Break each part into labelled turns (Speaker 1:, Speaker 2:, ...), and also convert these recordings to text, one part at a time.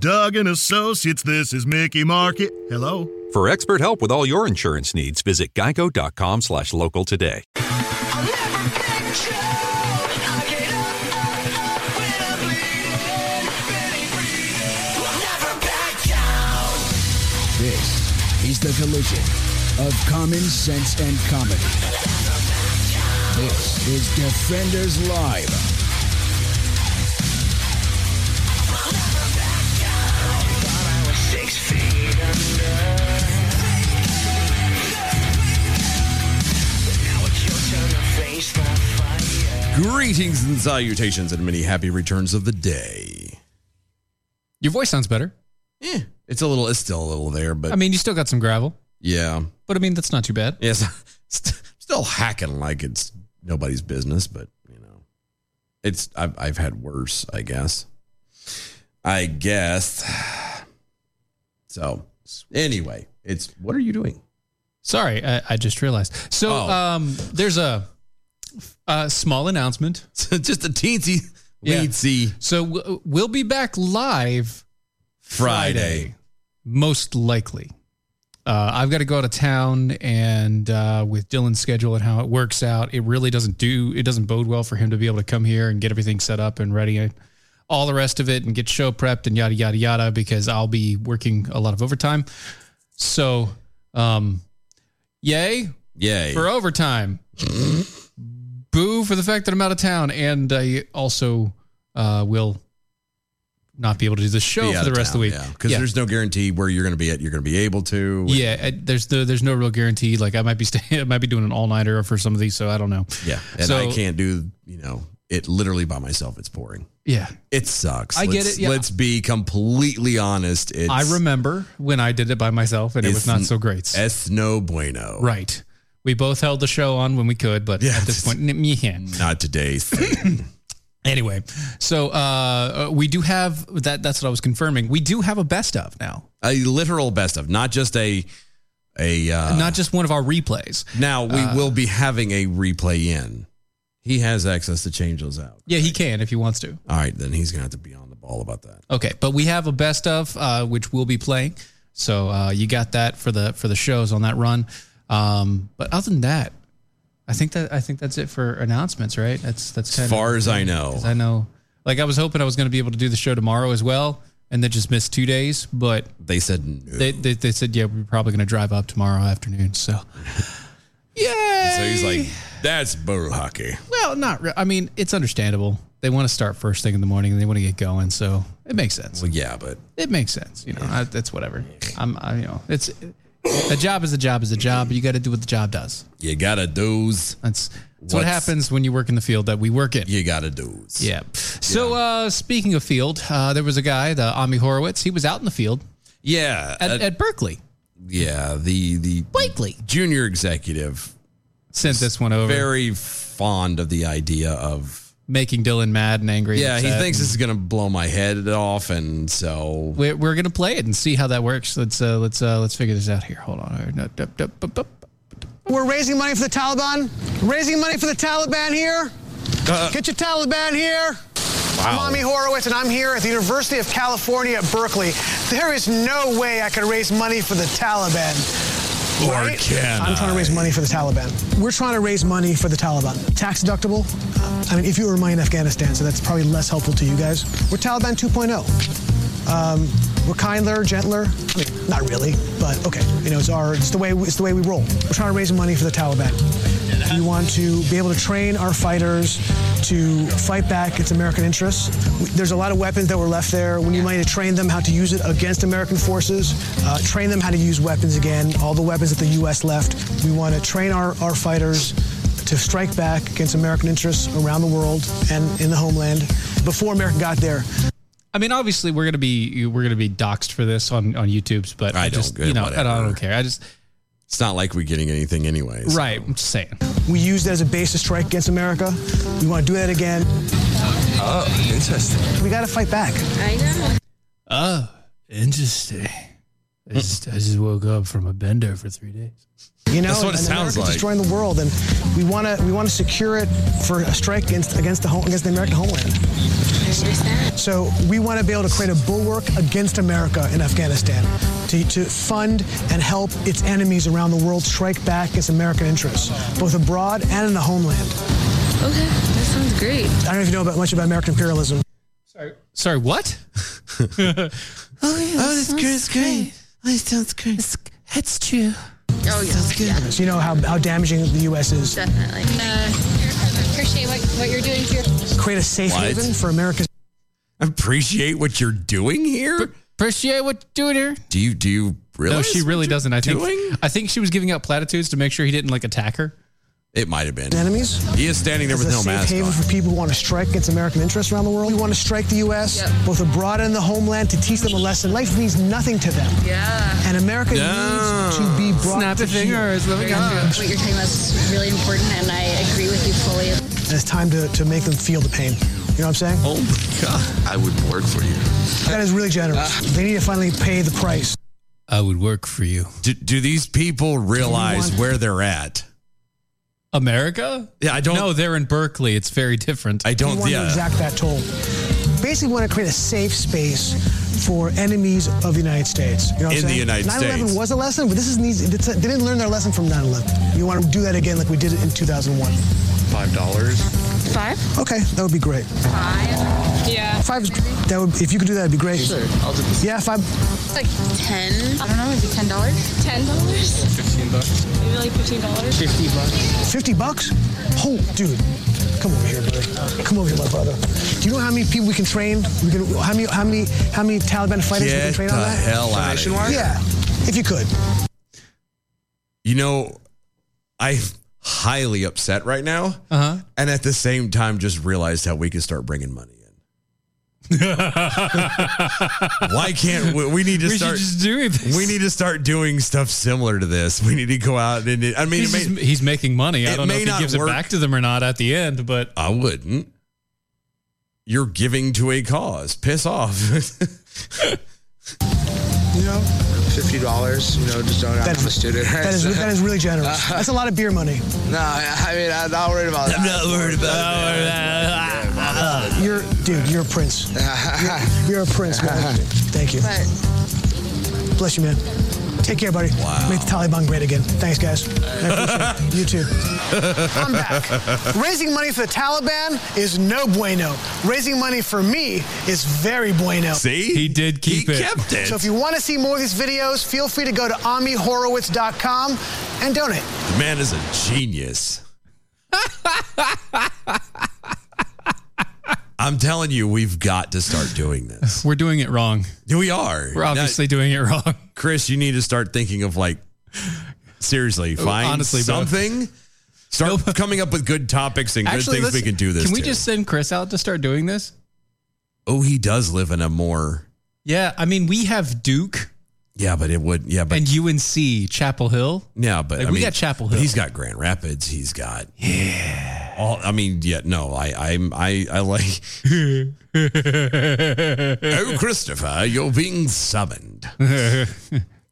Speaker 1: Doug and Associates, this is Mickey Marquis. Hello?
Speaker 2: For expert help with all your insurance needs, visit geico.com slash local today.
Speaker 3: I'll never get you. I get up, up, up when I'm bleeding, barely breathing. Will never back down.
Speaker 4: This is the collision of common sense and comedy. This is Defenders Live.
Speaker 3: Six feet under. Now it's your turn to face the fire.
Speaker 5: Greetings and salutations, and many happy returns of the day.
Speaker 6: Your voice sounds better.
Speaker 5: Eh, it's a little, it's still a little there, but
Speaker 6: I mean, you still got some gravel,
Speaker 5: yeah,
Speaker 6: but I mean, that's not too bad.
Speaker 5: yes, st- still hacking like it's nobody's business, but you know, it's I've I've had worse, I guess. I guess. So anyway, it's what are you doing?
Speaker 6: Sorry, I, I just realized. So
Speaker 5: Oh.
Speaker 6: um, there's a, a small announcement.
Speaker 5: Just a teensy
Speaker 6: Yeah.
Speaker 5: weedsy
Speaker 6: So w- we'll be back live
Speaker 5: Friday.
Speaker 6: most likely. Uh, I've got to go out of town, and uh, with Dylan's schedule and how it works out, it really doesn't do it doesn't bode well for him to be able to come here and get everything set up and ready, and all the rest of it, and get show prepped and yada yada yada because I'll be working a lot of overtime. So, um, yay
Speaker 5: Yay!
Speaker 6: for overtime. Boo for the fact that I'm out of town, and I also uh, will not be able to do the show
Speaker 5: Be
Speaker 6: for
Speaker 5: out
Speaker 6: the rest
Speaker 5: town,
Speaker 6: of the week.
Speaker 5: yeah, because there's no guarantee where you're going to be at. You're going to be able to.
Speaker 6: Yeah, uh, there's the there's no real guarantee. Like I might be staying, I might be doing an all nighter for some of these, so I don't know.
Speaker 5: Yeah, and
Speaker 6: So-
Speaker 5: I can't do you know it literally by myself. It's boring.
Speaker 6: Yeah,
Speaker 5: It sucks.
Speaker 6: I get
Speaker 5: Let's-
Speaker 6: it, yeah.
Speaker 5: Let's be completely honest. It's,
Speaker 6: I remember when I did it by myself, and it was
Speaker 5: It's
Speaker 6: not
Speaker 5: n- eh
Speaker 6: so great.
Speaker 5: Es no bueno.
Speaker 6: right, we both held the show on when we could, but
Speaker 5: Yeah,
Speaker 6: at this point, yeah.
Speaker 5: Not today's thing.
Speaker 6: Anyway, so uh, uh, we do have that. That's what I was confirming. We do have a best of now,
Speaker 5: a literal best of, not just a a. Uh,
Speaker 6: not just one of our replays.
Speaker 5: now we will be having a replay in. He has access to change those out.
Speaker 6: Yeah, he can if he wants to.
Speaker 5: All right, then he's gonna have to be on the ball about that.
Speaker 6: Okay, but we have a best of uh, which we'll be playing. So uh, you got that for the for the shows on that run. Um, but other than that, I think that I think that's it for announcements. Right? That's that's
Speaker 5: As
Speaker 6: kind
Speaker 5: far as I know,
Speaker 6: I know. Like I was hoping I was going to be able to do the show tomorrow as well, and then just missed two days. But
Speaker 5: they said no.
Speaker 6: they they, they said yeah, we're probably going to drive up tomorrow afternoon. So yeah.
Speaker 5: so he's like, "That's bull hockey."
Speaker 6: well, not. Re- I mean, it's understandable. They want to start first thing in the morning and they want to get going, so it makes sense.
Speaker 5: Well, yeah, but
Speaker 6: it makes sense. You know, I, that's whatever. I'm, I, you know, it's a job is a job is a job. You got to do what the job does.
Speaker 5: you gotta doze.
Speaker 6: That's, that's what
Speaker 5: What's-
Speaker 6: happens when you work in the field that we work in.
Speaker 5: You gotta doze.
Speaker 6: Yeah. So uh, speaking of field, uh, there was a guy, the Ami Horowitz. He was out in the field
Speaker 5: yeah,
Speaker 6: at,
Speaker 5: uh,
Speaker 6: at Berkeley.
Speaker 5: yeah. The the
Speaker 6: Blakely
Speaker 5: junior executive
Speaker 6: sent this one over,
Speaker 5: very fond of the idea of
Speaker 6: making Dylan mad and angry. and
Speaker 5: yeah he
Speaker 6: upset.
Speaker 5: thinks this is gonna blow my head off and so
Speaker 6: we're, we're gonna play it and see how that works. Let's uh, let's uh, let's figure this out here. Hold on. No, dup, dup, bup, bup.
Speaker 7: We're raising money for the Taliban. Raising money for the Taliban here. Get your Taliban here. I'm Ami Horowitz, and I'm here at the University of California at Berkeley. There is no way I could raise money for the Taliban.
Speaker 5: Or
Speaker 7: Right?
Speaker 5: can
Speaker 7: I'm trying to raise money for the Taliban. We're trying to raise money for the Taliban. Tax deductible? I mean, if you were in Afghanistan, so that's probably less helpful to you guys. We're Taliban oh. 2.0. Um, we're kinder, gentler. I mean, not really, but okay. You know, it's our, it's the way, we, it's the way we roll. We're trying to raise money for the Taliban. You want to be able to train our fighters to fight back its American interests. W- There's a lot of weapons that were left there. When you might train them how to use it against American forces, uh, train them how to use weapons again, all the weapons that the U.S. left. We want to train our, our fighters to strike back against American interests around the world and in the homeland before America got there.
Speaker 6: I mean, obviously, we're gonna be we're gonna be doxxed for this on on YouTube's, but I,
Speaker 5: I don't
Speaker 6: just
Speaker 5: care,
Speaker 6: you know I don't, I
Speaker 5: whatever.
Speaker 6: don't care. I just
Speaker 5: It's not like we're getting anything anyway.
Speaker 6: right. I'm just saying.
Speaker 7: We used it as a base to strike against America. We want to do that again.
Speaker 5: Oh, interesting.
Speaker 7: We got to fight back.
Speaker 8: I know.
Speaker 6: Oh, interesting. I just, I just woke up from a bender for three days.
Speaker 7: You know,
Speaker 6: That's what
Speaker 7: and
Speaker 6: it sounds
Speaker 7: America's
Speaker 6: like.
Speaker 7: Destroying the world, and we want to we want to secure it for a strike against against the home, against the American homeland. So we want to be able to create a bulwark against America in Afghanistan to, to fund and help its enemies around the world strike back against American interests, both abroad and in the homeland.
Speaker 9: Okay, that sounds great.
Speaker 7: I don't know if you know about much about American imperialism.
Speaker 6: Sorry, what?
Speaker 9: Oh, yeah.
Speaker 7: Oh, that's great, that's great.
Speaker 9: Oh, that sounds great. It's, that's true.
Speaker 7: Oh yeah, You know how, how damaging the U.S. is.
Speaker 9: Definitely.
Speaker 8: Uh, Appreciate what, what you're doing here.
Speaker 7: Create a safe
Speaker 5: What?
Speaker 7: haven for America's
Speaker 5: Appreciate what you're doing here.
Speaker 6: Appreciate what you doing here.
Speaker 5: Do you do you really?
Speaker 6: no, she really doesn't. I think
Speaker 5: doing?
Speaker 6: I think she was giving out platitudes to make sure he didn't like attack her.
Speaker 5: It might have been.
Speaker 7: enemies.
Speaker 5: He is standing there
Speaker 7: As
Speaker 5: with
Speaker 7: a
Speaker 5: no
Speaker 7: safe
Speaker 5: mask
Speaker 7: haven
Speaker 5: on.
Speaker 7: for people who want to strike against American interests around the world. We want to strike the U.S. both abroad and in the homeland to teach them a lesson. Life means nothing to them. Yeah. And America needs to be brought
Speaker 6: Snap
Speaker 7: to
Speaker 6: a finger, it's living
Speaker 7: on.
Speaker 8: What you're talking about is really important, and I agree with you fully.
Speaker 7: It's time to, to make them feel the pain. You know what I'm saying?
Speaker 5: Oh my god, I would work for you.
Speaker 7: That is really
Speaker 5: Ah.
Speaker 7: generous. They need to finally pay the price.
Speaker 6: I would work for you,
Speaker 5: Do, do these people realize where they're at?
Speaker 6: America.
Speaker 5: Yeah, I don't.
Speaker 6: No, they're in Berkeley. It's very different.
Speaker 5: I
Speaker 7: We
Speaker 5: don't.
Speaker 7: want
Speaker 5: Yeah,
Speaker 7: to exact that toll. Basically, we want to create a safe space for enemies of the United States. You know what
Speaker 5: In
Speaker 7: I'm
Speaker 5: the
Speaker 7: saying?
Speaker 5: United
Speaker 7: 9/11
Speaker 5: States.
Speaker 7: was a lesson, but this is an easy, it's a, they didn't learn their lesson from 9/11. We want to do that again, like we did it in 2001.
Speaker 5: five dollars.
Speaker 8: Five?
Speaker 7: Okay, that would be great.
Speaker 8: Five? Yeah.
Speaker 7: Five is that would if you could do that, it'd be great.
Speaker 8: Sure,
Speaker 7: I'll do this. Yeah, five.
Speaker 8: It's like ten. I don't know, maybe ten dollars? Ten dollars? Fifteen bucks. Maybe like fifteen dollars? Fifty bucks.
Speaker 7: Fifty bucks? Oh, dude, come over here, brother. Come over here, my brother. Do you know how many people we can train? We can how many how many how many Taliban fighters we can
Speaker 5: Get the
Speaker 7: train on that?
Speaker 5: hell out of here.
Speaker 7: Yeah, if you could.
Speaker 5: You know, I'm highly upset right now,
Speaker 6: Uh
Speaker 5: and at the same time, just realized how we could start bringing money
Speaker 6: huh.
Speaker 5: in. Why can't we? We need to
Speaker 6: we
Speaker 5: start.
Speaker 6: should just do this.
Speaker 5: we need to start doing stuff similar to this. We need to go out and I mean,
Speaker 6: He's,
Speaker 5: it may,
Speaker 6: just- he's making money. I
Speaker 5: it
Speaker 6: don't know
Speaker 5: may
Speaker 6: if he
Speaker 5: not
Speaker 6: gives
Speaker 5: work.
Speaker 6: it back to them or not at the end, but
Speaker 5: I wouldn't. You're giving to a cause. Piss off.
Speaker 7: You know,
Speaker 10: fifty dollars. You know, just don't. I'm
Speaker 7: That-
Speaker 10: a student.
Speaker 7: that is that is really generous. That's a lot of beer money.
Speaker 10: no, I mean I'm not worried about that.
Speaker 5: I'm not worried
Speaker 6: Oh,
Speaker 5: about
Speaker 7: You're, dude, you're a prince. You're, you're a prince, man. Thank you.
Speaker 8: But
Speaker 7: Bless you, man. Take care, buddy.
Speaker 5: Wow.
Speaker 7: Make the Taliban great again. Thanks, guys. I appreciate it. You too. I'm back. Raising money for the Taliban is no bueno. Raising money for me is very bueno.
Speaker 5: See,
Speaker 6: he did keep
Speaker 5: he
Speaker 6: it.
Speaker 5: kept it.
Speaker 7: So if you want to see more of these videos, feel free to go to amihorowitz.com and donate.
Speaker 5: The man is a genius. I'm telling you, we've got to start doing this.
Speaker 6: we're doing it wrong.
Speaker 5: We are.
Speaker 6: We're obviously doing it wrong.
Speaker 5: Now, Chris, you need to start thinking of like, seriously, find
Speaker 6: Oh, Honestly, bro.
Speaker 5: something. Start coming up with good topics and good things
Speaker 6: let's-
Speaker 5: we can do this.
Speaker 6: Can we
Speaker 5: to.
Speaker 6: just send Chris out to start doing this?
Speaker 5: Oh, he does live in a more.
Speaker 6: Yeah, I mean we have Duke
Speaker 5: Yeah, but it would. Yeah, but
Speaker 6: and UNC Chapel Hill.
Speaker 5: yeah, but
Speaker 6: Like,
Speaker 5: I
Speaker 6: we
Speaker 5: mean,
Speaker 6: got Chapel
Speaker 5: but
Speaker 6: Hill.
Speaker 5: He's got Grand Rapids. He's got yeah. All I mean, yeah. No, I I'm I I like. oh, Christopher, you're being summoned.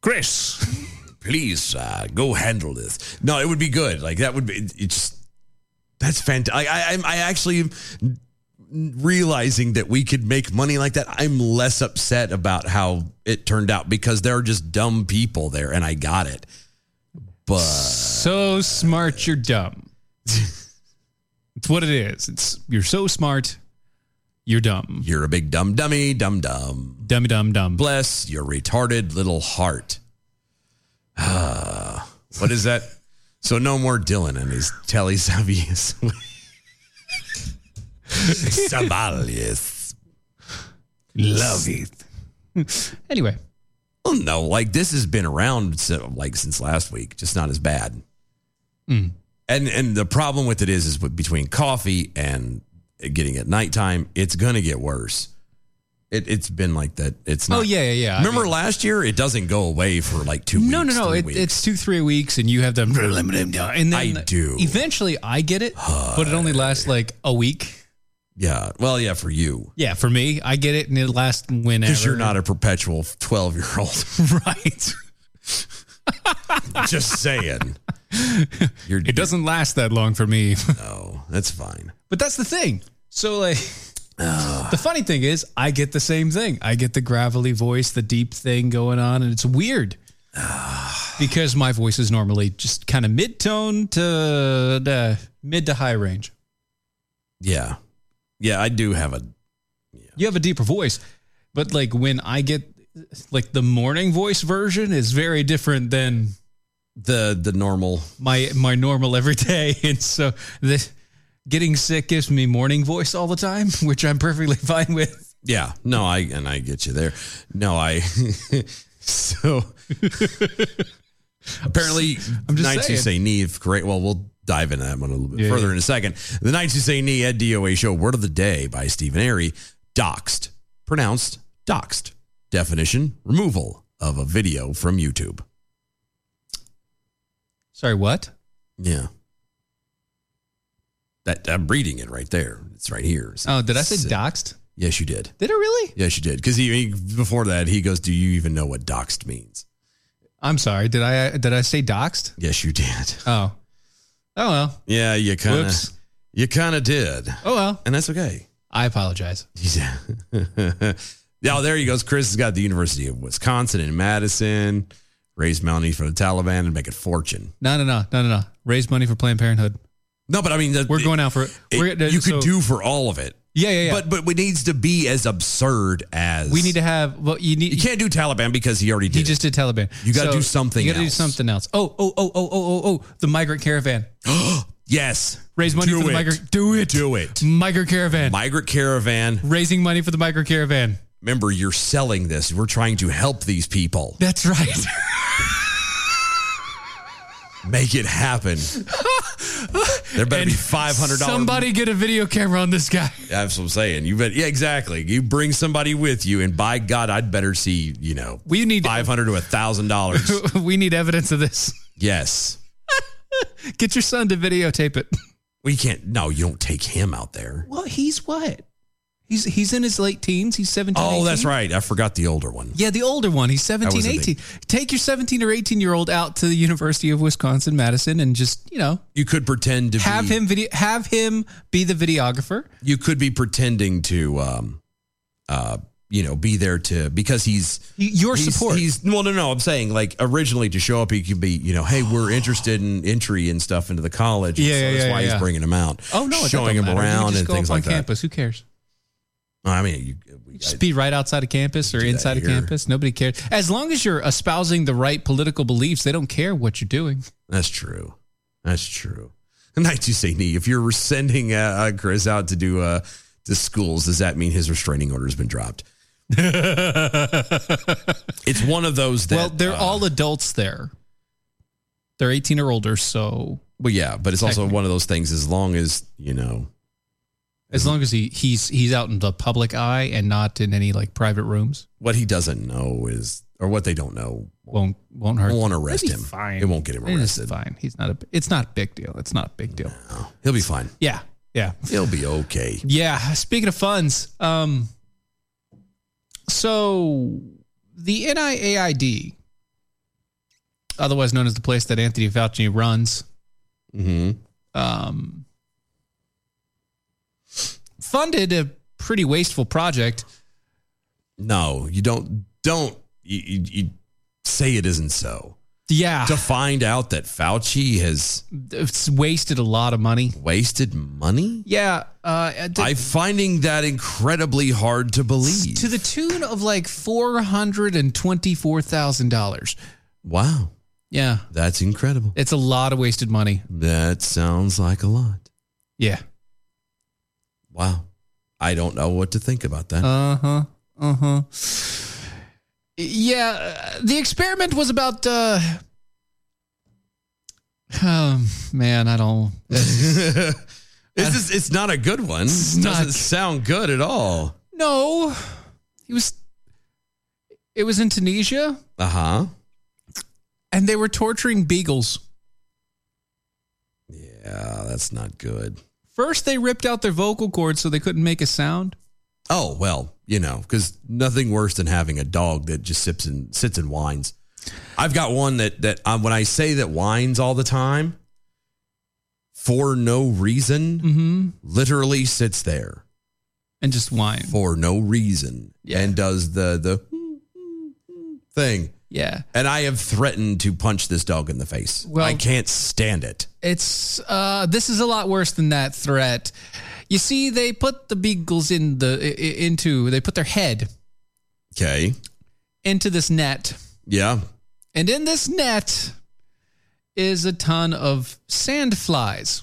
Speaker 6: Chris.
Speaker 5: Please, sir, go handle this. No, it would be good. Like that would be. It, it just that's fantastic. I, I I'm I actually am realizing that we could make money like that. I'm less upset about how it turned out because there are just dumb people there, and I got it. But.
Speaker 6: So smart you're dumb. it's what it is. It's you're so smart, you're dumb.
Speaker 5: You're a big dumb dummy, dumb dumb.
Speaker 6: Dummy dumb dumb.
Speaker 5: Bless your retarded little heart. Ah, what is that? So no more Dylan and his telly savies. Sabalius. Love it.
Speaker 6: Anyway.
Speaker 5: Well, no, like this has been around so, like since last week, just not as bad.
Speaker 6: Mm.
Speaker 5: And and the problem with it is is with- between coffee and getting at nighttime, it's gonna get worse. It it's been like that. It's not.
Speaker 6: Oh, yeah, yeah, yeah. I
Speaker 5: Remember
Speaker 6: mean-
Speaker 5: last year, it doesn't go away for like two.
Speaker 6: no,
Speaker 5: weeks,
Speaker 6: no, no.
Speaker 5: three
Speaker 6: It,
Speaker 5: weeks.
Speaker 6: it's two, three weeks, and you have them. And then
Speaker 5: I do.
Speaker 6: Eventually, I get it, but it only lasts like a week.
Speaker 5: Yeah. Well, yeah, for you.
Speaker 6: Yeah, for me, I get it, and it lasts whenever.
Speaker 5: Because you're not a perpetual 12 year old.
Speaker 6: right.
Speaker 5: Just saying.
Speaker 6: it doesn't last that long for me.
Speaker 5: No, that's fine.
Speaker 6: But that's the thing. So like the funny thing is I get the same thing. I get the gravelly voice, the deep thing going on, and it's weird. because my voice is normally just kind of mid tone to the mid to high range.
Speaker 5: Yeah. Yeah, I do have a
Speaker 6: You have a deeper voice. But like when I get like the morning voice version is very different than
Speaker 5: the the normal
Speaker 6: my my normal every day and so this getting sick gives me morning voice all the time which i'm perfectly fine with
Speaker 5: Yeah. No, I and I get you there. No, I so apparently
Speaker 6: I'm just
Speaker 5: Nights You Say
Speaker 6: saying.
Speaker 5: Neve, great. Well, we'll dive into that one a little bit
Speaker 6: Yeah,
Speaker 5: further
Speaker 6: yeah.
Speaker 5: in a second. The Nights You Say Knee Ed DOA show word of the day by Stephen Airy, doxed, pronounced doxed. Definition removal of a video from YouTube.
Speaker 6: sorry what
Speaker 5: Yeah. That I'm reading it right there. It's right here. uh,
Speaker 6: Oh, did I say doxed?
Speaker 5: Yes, you did.
Speaker 6: did it really
Speaker 5: Yes, you did. Because he, he- before that he goes, "Do you even know what doxed means?"
Speaker 6: i'm sorry did i did i say doxed
Speaker 5: Yes, you did.
Speaker 6: oh oh well
Speaker 5: Yeah, you kind of.
Speaker 6: Whoops.
Speaker 5: You kind of did.
Speaker 6: oh well
Speaker 5: And that's okay.
Speaker 6: i apologize
Speaker 5: Yeah. now there he goes. Chris has got the University of Wisconsin in Madison. Raise money for the Taliban and make a fortune.
Speaker 6: no no no no no no raise money for planned parenthood
Speaker 5: no but i mean
Speaker 6: we're going out for it,
Speaker 5: It-
Speaker 6: We're-
Speaker 5: you
Speaker 6: so
Speaker 5: could do for all of it.
Speaker 6: Yeah, yeah, yeah.
Speaker 5: But but it needs to be as absurd as
Speaker 6: we need to have well you need
Speaker 5: You can't do Taliban because he already did.
Speaker 6: he just did Taliban.
Speaker 5: You gotta do something
Speaker 6: You gotta
Speaker 5: else.
Speaker 6: do something else. Oh, oh, oh, oh, oh, oh, oh! The migrant caravan.
Speaker 5: yes.
Speaker 6: Raise money
Speaker 5: Do
Speaker 6: for the
Speaker 5: it.
Speaker 6: migrant. Do it.
Speaker 5: Do it.
Speaker 6: Migrant caravan.
Speaker 5: Migrant caravan.
Speaker 6: Raising money for the migrant caravan.
Speaker 5: Remember, you're selling this. We're trying to help these people.
Speaker 6: That's right.
Speaker 5: Make it happen. There better be five hundred dollars.
Speaker 6: Somebody get a video camera on this guy.
Speaker 5: That's what I'm saying. You bet. Yeah, exactly. You bring somebody with you, and by God, I'd better see you know
Speaker 6: we need
Speaker 5: five hundred to a thousand dollars.
Speaker 6: we need evidence of this.
Speaker 5: Yes,
Speaker 6: Get your son to videotape it.
Speaker 5: we can't. No, you don't take him out there.
Speaker 6: Well, he's what? He's he's in his late teens. He's 17.
Speaker 5: Oh,
Speaker 6: 18.
Speaker 5: that's right. I forgot the older one.
Speaker 6: Yeah, the older one. He's
Speaker 5: was
Speaker 6: 17,
Speaker 5: the
Speaker 6: 18. Take your 17 or 18 year old out to the University of Wisconsin Madison and just, you know,
Speaker 5: You could pretend to
Speaker 6: have
Speaker 5: be,
Speaker 6: him video have him be the videographer.
Speaker 5: You could be pretending to, um, uh, you know, be there to because he's
Speaker 6: Your
Speaker 5: he's-
Speaker 6: support.
Speaker 5: He's well, no, no. I'm saying like originally to show up, he could be, you know, hey, we're interested in entry and stuff into the college. and
Speaker 6: Yeah,
Speaker 5: so
Speaker 6: yeah,
Speaker 5: that's
Speaker 6: yeah,
Speaker 5: why he's
Speaker 6: yeah.
Speaker 5: bringing him out.
Speaker 6: oh no, it
Speaker 5: showing
Speaker 6: don't
Speaker 5: him
Speaker 6: matter. You
Speaker 5: around
Speaker 6: just
Speaker 5: and
Speaker 6: go
Speaker 5: things
Speaker 6: up
Speaker 5: like
Speaker 6: on
Speaker 5: that.
Speaker 6: campus. Who cares?
Speaker 5: I mean, you,
Speaker 6: Just be right outside of campus or inside of
Speaker 5: here.
Speaker 6: campus. Nobody cares. As long as you're espousing the right political beliefs, they don't care what you're doing.
Speaker 5: That's true. That's true. And I do say, Nee, if you're sending uh, uh, Chris out to do uh, to schools, does that mean his restraining order has been dropped? it's one of those that.
Speaker 6: well, they're
Speaker 5: uh,
Speaker 6: all adults there. They're 18 or older, so
Speaker 5: Well, yeah, but it's also one of those things. As long as you know,
Speaker 6: as long as he he's he's out in the public eye and not in any like private rooms,
Speaker 5: what he doesn't know is, or what they don't know,
Speaker 6: won't won't hurt.
Speaker 5: won't arrest
Speaker 6: It'd be
Speaker 5: him.
Speaker 6: Fine.
Speaker 5: It won't get him
Speaker 6: It is
Speaker 5: arrested.
Speaker 6: Fine. He's not a. It's not a big deal. It's not a big deal.
Speaker 5: He'll be fine.
Speaker 6: Yeah. Yeah.
Speaker 5: He'll be okay.
Speaker 6: Yeah. Speaking of funds, um, so the NIAID, otherwise known as the place that Anthony Fauci runs,
Speaker 5: Mm-hmm.
Speaker 6: um, funded a pretty wasteful project.
Speaker 5: No, you don't. Don't you, you, you say it isn't so?
Speaker 6: Yeah,
Speaker 5: to find out that Fauci has
Speaker 6: it's wasted a lot of money.
Speaker 5: wasted money.
Speaker 6: Yeah, uh, to,
Speaker 5: I'm finding that incredibly hard to believe.
Speaker 6: to the tune of like four hundred and twenty-four thousand dollars.
Speaker 5: Wow.
Speaker 6: Yeah.
Speaker 5: That's incredible.
Speaker 6: It's a lot of wasted money.
Speaker 5: That sounds like a lot.
Speaker 6: Yeah.
Speaker 5: Wow. I don't know what to think about that.
Speaker 6: Uh huh. Uh huh. Yeah, uh, the experiment was about. Uh, oh man, I don't.
Speaker 5: It's just, it's not a good one. It doesn't sound good at all.
Speaker 6: No, he was. It was in Tunisia,
Speaker 5: Uh huh.
Speaker 6: and they were torturing beagles.
Speaker 5: Yeah, that's not good.
Speaker 6: First, they ripped out their vocal cords so they couldn't make a sound.
Speaker 5: Oh well, you know, because nothing worse than having a dog that just sips and sits and whines. I've got one that that um, when I say that whines all the time for no reason,
Speaker 6: Mm.
Speaker 5: literally sits there
Speaker 6: Mm-hmm. and just whines
Speaker 5: for no reason and does the the thing.
Speaker 6: Yeah,
Speaker 5: and I have threatened to punch this dog in the face. I can't stand it.
Speaker 6: It's uh, this is a lot worse than that threat. You see, they put the beagles in the i- i- into they put their head
Speaker 5: Okay.
Speaker 6: into this net,
Speaker 5: Yeah.
Speaker 6: and in this net is a ton of sand flies.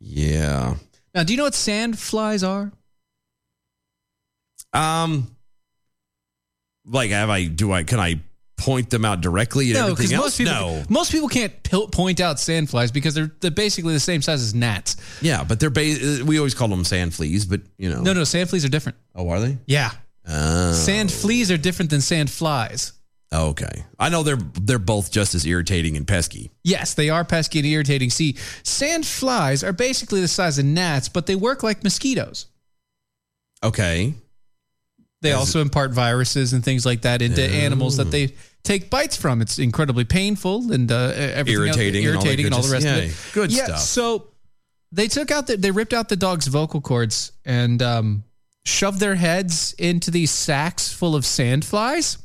Speaker 5: Yeah.
Speaker 6: Now, do you know what sand flies are?
Speaker 5: Um, like, have I? Do I? Can I point them out directly at everything else?
Speaker 6: most people
Speaker 5: no.
Speaker 6: most people can't pil- point out sand flies because they're they're basically the same size as gnats.
Speaker 5: Yeah, but they're ba- we always call them sand fleas, but you know.
Speaker 6: No, no, sand fleas are different.
Speaker 5: Oh, are they?
Speaker 6: Yeah,
Speaker 5: Oh.
Speaker 6: sand fleas are different than sand flies.
Speaker 5: Okay. I know they're they're both just as irritating and pesky.
Speaker 6: Yes, they are pesky and irritating. See, sand flies are basically the size of gnats, but they work like mosquitoes.
Speaker 5: Okay.
Speaker 6: They also impart viruses and things like that into animals that they take bites from. It's incredibly painful and uh, everything else-
Speaker 5: Irritating and all that
Speaker 6: irritating, and all,
Speaker 5: good
Speaker 6: the rest
Speaker 5: stuff.
Speaker 6: of it.
Speaker 5: Yeah, good
Speaker 6: yeah,
Speaker 5: stuff.
Speaker 6: So they took out the, they ripped out the dog's vocal cords and um, shoved their heads into these sacks full of sand flies,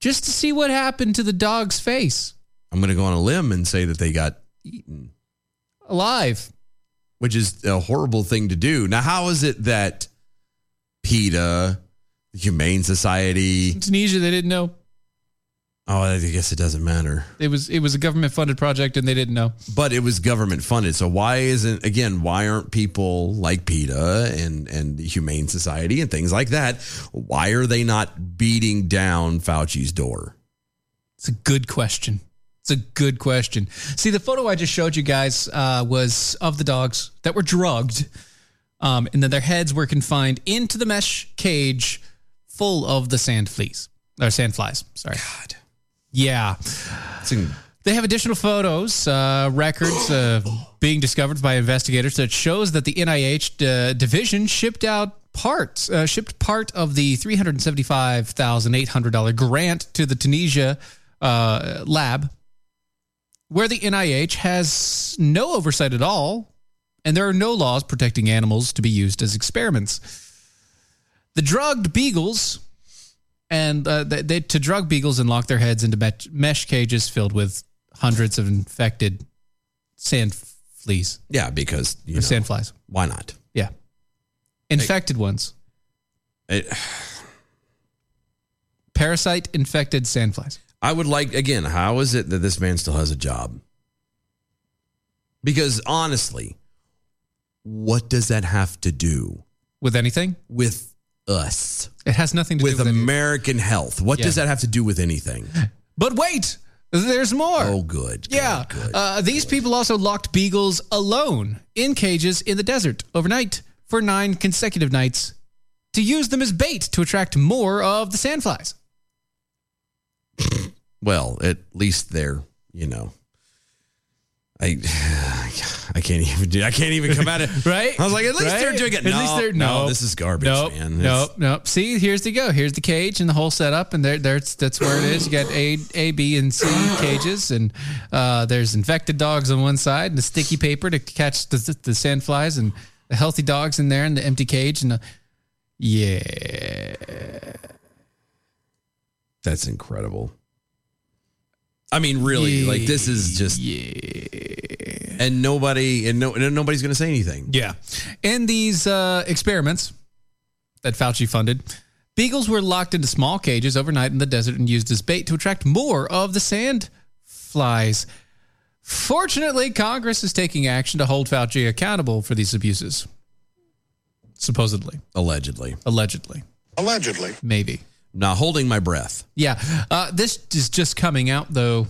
Speaker 6: just to see what happened to the dog's face
Speaker 5: I'm going to go on a limb and say that they got,
Speaker 6: alive.
Speaker 5: which is a horrible thing to do. Now, how is it that PETA, the Humane Society,
Speaker 6: In Tunisia, they didn't know.
Speaker 5: oh, I guess it doesn't matter.
Speaker 6: It was it was a government funded project and they didn't know.
Speaker 5: but it was government funded. So why isn't again? Why aren't people like PETA and and the Humane Society and things like that? Why are they not beating down Fauci's door?
Speaker 6: It's a good question. It's a good question. See, the photo I just showed you guys uh, was of the dogs that were drugged, um, and then their heads were confined into the mesh cage full of the sand fleas or sand flies. Sorry. God. Yeah. They have additional photos, uh, records uh, being discovered by investigators that shows that the NIH uh, division shipped out parts, uh, shipped part of the three hundred seventy-five thousand eight hundred dollar grant to the Tunisia uh, lab, where the NIH has no oversight at all, and there are no laws protecting animals to be used as experiments. The drugged beagles and uh, they, they to drug beagles and lock their heads into mesh, mesh cages filled with hundreds of infected sand fleas.
Speaker 5: Yeah, because you
Speaker 6: Or sand flies.
Speaker 5: Why not?
Speaker 6: Yeah, infected ones.
Speaker 5: It-
Speaker 6: Parasite infected sand flies.
Speaker 5: I would like again. How is it that this man still has a job? Because honestly, what does that have to do
Speaker 6: with anything?
Speaker 5: With us?
Speaker 6: It has nothing to
Speaker 5: with
Speaker 6: do with anything.
Speaker 5: American health. What
Speaker 6: Yeah.
Speaker 5: does that have to do with anything?
Speaker 6: But wait, there's more.
Speaker 5: Oh, good.
Speaker 6: Yeah. uh, these people also locked beagles alone in cages in the desert overnight for nine consecutive nights to use them as bait to attract more of the sandflies.
Speaker 5: Well, at least they're, you know, I, I can't even do. I can't even come at it.
Speaker 6: right?
Speaker 5: I was like, at least
Speaker 6: Right?
Speaker 5: they're doing it.
Speaker 6: At
Speaker 5: no,
Speaker 6: least they're
Speaker 5: no,
Speaker 6: no.
Speaker 5: This is garbage,
Speaker 6: Nope,
Speaker 5: man. It's-
Speaker 6: nope, nope. See, here's the go. Here's the cage and the whole setup, and there, there's that's where it is. You got A, A, B, and C cages, and uh, there's infected dogs on one side, and the sticky paper to catch the, the, the sand flies, and the healthy dogs in there, and the empty cage, and the, yeah,
Speaker 5: That's incredible. I mean, really, like this is just. And nobody, and no, and nobody's going to say anything.
Speaker 6: yeah. In these uh, experiments that Fauci funded, Beagles were locked into small cages overnight in the desert and used as bait to attract more of the sand flies. Fortunately, Congress is taking action to hold Fauci accountable for these abuses. Supposedly.
Speaker 5: Allegedly.
Speaker 6: Allegedly.
Speaker 5: Allegedly.
Speaker 6: Maybe.
Speaker 5: Now holding my breath.
Speaker 6: Yeah. Uh, this is just coming out though,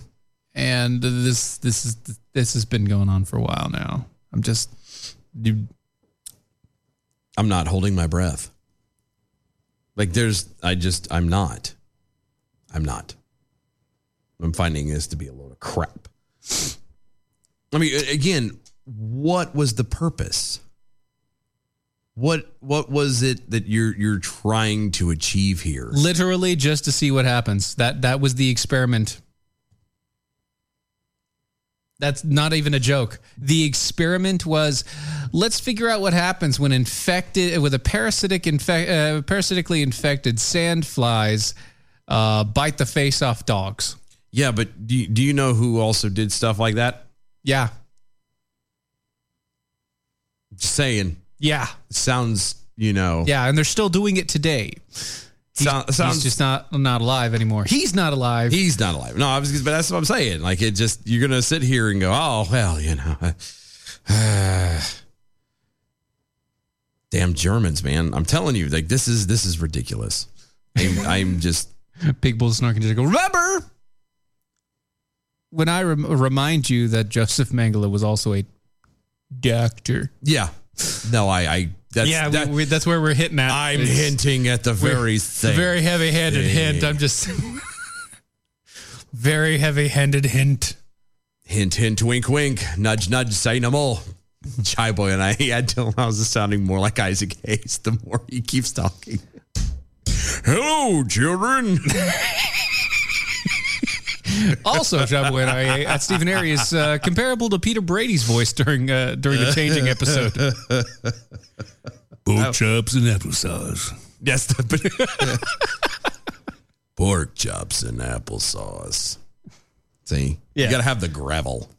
Speaker 6: and this this is this has been going on for a while now. I'm just you,
Speaker 5: I'm not holding my breath. Like there's I just I'm not. I'm not. I'm finding this to be a load of crap. I mean a- again, what was the purpose? What what was it that you're you're trying to achieve here?
Speaker 6: literally just to see what happens. That that was the experiment. That's not even a joke. The experiment was let's figure out what happens when infected with a parasitic infect uh, parasitically infected sand flies uh, bite the face off dogs.
Speaker 5: Yeah, but do you, do you know who also did stuff like that?
Speaker 6: Yeah.
Speaker 5: Just saying.
Speaker 6: Yeah.
Speaker 5: Sounds, you know.
Speaker 6: Yeah, and they're still doing it today. He's,
Speaker 5: sounds-
Speaker 6: he's just not not alive anymore. He's not alive.
Speaker 5: He's not alive. No, I was, but that's what I'm saying. Like it just you're gonna sit here and go, oh well, you know, damn Germans, man. I'm telling you, like this is this is ridiculous. I'm, I'm just
Speaker 6: Big Bull snarking just go, remember when I rem- remind you that Joseph Mangala was also a doctor.
Speaker 5: yeah. No, I I that's
Speaker 6: yeah,
Speaker 5: that-
Speaker 6: we, we, that's where we're hitting at.
Speaker 5: I'm
Speaker 6: It's
Speaker 5: hinting at the very thing.
Speaker 6: Very heavy handed hint.
Speaker 5: Thing.
Speaker 6: I'm just. very heavy handed hint.
Speaker 5: hint hint wink wink nudge nudge say no more. Chai boy and I had till I was sounding more like Isaac Hayes the more he keeps talking. Hello, children.
Speaker 6: Also, John Boyd, I, at Stephen Aries, uh, comparable to Peter Brady's voice during uh, during a changing episode.
Speaker 11: Pork chops and applesauce.
Speaker 5: Yes, the pork chops and applesauce. See,
Speaker 6: Yeah.
Speaker 5: you gotta have the gravel.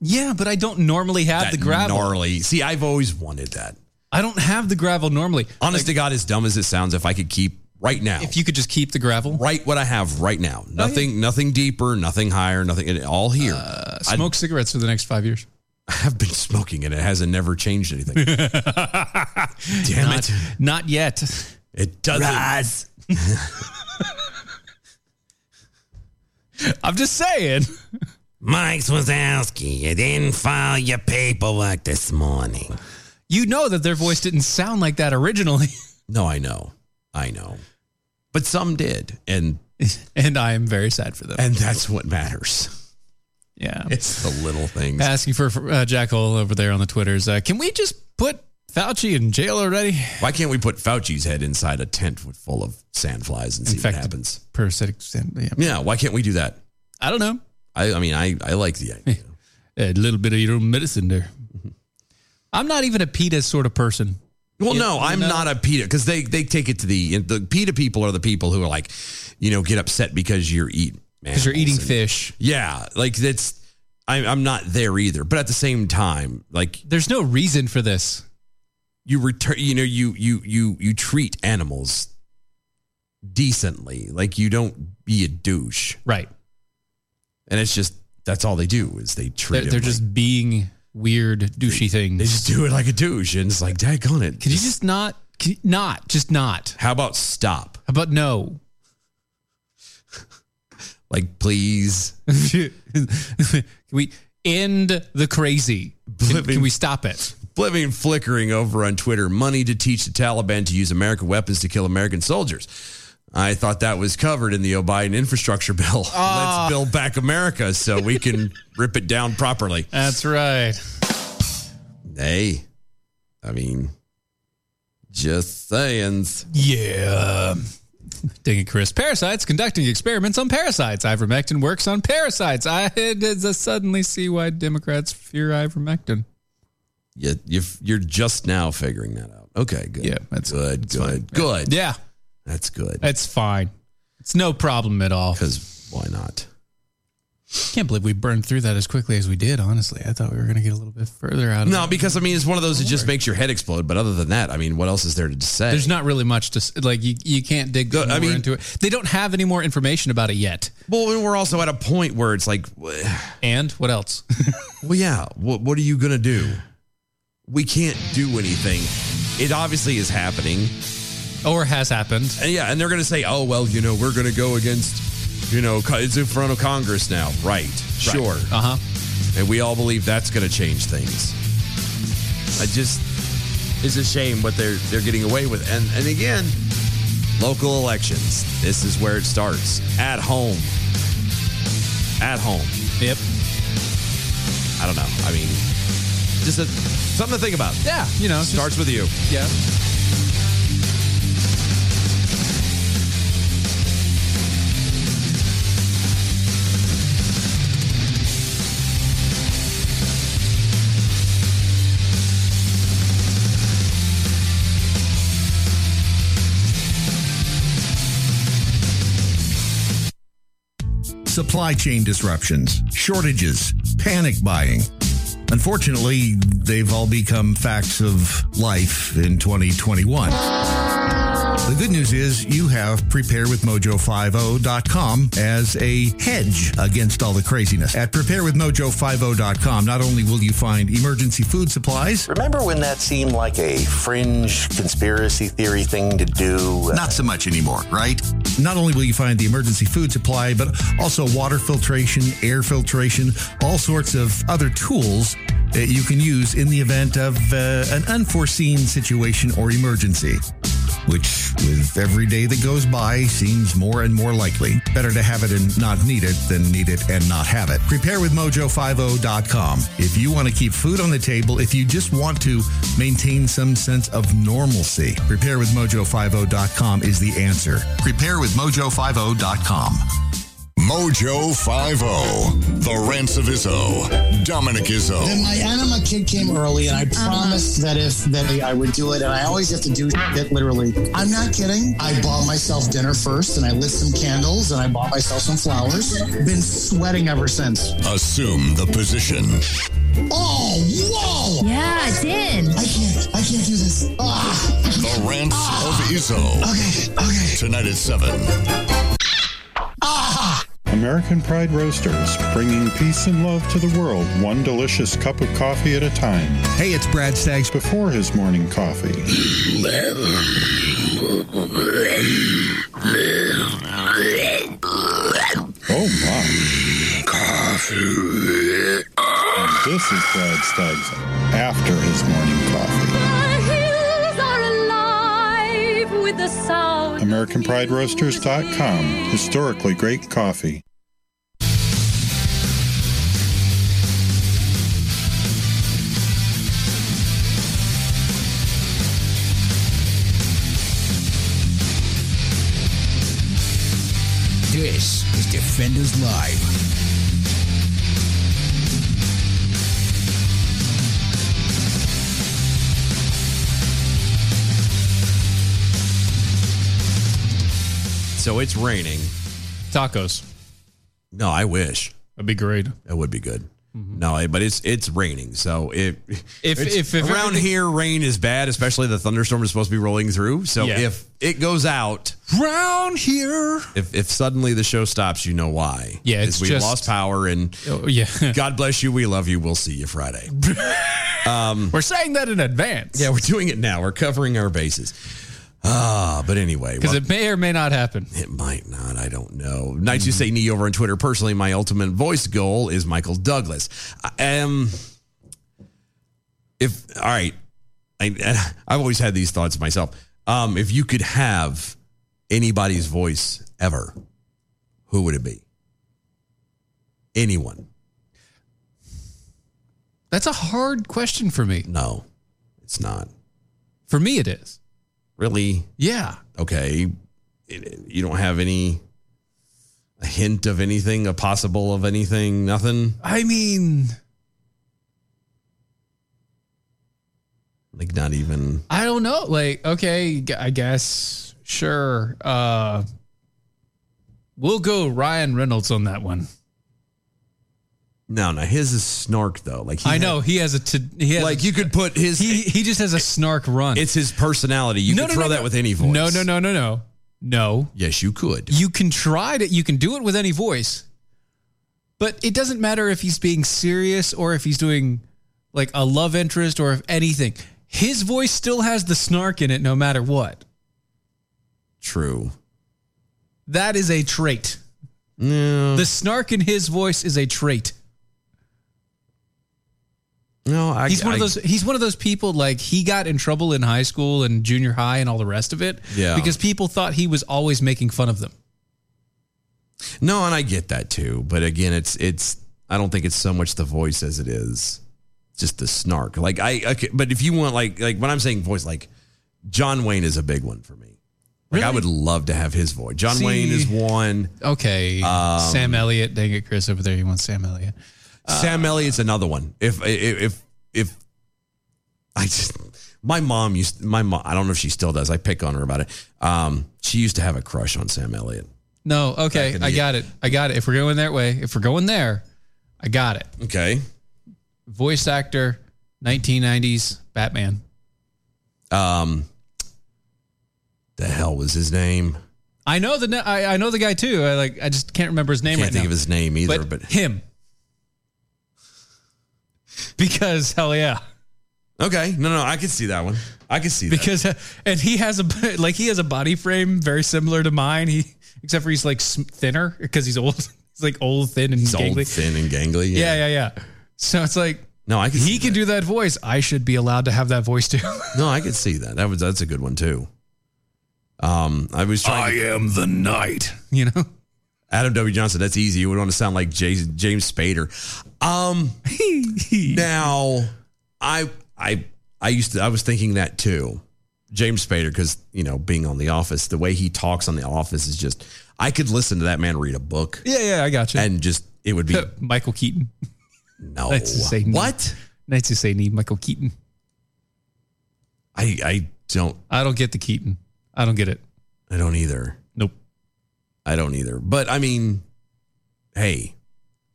Speaker 6: Yeah, but I don't normally have
Speaker 5: That
Speaker 6: the gravel.
Speaker 5: gnarly. See, I've always wanted that.
Speaker 6: I don't have the gravel normally.
Speaker 5: Honest to God, as dumb as it sounds, if I could keep right now,
Speaker 6: If you could just keep the gravel,
Speaker 5: right what I have right now, nothing, nothing deeper, nothing higher, nothing, it- all here.
Speaker 6: uh, smoke cigarettes for the next five years.
Speaker 5: I've been smoking and it hasn't never changed anything. Damn
Speaker 6: Not-
Speaker 5: it!
Speaker 6: Not yet.
Speaker 5: It doesn't.
Speaker 6: I'm just saying.
Speaker 5: Mike Swazowski, you didn't file your paperwork this morning.
Speaker 6: You know that their voice didn't sound like that originally.
Speaker 5: No, I know, I know, but some did, and
Speaker 6: and I am very sad for them.
Speaker 5: and that's what matters.
Speaker 6: Yeah,
Speaker 5: it's the little things.
Speaker 6: Asking for uh, Jack Hole over there on the Twitters. Uh, can we just put Fauci in jail already?
Speaker 5: Why can't we put Fauci's head inside a tent with full of sand flies and see
Speaker 6: Infected.
Speaker 5: what happens?
Speaker 6: Parasitic sin- Yeah.
Speaker 5: Yeah, why can't we do that?
Speaker 6: I don't know.
Speaker 5: I, I mean, I, I like the idea.
Speaker 6: A little bit of your own medicine there. Mm-hmm. I'm not even a PETA sort of person.
Speaker 5: Well,
Speaker 6: You-
Speaker 5: no,
Speaker 6: you
Speaker 5: I'm
Speaker 6: know?
Speaker 5: not a PETA because they they take it to the the PETA people are the people who are like, you know, get upset because you're eating
Speaker 6: 'Cause you're eating
Speaker 5: animals
Speaker 6: fish.
Speaker 5: Yeah, like that's I, I'm not there either. But at the same time, like
Speaker 6: There's no reason for this.
Speaker 5: you return, you know, you you you you treat animals decently. Like you don't be a douche,
Speaker 6: Right.
Speaker 5: and it's just that's all they do is they treat.
Speaker 6: They're,
Speaker 5: them
Speaker 6: they're
Speaker 5: like-
Speaker 6: just being weird, douchey things.
Speaker 5: they just do it like a douche, and it's like, dag on it.
Speaker 6: Could you just not? Could you not? Just not.
Speaker 5: How about stop?
Speaker 6: How about no?
Speaker 5: Like, please.
Speaker 6: can we end the crazy? Can, can we stop it?
Speaker 5: Oblivion flickering over on Twitter. Money to teach the Taliban to use American weapons to kill American soldiers. I thought that was covered in the O'Biden infrastructure bill.
Speaker 6: Ah.
Speaker 5: Let's build back America so we can rip it down properly.
Speaker 6: That's right.
Speaker 5: Hey, I mean, just sayings.
Speaker 6: Yeah. Dang it, Chris. Parasites conducting experiments on parasites. Ivermectin works on parasites. I did suddenly see why Democrats fear ivermectin.
Speaker 5: You, you, you're just now figuring that out. Okay, good.
Speaker 6: Yeah, that's
Speaker 5: good.
Speaker 6: that's
Speaker 5: good.
Speaker 6: fine.
Speaker 5: Good.
Speaker 6: Yeah,
Speaker 5: That's good.
Speaker 6: it's fine. It's no problem at all.
Speaker 5: Because why not?
Speaker 6: Can't believe we burned through that as quickly as we did. Honestly, I thought we were going to get a little bit further out. Of
Speaker 5: No, because I mean, it's one of those that just makes your head explode. But other than that, I mean, what else is there to say?
Speaker 6: There's not really much to s- like. You you can't dig more
Speaker 5: mean-
Speaker 6: into it. They don't have any more information about it yet.
Speaker 5: Well, and we're also at a point where it's like,
Speaker 6: and what else?
Speaker 5: well, yeah. What What are you gonna do? We can't do anything. It obviously is happening,
Speaker 6: or has happened.
Speaker 5: And yeah, and they're gonna say, oh well, you know, we're gonna go against, you know, co- it's in front of Congress now, right? Sure.
Speaker 6: Uh huh.
Speaker 5: And we all believe that's gonna change things. I just, it's a shame what they're they're getting away with. And and again, local elections. This is where it starts at home. At home.
Speaker 6: Yep.
Speaker 5: I don't know. I mean, just a, something to think about.
Speaker 6: Yeah, you know,
Speaker 5: starts with you.
Speaker 6: Yeah.
Speaker 12: Supply chain disruptions, shortages, panic buying. Unfortunately, they've all become facts of life in 2021. The good news is you have preparewithmojo50.com as a hedge against all the craziness. At preparewithmojo50.com, not only will you find emergency food supplies,
Speaker 13: Remember when that seemed like a fringe conspiracy theory thing to do?
Speaker 12: Not so much anymore, right? Not only will you find the emergency food supply, but also water filtration, air filtration, all sorts of other tools that you can use in the event of uh, an unforeseen situation or emergency. Which, with every day that goes by, seems more and more likely. Better to have it and not need it than need it and not have it. Prepare with mojo50.com. If you want to keep food on the table, if you just want to maintain some sense of normalcy, prepare with mojo50.com is the answer. oh Prepare with mojo50.com.
Speaker 14: Mojo 50, the Rants of Izzo, Dominic Izzo.
Speaker 15: Then my anima kid came early, and I promised that if that I would do it, and I always have to do it literally. I'm not kidding. I bought myself dinner first, and I lit some candles, and I bought myself some flowers. Been sweating ever since.
Speaker 14: Assume the position.
Speaker 15: Oh, whoa! Yeah, I did. I can't. I can't do this. Ah.
Speaker 14: The Rants of Izzo. Okay, okay. Tonight at 7.
Speaker 16: American Pride Roasters, bringing peace and love to the world, one delicious cup of coffee at a time.
Speaker 12: Hey, it's Brad Staggs.
Speaker 16: Before his morning coffee. Oh my. Coffee. And this is Brad Staggs after his morning coffee.
Speaker 3: hills are alive with the sound.
Speaker 16: AmericanPrideRoasters.com. Historically great coffee.
Speaker 4: This is Defenders Live.
Speaker 5: So it's raining.
Speaker 6: Tacos.
Speaker 5: No, I wish.
Speaker 6: That'd be great.
Speaker 5: That would be good. No, I- but it's it's raining. So if
Speaker 6: Mm-hmm. If-
Speaker 5: it's-
Speaker 6: if- if
Speaker 5: around
Speaker 6: everything-
Speaker 5: here rain is bad, especially the thunderstorm is supposed to be rolling through. So
Speaker 6: Yeah.
Speaker 5: if it goes out,
Speaker 6: Round here.
Speaker 5: if if suddenly the show stops, you know why.
Speaker 6: Yeah,
Speaker 5: Is
Speaker 6: it's
Speaker 5: we
Speaker 6: just- Oh.
Speaker 5: lost power and
Speaker 6: yeah.
Speaker 5: God bless you. We love you. We'll see you Friday. um,
Speaker 6: we're saying that in advance.
Speaker 5: Yeah, we're doing it now. We're covering our bases. Ah, but anyway,
Speaker 6: Because
Speaker 5: well-
Speaker 6: it may or may not happen.
Speaker 5: It might not. I don't know. Nights you say knee over on Twitter. Personally, my ultimate voice goal is Michael Douglas. I, um, if all right, I, I've always had these thoughts myself. Um, if you could have anybody's voice ever, who would it be? Anyone?
Speaker 6: That's a hard question for me.
Speaker 5: No, it's not.
Speaker 6: For me, it is.
Speaker 5: Really?
Speaker 6: Yeah.
Speaker 5: Okay. It- you don't have any a hint of anything, a possible of anything, nothing.
Speaker 6: I mean,
Speaker 5: Like not even.
Speaker 6: I don't know. Like, okay, g- I guess sure. Uh, we'll go Ryan Reynolds on that one.
Speaker 5: No, no, his is snark though. Like
Speaker 6: I know he has a to, he has
Speaker 5: like you could put his.
Speaker 6: He he just has a snark run.
Speaker 5: It's his personality. You
Speaker 6: No,
Speaker 5: could
Speaker 6: no,
Speaker 5: throw
Speaker 6: no,
Speaker 5: that
Speaker 6: no.
Speaker 5: with any voice.
Speaker 6: No, no, no, no, no, no.
Speaker 5: Yes, you could.
Speaker 6: You can try to. You can do it with any voice, but it doesn't matter if he's being serious or if he's doing like a love interest or if anything. His voice still has the snark in it, no matter what.
Speaker 5: True.
Speaker 6: That is a trait.
Speaker 5: Hmm.
Speaker 6: The snark in his voice is a trait.
Speaker 5: No, I,
Speaker 6: he's one of
Speaker 5: I-
Speaker 6: those. He's one of those people. Like he got in trouble in high school and junior high and all the rest of it.
Speaker 5: Yeah.
Speaker 6: because people thought he was always making fun of them.
Speaker 5: No, and I get that too. But again, it's it's. I don't think it's so much the voice as it is just the snark. Like I. Okay, but if you want, like, like when I'm saying voice, like John Wayne is a big one for me. Like I would love to have his voice. John
Speaker 6: See-
Speaker 5: Wayne is one.
Speaker 6: Okay,
Speaker 5: Um,
Speaker 6: Sam Elliott. Dang it, Chris over there. He wants Sam Elliott.
Speaker 5: Sam Elliott's another one. If if if, if I just my mom used my mom. I don't know if she still does. I pick on her about it. Um, she used to have a crush on Sam Elliott.
Speaker 6: No, okay, I got it. I got it. If we're going that way, if we're going there, I got it.
Speaker 5: Okay.
Speaker 6: Voice actor, 1990s Batman.
Speaker 5: Um, the hell was his name?
Speaker 6: I know the I, I know the guy too. I like I just can't remember his name
Speaker 5: Can't
Speaker 6: right
Speaker 5: think
Speaker 6: now.
Speaker 5: of his name either, but,
Speaker 6: him. Because hell yeah.
Speaker 5: Okay, no, no, I can see that one. I can see that.
Speaker 6: because uh, and he has a like he has a body frame very similar to mine. He except for he's like sm- thinner because he's old. He's like old, thin, and
Speaker 5: he's
Speaker 6: gangly.
Speaker 5: old, thin, and gangly.
Speaker 6: yeah. yeah, yeah, So it's like
Speaker 5: no, I can.
Speaker 6: he can do that voice. I should be allowed to have that voice too.
Speaker 5: No, I could see that. That was that's a good one too. Um, I was
Speaker 6: Oh,
Speaker 5: trying. I am the knight.
Speaker 6: You know,
Speaker 5: Adam W. Johnson. That's easy. You would want to sound like Jay, James Spader. Um, now I I I used to I was thinking that too. James Spader, because you know, being on The Office, the way he talks on The Office is just. I could listen to that man read a book.
Speaker 6: Yeah, yeah, I got you.
Speaker 5: And just it would be
Speaker 6: Michael Keaton.
Speaker 5: No,
Speaker 6: Knights of Satan.
Speaker 5: What?
Speaker 6: Knights of Satan. Michael Keaton.
Speaker 5: I I don't.
Speaker 6: I don't get the Keaton. I don't get it.
Speaker 5: I don't either.
Speaker 6: Nope.
Speaker 5: I don't either. But I mean, hey,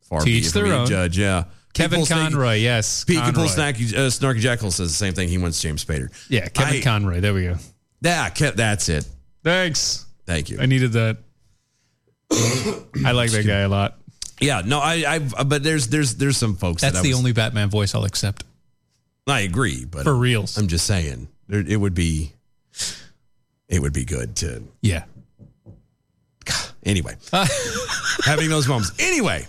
Speaker 5: far
Speaker 6: To
Speaker 5: be
Speaker 6: each
Speaker 5: it for
Speaker 6: their
Speaker 5: me to
Speaker 6: own.
Speaker 5: Judge, yeah.
Speaker 6: Kevin Conroy, yes,
Speaker 5: Pete Conroy.
Speaker 6: Conroy.
Speaker 5: Snacky, uh, Snarky Jackal says the same thing. He wants James Spader.
Speaker 6: Yeah, Kevin
Speaker 5: I-
Speaker 6: Conroy. There we go.
Speaker 5: Yeah, Kev, that's it.
Speaker 6: Thanks.
Speaker 5: Thank you.
Speaker 6: I needed that. I like that guy a lot.
Speaker 5: Yeah, no, I, I, but there's, there's, there's some folks.
Speaker 6: That's
Speaker 5: that I
Speaker 6: the
Speaker 5: was-
Speaker 6: only Batman voice I'll accept.
Speaker 5: I agree, but
Speaker 6: For reals.
Speaker 5: I'm just saying there, it would be, it would be good to.
Speaker 6: Yeah.
Speaker 5: Anyway, having those moments. Anyway,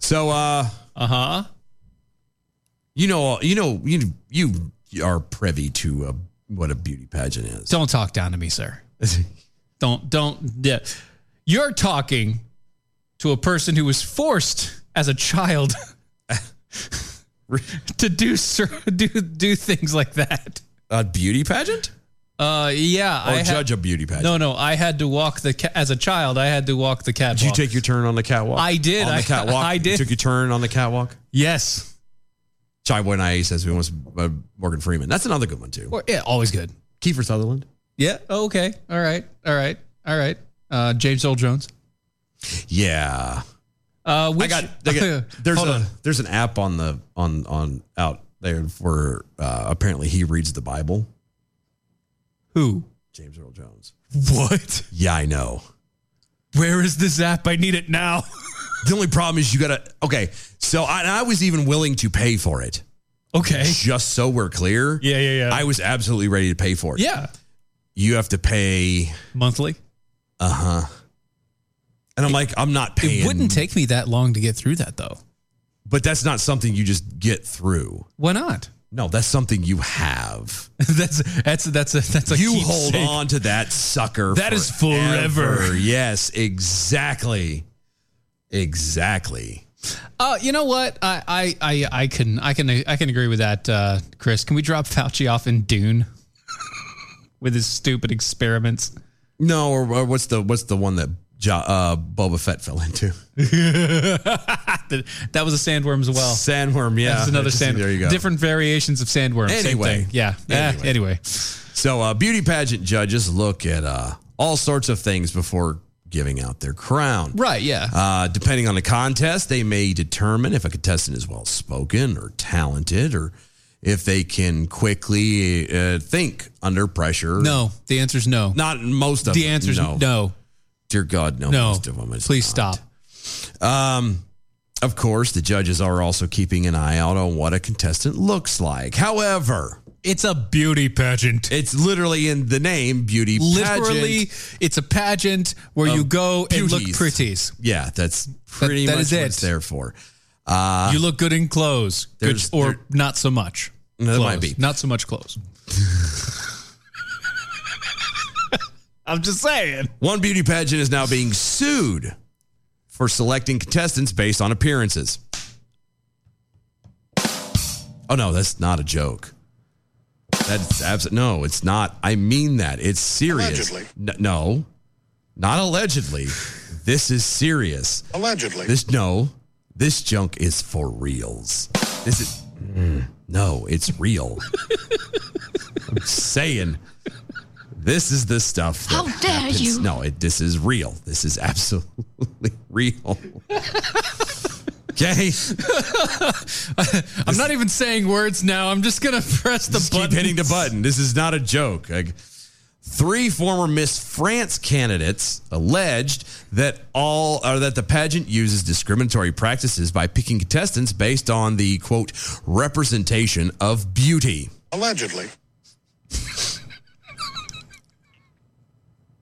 Speaker 5: so uh,
Speaker 6: uh huh.
Speaker 5: You know, uh, you know, you you are privy to uh, what a beauty pageant is.
Speaker 6: Don't talk down to me, sir. don't don't. Yeah. You're talking to a person who was forced as a child to do cer- do do things like that.
Speaker 5: A beauty pageant?
Speaker 6: Uh, yeah.
Speaker 5: Or
Speaker 6: had-
Speaker 5: judge a beauty pageant.
Speaker 6: No, no. I had to walk the ca- as a child. I had to walk the catwalk.
Speaker 5: Did you take your turn on the catwalk?
Speaker 6: I did.
Speaker 5: On
Speaker 6: I-
Speaker 5: the catwalk.
Speaker 6: I did.
Speaker 5: You took your turn on the catwalk.
Speaker 6: Yes.
Speaker 5: Chai Boy Nye says we want uh, Morgan Freeman. That's another good one too.
Speaker 6: Or- yeah, always good.
Speaker 5: Kiefer Sutherland.
Speaker 6: Yeah. oh, Okay. All right. All right. All right. Uh, James Earl Jones.
Speaker 5: Yeah.
Speaker 6: Uh, which,
Speaker 5: I got. they got- there's
Speaker 6: Hold
Speaker 5: a
Speaker 6: on.
Speaker 5: there's an app on the on on out there for uh, apparently he reads the Bible.
Speaker 6: Who?
Speaker 5: James Earl Jones.
Speaker 6: What?
Speaker 5: Yeah, I know.
Speaker 6: Where is this app? I need it now.
Speaker 5: the only problem is you gotta okay. So I, and I was even willing to pay for it.
Speaker 6: Okay.
Speaker 5: Just so we're clear.
Speaker 6: Yeah, yeah, yeah.
Speaker 5: I was absolutely ready to pay for it.
Speaker 6: Yeah.
Speaker 5: You have to pay
Speaker 6: monthly.
Speaker 5: Uh huh. And I'm like, I'm not paying.
Speaker 6: It wouldn't take me that long to get through that though.
Speaker 5: But that's not something you just get through.
Speaker 6: Why not?
Speaker 5: No, that's something you have.
Speaker 6: that's that's that's a that's a
Speaker 5: you
Speaker 6: keepsake.
Speaker 5: hold on to that sucker.
Speaker 6: That is forever.
Speaker 5: Yes, exactly. Exactly.
Speaker 6: Uh, you know what? I, I I I can I can I can agree with that, uh, Chris. Can we drop Fauci off in Dune with his stupid experiments?
Speaker 5: No, or, or what's the what's the one that jo- uh, Boba Fett fell into?
Speaker 6: that that was a sandworm as well.
Speaker 5: Sandworm, yeah.
Speaker 6: That's another
Speaker 5: Interesting.
Speaker 6: sandworm.
Speaker 5: There you go.
Speaker 6: Different variations of sandworm. Same
Speaker 5: Anyway.
Speaker 6: thing. yeah. Yeah.
Speaker 5: Anyway.
Speaker 6: Anyway.
Speaker 5: So uh, beauty pageant judges look at uh, all sorts of things before giving out their crown.
Speaker 6: Right, yeah.
Speaker 5: Uh, depending on the contest, they may determine if a contestant is well spoken or talented or if they can quickly uh, think under pressure.
Speaker 6: No, the answer's no.
Speaker 5: Not most of
Speaker 6: the
Speaker 5: them.
Speaker 6: answer's
Speaker 5: no.
Speaker 6: no. no.
Speaker 5: Dear God, no,
Speaker 6: No.
Speaker 5: most of them is
Speaker 6: Please stop.
Speaker 5: um, of course, the judges are also keeping an eye out on what a contestant looks like. However,
Speaker 6: it's a beauty pageant.
Speaker 5: It's literally in the name, beauty
Speaker 6: Literally,
Speaker 5: pageant.
Speaker 6: it's a pageant where you
Speaker 5: of
Speaker 6: go and look
Speaker 5: beauties.
Speaker 6: pretties.
Speaker 5: Yeah, that's pretty
Speaker 6: that
Speaker 5: much
Speaker 6: is
Speaker 5: what
Speaker 6: it.
Speaker 5: it's there for. Uh,
Speaker 6: you look good in clothes, good,
Speaker 5: there's-
Speaker 6: or
Speaker 5: there-
Speaker 6: not so much.
Speaker 5: No, that might
Speaker 6: Clothes.
Speaker 5: be.
Speaker 6: not so much clothes. I'm just saying.
Speaker 5: One beauty pageant is now being sued for selecting contestants based on appearances. Oh no, that's not a joke. That's abs- no, it's not. I mean that. It's serious.
Speaker 14: Allegedly.
Speaker 5: N- no. Not allegedly. this is serious.
Speaker 14: Allegedly.
Speaker 5: This no. This junk is for reals. This is Mm, no, it's real. I'm saying this is the stuff. that
Speaker 3: How dare
Speaker 5: happens.
Speaker 3: you.
Speaker 5: No, it, this is real. This is absolutely real. okay.
Speaker 6: I'm not even saying words now. I'm just gonna press the
Speaker 5: Just
Speaker 6: button.
Speaker 5: keep hitting the button. This is not a joke. Like, three former Miss France candidates alleged that all or that the pageant uses discriminatory practices by picking contestants based on the quote representation of beauty.
Speaker 14: Allegedly.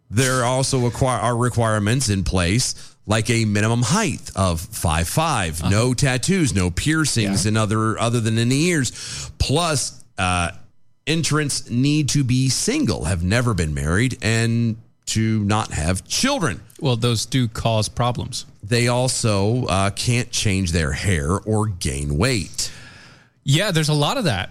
Speaker 5: There are also acquire, are requirements in place like a minimum height of 5'5, no tattoos, no piercings and other other than in the ears. Plus uh entrants need to be single, have never been married and to not have children.
Speaker 6: Well, those do cause problems.
Speaker 5: They also uh, can't change their hair or gain weight.
Speaker 6: Yeah, there's a lot of that.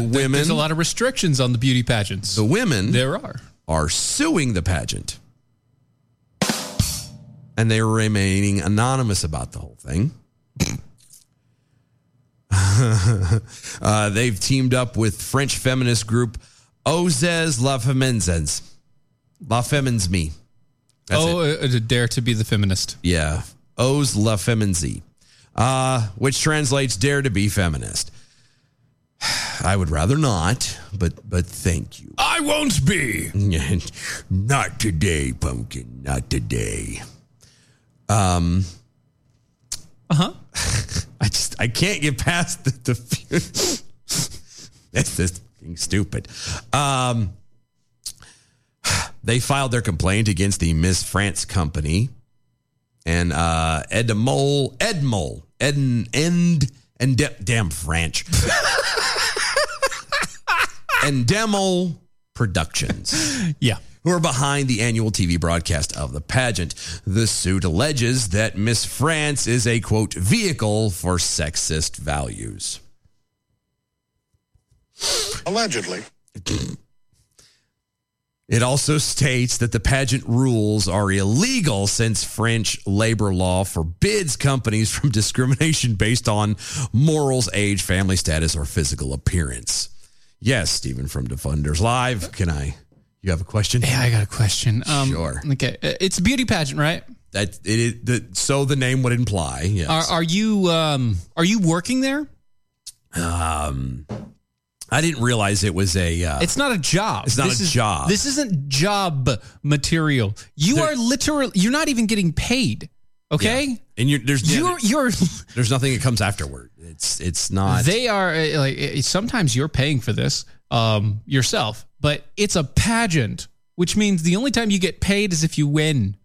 Speaker 5: The
Speaker 6: there- there's
Speaker 5: women-
Speaker 6: a lot of restrictions on the beauty pageants.
Speaker 5: The women
Speaker 6: there are
Speaker 5: are suing the pageant. And they are remaining anonymous about the whole thing. uh, they've teamed up with French feminist group Ozes La Femenzens. La Femens Me. That's
Speaker 6: oh, uh, to dare to be the feminist.
Speaker 5: Yeah. O's La Femenzi, uh, which translates dare to be feminist. I would rather not, but but thank you.
Speaker 11: I won't be.
Speaker 5: not today, pumpkin. Not today. Um.
Speaker 6: Uh
Speaker 5: huh. I just I can't get past the. the that's just fucking stupid. Um. They filed their complaint against the Miss France company, and uh, Edmol Edmol Ed End and de- damn French and Demol Productions.
Speaker 6: Yeah.
Speaker 5: Who are behind the annual TV broadcast of the pageant? The suit alleges that Miss France is a quote vehicle for sexist values.
Speaker 14: Allegedly.
Speaker 5: It also states that the pageant rules are illegal since French labor law forbids companies from discrimination based on morals, age, family status, or physical appearance. Yes, Stephen from Defenders Live. Can I? You have a question?
Speaker 6: Yeah, I got a question. Um,
Speaker 5: Sure.
Speaker 6: Okay, uh, it's a beauty pageant, right?
Speaker 5: That it, it the, so the name would imply. Yes.
Speaker 6: Are, are you um, are you working there?
Speaker 5: um, I didn't realize it was a. Uh,
Speaker 6: It's not a job.
Speaker 5: It's not a
Speaker 6: is,
Speaker 5: job.
Speaker 6: This isn't job material. You are literally. You're not even getting paid. Okay.
Speaker 5: Yeah. And you're there's
Speaker 6: You're- you're
Speaker 5: there's nothing that comes afterward. It's it's not.
Speaker 6: They are uh, like uh, sometimes you're paying for this um, yourself, but it's a pageant, which means the only time you get paid is if you win.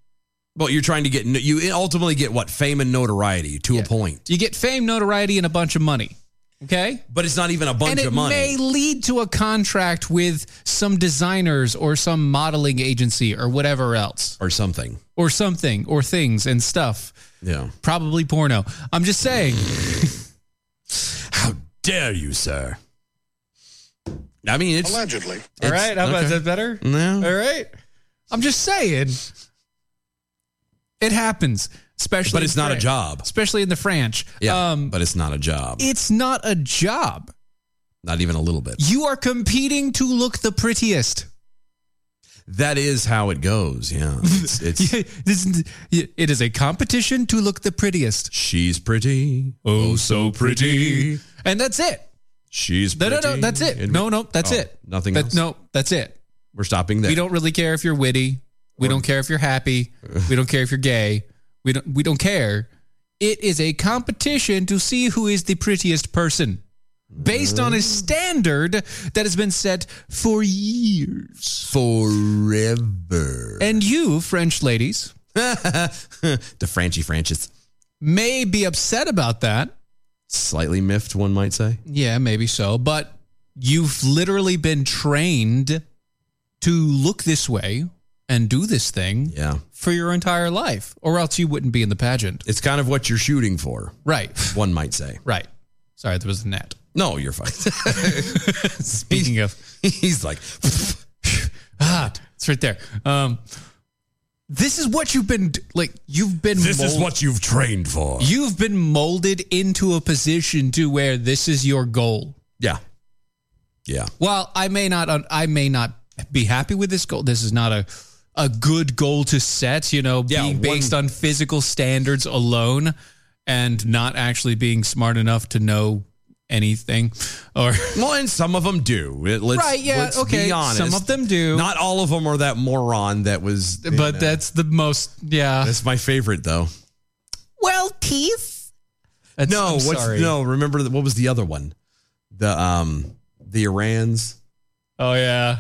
Speaker 5: well, you're trying to get you ultimately get what fame and notoriety to a point.
Speaker 6: You get fame, notoriety, and a bunch of money. Okay.
Speaker 5: But it's not even a bunch
Speaker 6: and it
Speaker 5: of money.
Speaker 6: may lead to a contract with some designers or some modeling agency or whatever else
Speaker 5: or something
Speaker 6: or something or things and stuff
Speaker 5: yeah
Speaker 6: probably porno i'm just saying
Speaker 5: how dare you sir I mean, it's
Speaker 14: allegedly.
Speaker 6: all right how
Speaker 5: okay.
Speaker 6: about is that better
Speaker 5: No.
Speaker 6: all right Mm-hmm. i'm just saying it happens especially
Speaker 5: But
Speaker 6: in
Speaker 5: it's not a
Speaker 6: Fran-
Speaker 5: job.
Speaker 6: especially in the french
Speaker 5: Yeah,
Speaker 6: um,
Speaker 5: but it's not a job.
Speaker 6: it's not a job
Speaker 5: Not even a little bit.
Speaker 6: you are competing to look the prettiest
Speaker 5: That is how it goes. Yeah. It's, it's
Speaker 6: it is a competition to look the prettiest.
Speaker 5: She's pretty.
Speaker 6: Oh, so pretty. And that's it.
Speaker 5: She's
Speaker 6: No,
Speaker 5: pretty.
Speaker 6: no, no. That's it.
Speaker 5: And-
Speaker 6: No, no. That's
Speaker 5: Oh,
Speaker 6: it.
Speaker 5: Nothing
Speaker 6: That-
Speaker 5: else.
Speaker 6: No, that's it.
Speaker 5: We're stopping there.
Speaker 6: We don't really care if you're witty. We don't care if you're happy. We don't care if you're gay. We don't. We don't care. It is a competition to see who is the prettiest person, based
Speaker 5: Mm.
Speaker 6: on a standard that has been set for years,
Speaker 5: forever.
Speaker 6: And you, French ladies,
Speaker 5: the Franchi Franchis.
Speaker 6: may be upset about that.
Speaker 5: Slightly miffed, one might say.
Speaker 6: Yeah, maybe so. But you've literally been trained to look this way and do this thing
Speaker 5: yeah.
Speaker 6: for your entire life, or else you wouldn't be in the pageant.
Speaker 5: It's kind of what you're shooting for.
Speaker 6: Right.
Speaker 5: One might say.
Speaker 6: Right. Sorry, there was a net.
Speaker 5: No, you're fine.
Speaker 6: Speaking of,
Speaker 5: he's like,
Speaker 6: ah, it's right there. Um, this is what you've been like. You've been.
Speaker 5: This is what you've trained for.
Speaker 6: You've been molded into a position to where this is your goal.
Speaker 5: Yeah. Yeah.
Speaker 6: While I may not, I may not be happy with this goal. This is not a a good goal to set. You know, being based on physical standards alone, and not actually being smart enough to know anything. Or
Speaker 5: well, and some of them do. It- let's-
Speaker 6: right? Yeah.
Speaker 5: let's
Speaker 6: okay.
Speaker 5: Be honest.
Speaker 6: Some of them do.
Speaker 5: Not all of them are that moron that was. uh,
Speaker 6: But that's the most. Yeah.
Speaker 5: That's my favorite though.
Speaker 6: Well, teeth.
Speaker 5: no,
Speaker 6: I'm
Speaker 5: what's
Speaker 6: sorry.
Speaker 5: no? Remember the, what was the other one? The um the Irans.
Speaker 6: Oh yeah.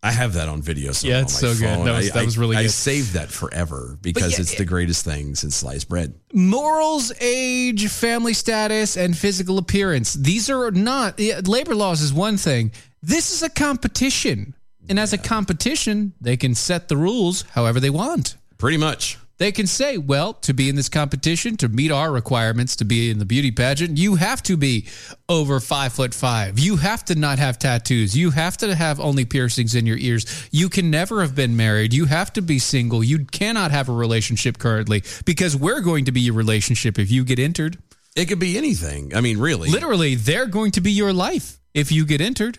Speaker 5: I have that on video. somewhere
Speaker 6: Yeah,
Speaker 5: on
Speaker 6: it's
Speaker 5: my
Speaker 6: so good.
Speaker 5: phone.
Speaker 6: That was-
Speaker 5: I-
Speaker 6: that was really
Speaker 5: I, I
Speaker 6: good.
Speaker 5: saved that forever because
Speaker 6: yeah,
Speaker 5: it's the greatest thing since sliced bread.
Speaker 6: morals, age, family status, and physical appearance. These are not yeah, labor laws is one thing. This is a competition. And as a competition, they can set the rules however they want.
Speaker 5: Pretty much.
Speaker 6: They can say, well, to be in this competition, to meet our requirements to be in the beauty pageant, you have to be over five foot five. You have to not have tattoos. You have to have only piercings in your ears. You can never have been married. You have to be single. You cannot have a relationship currently because we're going to be your relationship if you get entered.
Speaker 5: It could be anything. I mean, really.
Speaker 6: Literally, they're going to be your life if you get entered.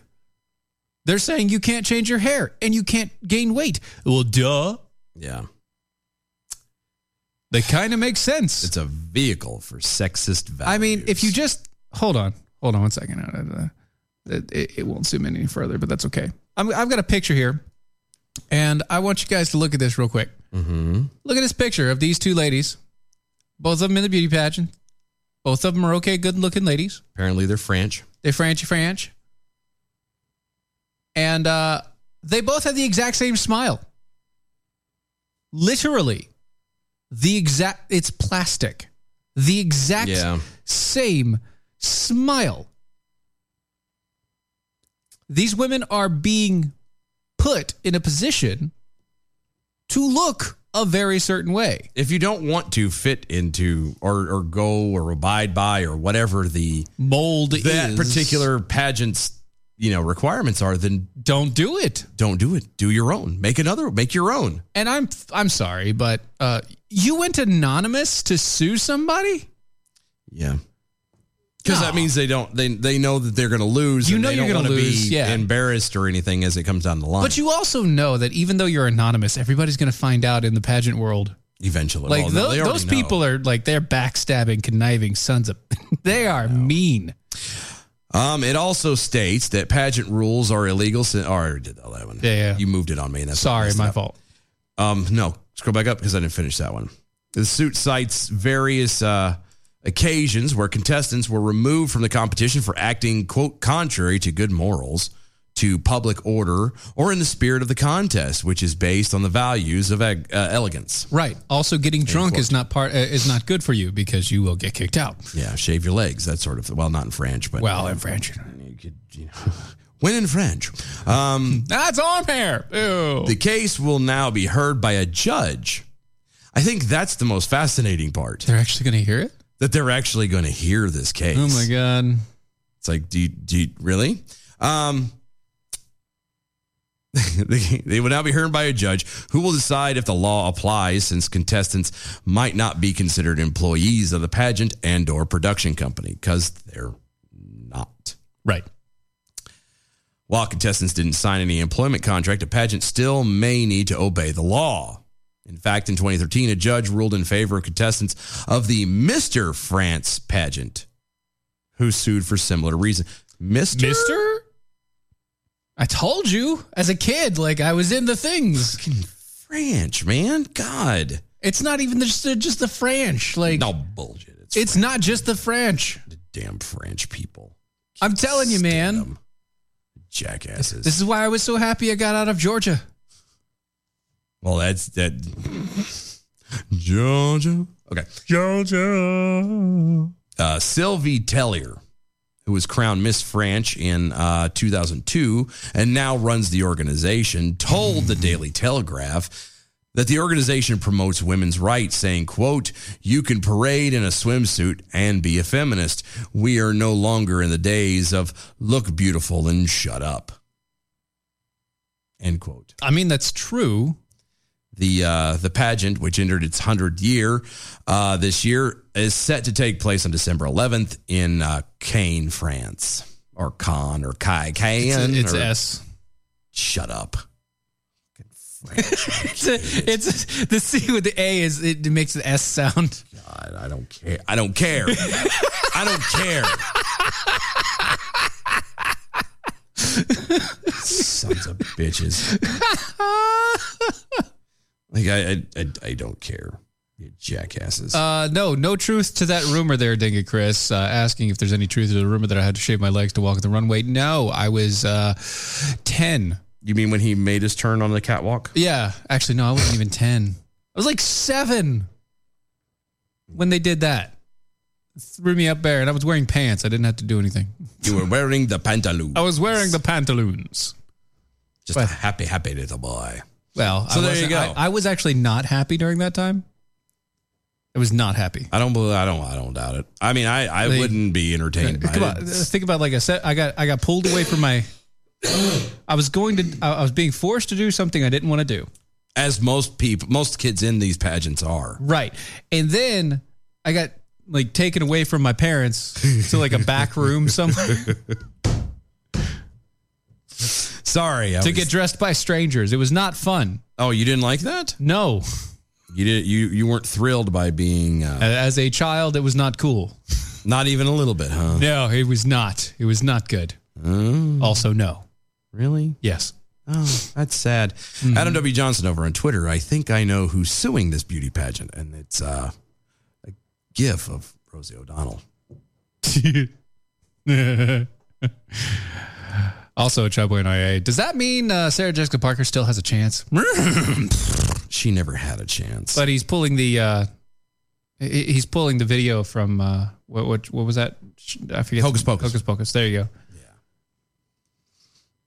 Speaker 6: They're saying you can't change your hair and you can't gain weight. Well, duh.
Speaker 5: Yeah.
Speaker 6: They kind of make sense.
Speaker 5: It's a vehicle for sexist values.
Speaker 6: I mean, if you just hold on, hold on one second. Uh, It, it, it won't zoom in any further, but that's okay. I'm, I've got a picture here, and I want you guys to look at this real quick.
Speaker 5: Mm-hmm.
Speaker 6: Look at this picture of these two ladies, both of them in the beauty pageant. Both of them are okay, good looking ladies.
Speaker 5: Apparently, they're French.
Speaker 6: They're Frenchy French. And uh, they both have the exact same smile. Literally, the exact, it's plastic. The exact
Speaker 5: Yeah.
Speaker 6: same smile. These women are being put in a position to look a very certain way.
Speaker 5: If you don't want to fit into or or go or abide by or whatever the
Speaker 6: mold
Speaker 5: that
Speaker 6: is-
Speaker 5: particular pageant's you know requirements are, then
Speaker 6: don't do it.
Speaker 5: Don't do it. Do your own. Make another. Make your own.
Speaker 6: And I'm I'm sorry, but uh, you went anonymous to sue somebody.
Speaker 5: Yeah. Because that means they don't. They they know that they're going to lose.
Speaker 6: Ah. You
Speaker 5: and
Speaker 6: know
Speaker 5: they
Speaker 6: you're
Speaker 5: don't
Speaker 6: gonna
Speaker 5: wanna
Speaker 6: lose,
Speaker 5: Be
Speaker 6: yeah.
Speaker 5: Embarrassed or anything as it comes down the line.
Speaker 6: But you also know that even though you're anonymous, everybody's going to find out in the pageant world.
Speaker 5: eventually,
Speaker 6: Like
Speaker 5: Well, oh, no,
Speaker 6: tho-
Speaker 5: they already
Speaker 6: those
Speaker 5: know.
Speaker 6: people are like they're backstabbing, conniving sons of. they are mean.
Speaker 5: Um, it also states that pageant rules are illegal. Sin- or I already did all that one.
Speaker 6: Yeah, yeah.
Speaker 5: You moved it on me. and That's
Speaker 6: Sorry,
Speaker 5: what messed
Speaker 6: my
Speaker 5: it up.
Speaker 6: fault.
Speaker 5: Um, no, scroll back up because I didn't finish that one. The suit cites various uh, occasions where contestants were removed from the competition for acting quote contrary to good morals, to public order, or in the spirit of the contest, which is based on the values of eg- uh, elegance.
Speaker 6: Right. Also, getting drunk is not part uh, is not good for you because you will get kicked out.
Speaker 5: Yeah, shave your legs, that sort of. Thing. Well, not in French, but
Speaker 6: Well, in French,
Speaker 5: you could, you know, when in French. Um,
Speaker 6: That's arm hair. Ew.
Speaker 5: The case will now be heard by a judge. I think that's the most fascinating part.
Speaker 6: They're actually going to hear it.
Speaker 5: That they're actually going to hear this case.
Speaker 6: Oh my god.
Speaker 5: It's like, do you, do you really? Um, they, they will now be heard by a judge who will decide if the law applies, since contestants might not be considered employees of the pageant and/or production company because they're not.
Speaker 6: Right.
Speaker 5: While contestants didn't sign any employment contract, a pageant still may need to obey the law. In fact, in 2013, a judge ruled in favor of contestants of the Mr. France pageant who sued for similar reason. Mr.
Speaker 6: Mister? I told you as a kid, like I was in the things.
Speaker 5: French, man. God.
Speaker 6: It's not even just the, just the French. Like
Speaker 5: no bullshit.
Speaker 6: It's, not just the French.
Speaker 5: Damn French people.
Speaker 6: I'm telling you, man.
Speaker 5: Jackasses.
Speaker 6: This is why I was so happy I got out of Georgia.
Speaker 5: Well, that's that. Georgia. Okay. Georgia. Uh, Sylvie Tellier, who was crowned Miss French in uh, 2002 and now runs the organization, told the Daily Telegraph that the organization promotes women's rights, saying, quote, you can parade in a swimsuit and be a feminist. We are no longer in the days of look beautiful and shut up. End quote.
Speaker 6: I mean, that's true.
Speaker 5: The uh, the pageant, which entered its hundredth year uh, this year, is set to take place on December 11th in uh, Caen, France, or Caen or Kai Caen.
Speaker 6: it's
Speaker 5: or-
Speaker 6: S.
Speaker 5: Shut up.
Speaker 6: it's a, it's a- the C with the A is it makes the S sound.
Speaker 5: God, I don't care. I don't care. I don't care. Sons of bitches. Like I, I, I, I don't care. You jackasses.
Speaker 6: Uh, no, no truth to that rumor there, Dinga Chris. Uh, asking if there's any truth to the rumor that I had to shave my legs to walk the runway. No, I was uh, ten.
Speaker 5: You mean when he made his turn on the catwalk?
Speaker 6: Yeah, actually, no, I wasn't even ten. I was like seven when they did that. Threw me up there, and I was wearing pants. I didn't have to do anything.
Speaker 5: You were wearing the pantaloons.
Speaker 6: I was wearing the pantaloons.
Speaker 5: Just a happy, happy little boy.
Speaker 6: Well,
Speaker 5: So
Speaker 6: I
Speaker 5: there you
Speaker 6: wasn't-
Speaker 5: go.
Speaker 6: I, I was actually not happy during that time. I was not happy.
Speaker 5: I don't believe. I don't. I don't doubt it. I mean, I, I
Speaker 6: They-
Speaker 5: wouldn't be entertained. By
Speaker 6: Come on,
Speaker 5: it.
Speaker 6: uh, think about like I said. I got I got pulled away from my. I was going to. I I was being forced to do something I didn't want to do.
Speaker 5: As most people, most kids in these pageants are.
Speaker 6: Right, and then I got like taken away from my parents to like a back room somewhere
Speaker 5: Sorry, I
Speaker 6: to
Speaker 5: was-
Speaker 6: get dressed by strangers. It was not fun.
Speaker 5: Oh, you didn't like that?
Speaker 6: No,
Speaker 5: You did. You you weren't thrilled by being. Uh,
Speaker 6: as a child, it was not cool.
Speaker 5: Not even a little bit, huh?
Speaker 6: No, it was not. It was not good. Also, no.
Speaker 5: Really?
Speaker 6: Yes.
Speaker 5: Oh, that's sad.
Speaker 6: Mm-hmm.
Speaker 5: Adam W. Johnson over on Twitter. I think I know who's suing this beauty pageant, and it's uh, a gif of Rosie O'Donnell.
Speaker 6: also, Chubboy and IA. Does that mean uh, Sarah Jessica Parker still has a chance?
Speaker 5: she never had a chance.
Speaker 6: But he's pulling the uh, he- he's pulling the video from uh, what what what was that? I forget. Hocus Pocus. Hocus Pocus. There you go. Yeah.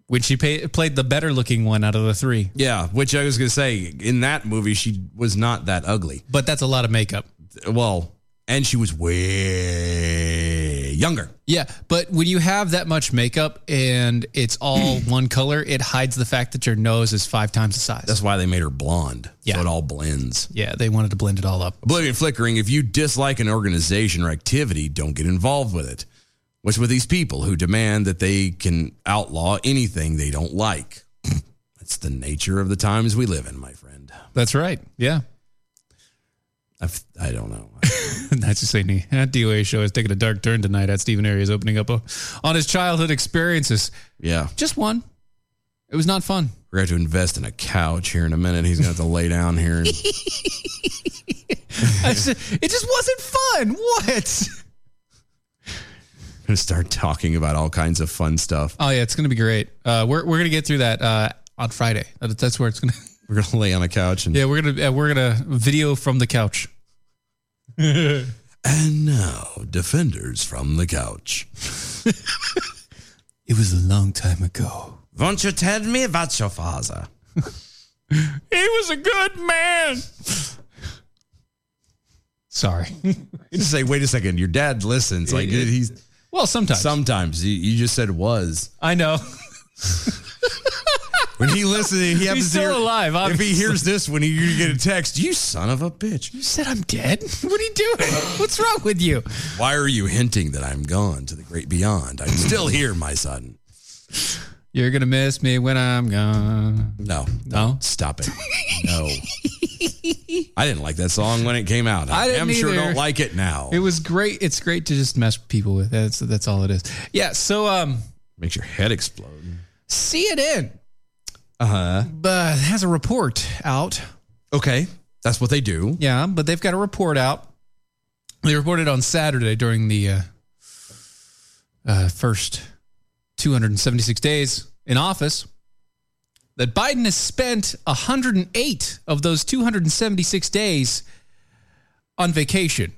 Speaker 6: When she pay, played the better looking one out of the three,
Speaker 5: Yeah, which I was gonna say in that movie she was not that ugly.
Speaker 6: but that's a lot of makeup.
Speaker 5: Well, and she was way younger.
Speaker 6: Yeah, but when you have that much makeup and it's all one color, it hides the fact that your nose is five times the size.
Speaker 5: That's why they made her blonde.
Speaker 6: Yeah.
Speaker 5: So it all blends.
Speaker 6: Yeah, they wanted to blend it all up.
Speaker 5: Oblivion flickering, if you dislike an organization or activity, don't get involved with it. What's with these people who demand that they can outlaw anything they don't like? That's the nature of the times we live in, my friend.
Speaker 6: That's right. Yeah.
Speaker 5: I've, I don't know.
Speaker 6: That's just saying the that DOA show is taking a dark turn tonight at Stephen Aries opening up on his childhood experiences.
Speaker 5: Yeah.
Speaker 6: Just one. It was not fun.
Speaker 5: We're going to have to invest in a couch here in a minute. He's going to have to lay down here. And,
Speaker 6: I just- it just wasn't fun. What?
Speaker 5: gonna start talking about all kinds of fun stuff.
Speaker 6: Oh yeah, it's gonna be great. Uh, we're we're gonna get through that uh, on Friday. That- That's where it's gonna.
Speaker 5: We're gonna lay on a couch and
Speaker 6: Yeah, we're gonna uh, we're gonna video from the couch.
Speaker 5: and now defenders from the couch.
Speaker 6: It was a long time ago.
Speaker 5: Won't you tell me about your father?
Speaker 6: He was a good man. Sorry.
Speaker 5: You just say, wait a second, your dad listens. Like he's
Speaker 6: well, sometimes.
Speaker 5: Sometimes you, you just said was
Speaker 6: I know.
Speaker 5: when he listens. He happens
Speaker 6: He's
Speaker 5: to
Speaker 6: still
Speaker 5: hear,
Speaker 6: alive,
Speaker 5: If
Speaker 6: obviously.
Speaker 5: he hears this, when he you get a text, you son of a bitch.
Speaker 6: You said I'm dead. What are you doing? What's wrong with you?
Speaker 5: Why are you hinting that I'm gone to the great beyond? I'm still here, my son.
Speaker 6: You're gonna miss me when I'm gone.
Speaker 5: No, no, stop it. No, I didn't like that song when it came out. I,
Speaker 6: I didn't
Speaker 5: am sure
Speaker 6: either.
Speaker 5: don't like it now.
Speaker 6: It was great. It's great to just mess with people with. That's that's all it is. Yeah. So um,
Speaker 5: Makes your head explode.
Speaker 6: CNN
Speaker 5: Uh
Speaker 6: Uh-huh.
Speaker 5: huh.
Speaker 6: but has a report out.
Speaker 5: Okay, that's what they do.
Speaker 6: Yeah, but they've got a report out. They reported on Saturday during the uh, uh, first 276 days in office that Biden has spent 108 of those 276 days on vacation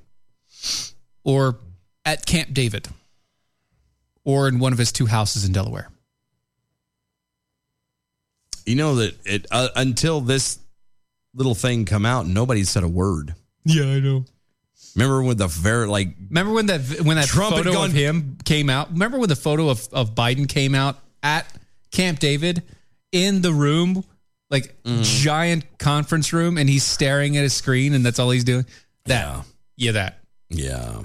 Speaker 6: or at Camp David or in one of his two houses in Delaware.
Speaker 5: You know that it uh, until this little thing come out, nobody said a word.
Speaker 6: Yeah, I know.
Speaker 5: Remember when the very like
Speaker 6: Remember when that when that
Speaker 5: Trump had
Speaker 6: photo
Speaker 5: gone-
Speaker 6: of him came out? Remember when the photo of, of Biden came out at Camp David in the room, like
Speaker 5: Mm.
Speaker 6: giant conference room, and he's staring at a screen, and that's all he's doing. That yeah, that
Speaker 5: yeah,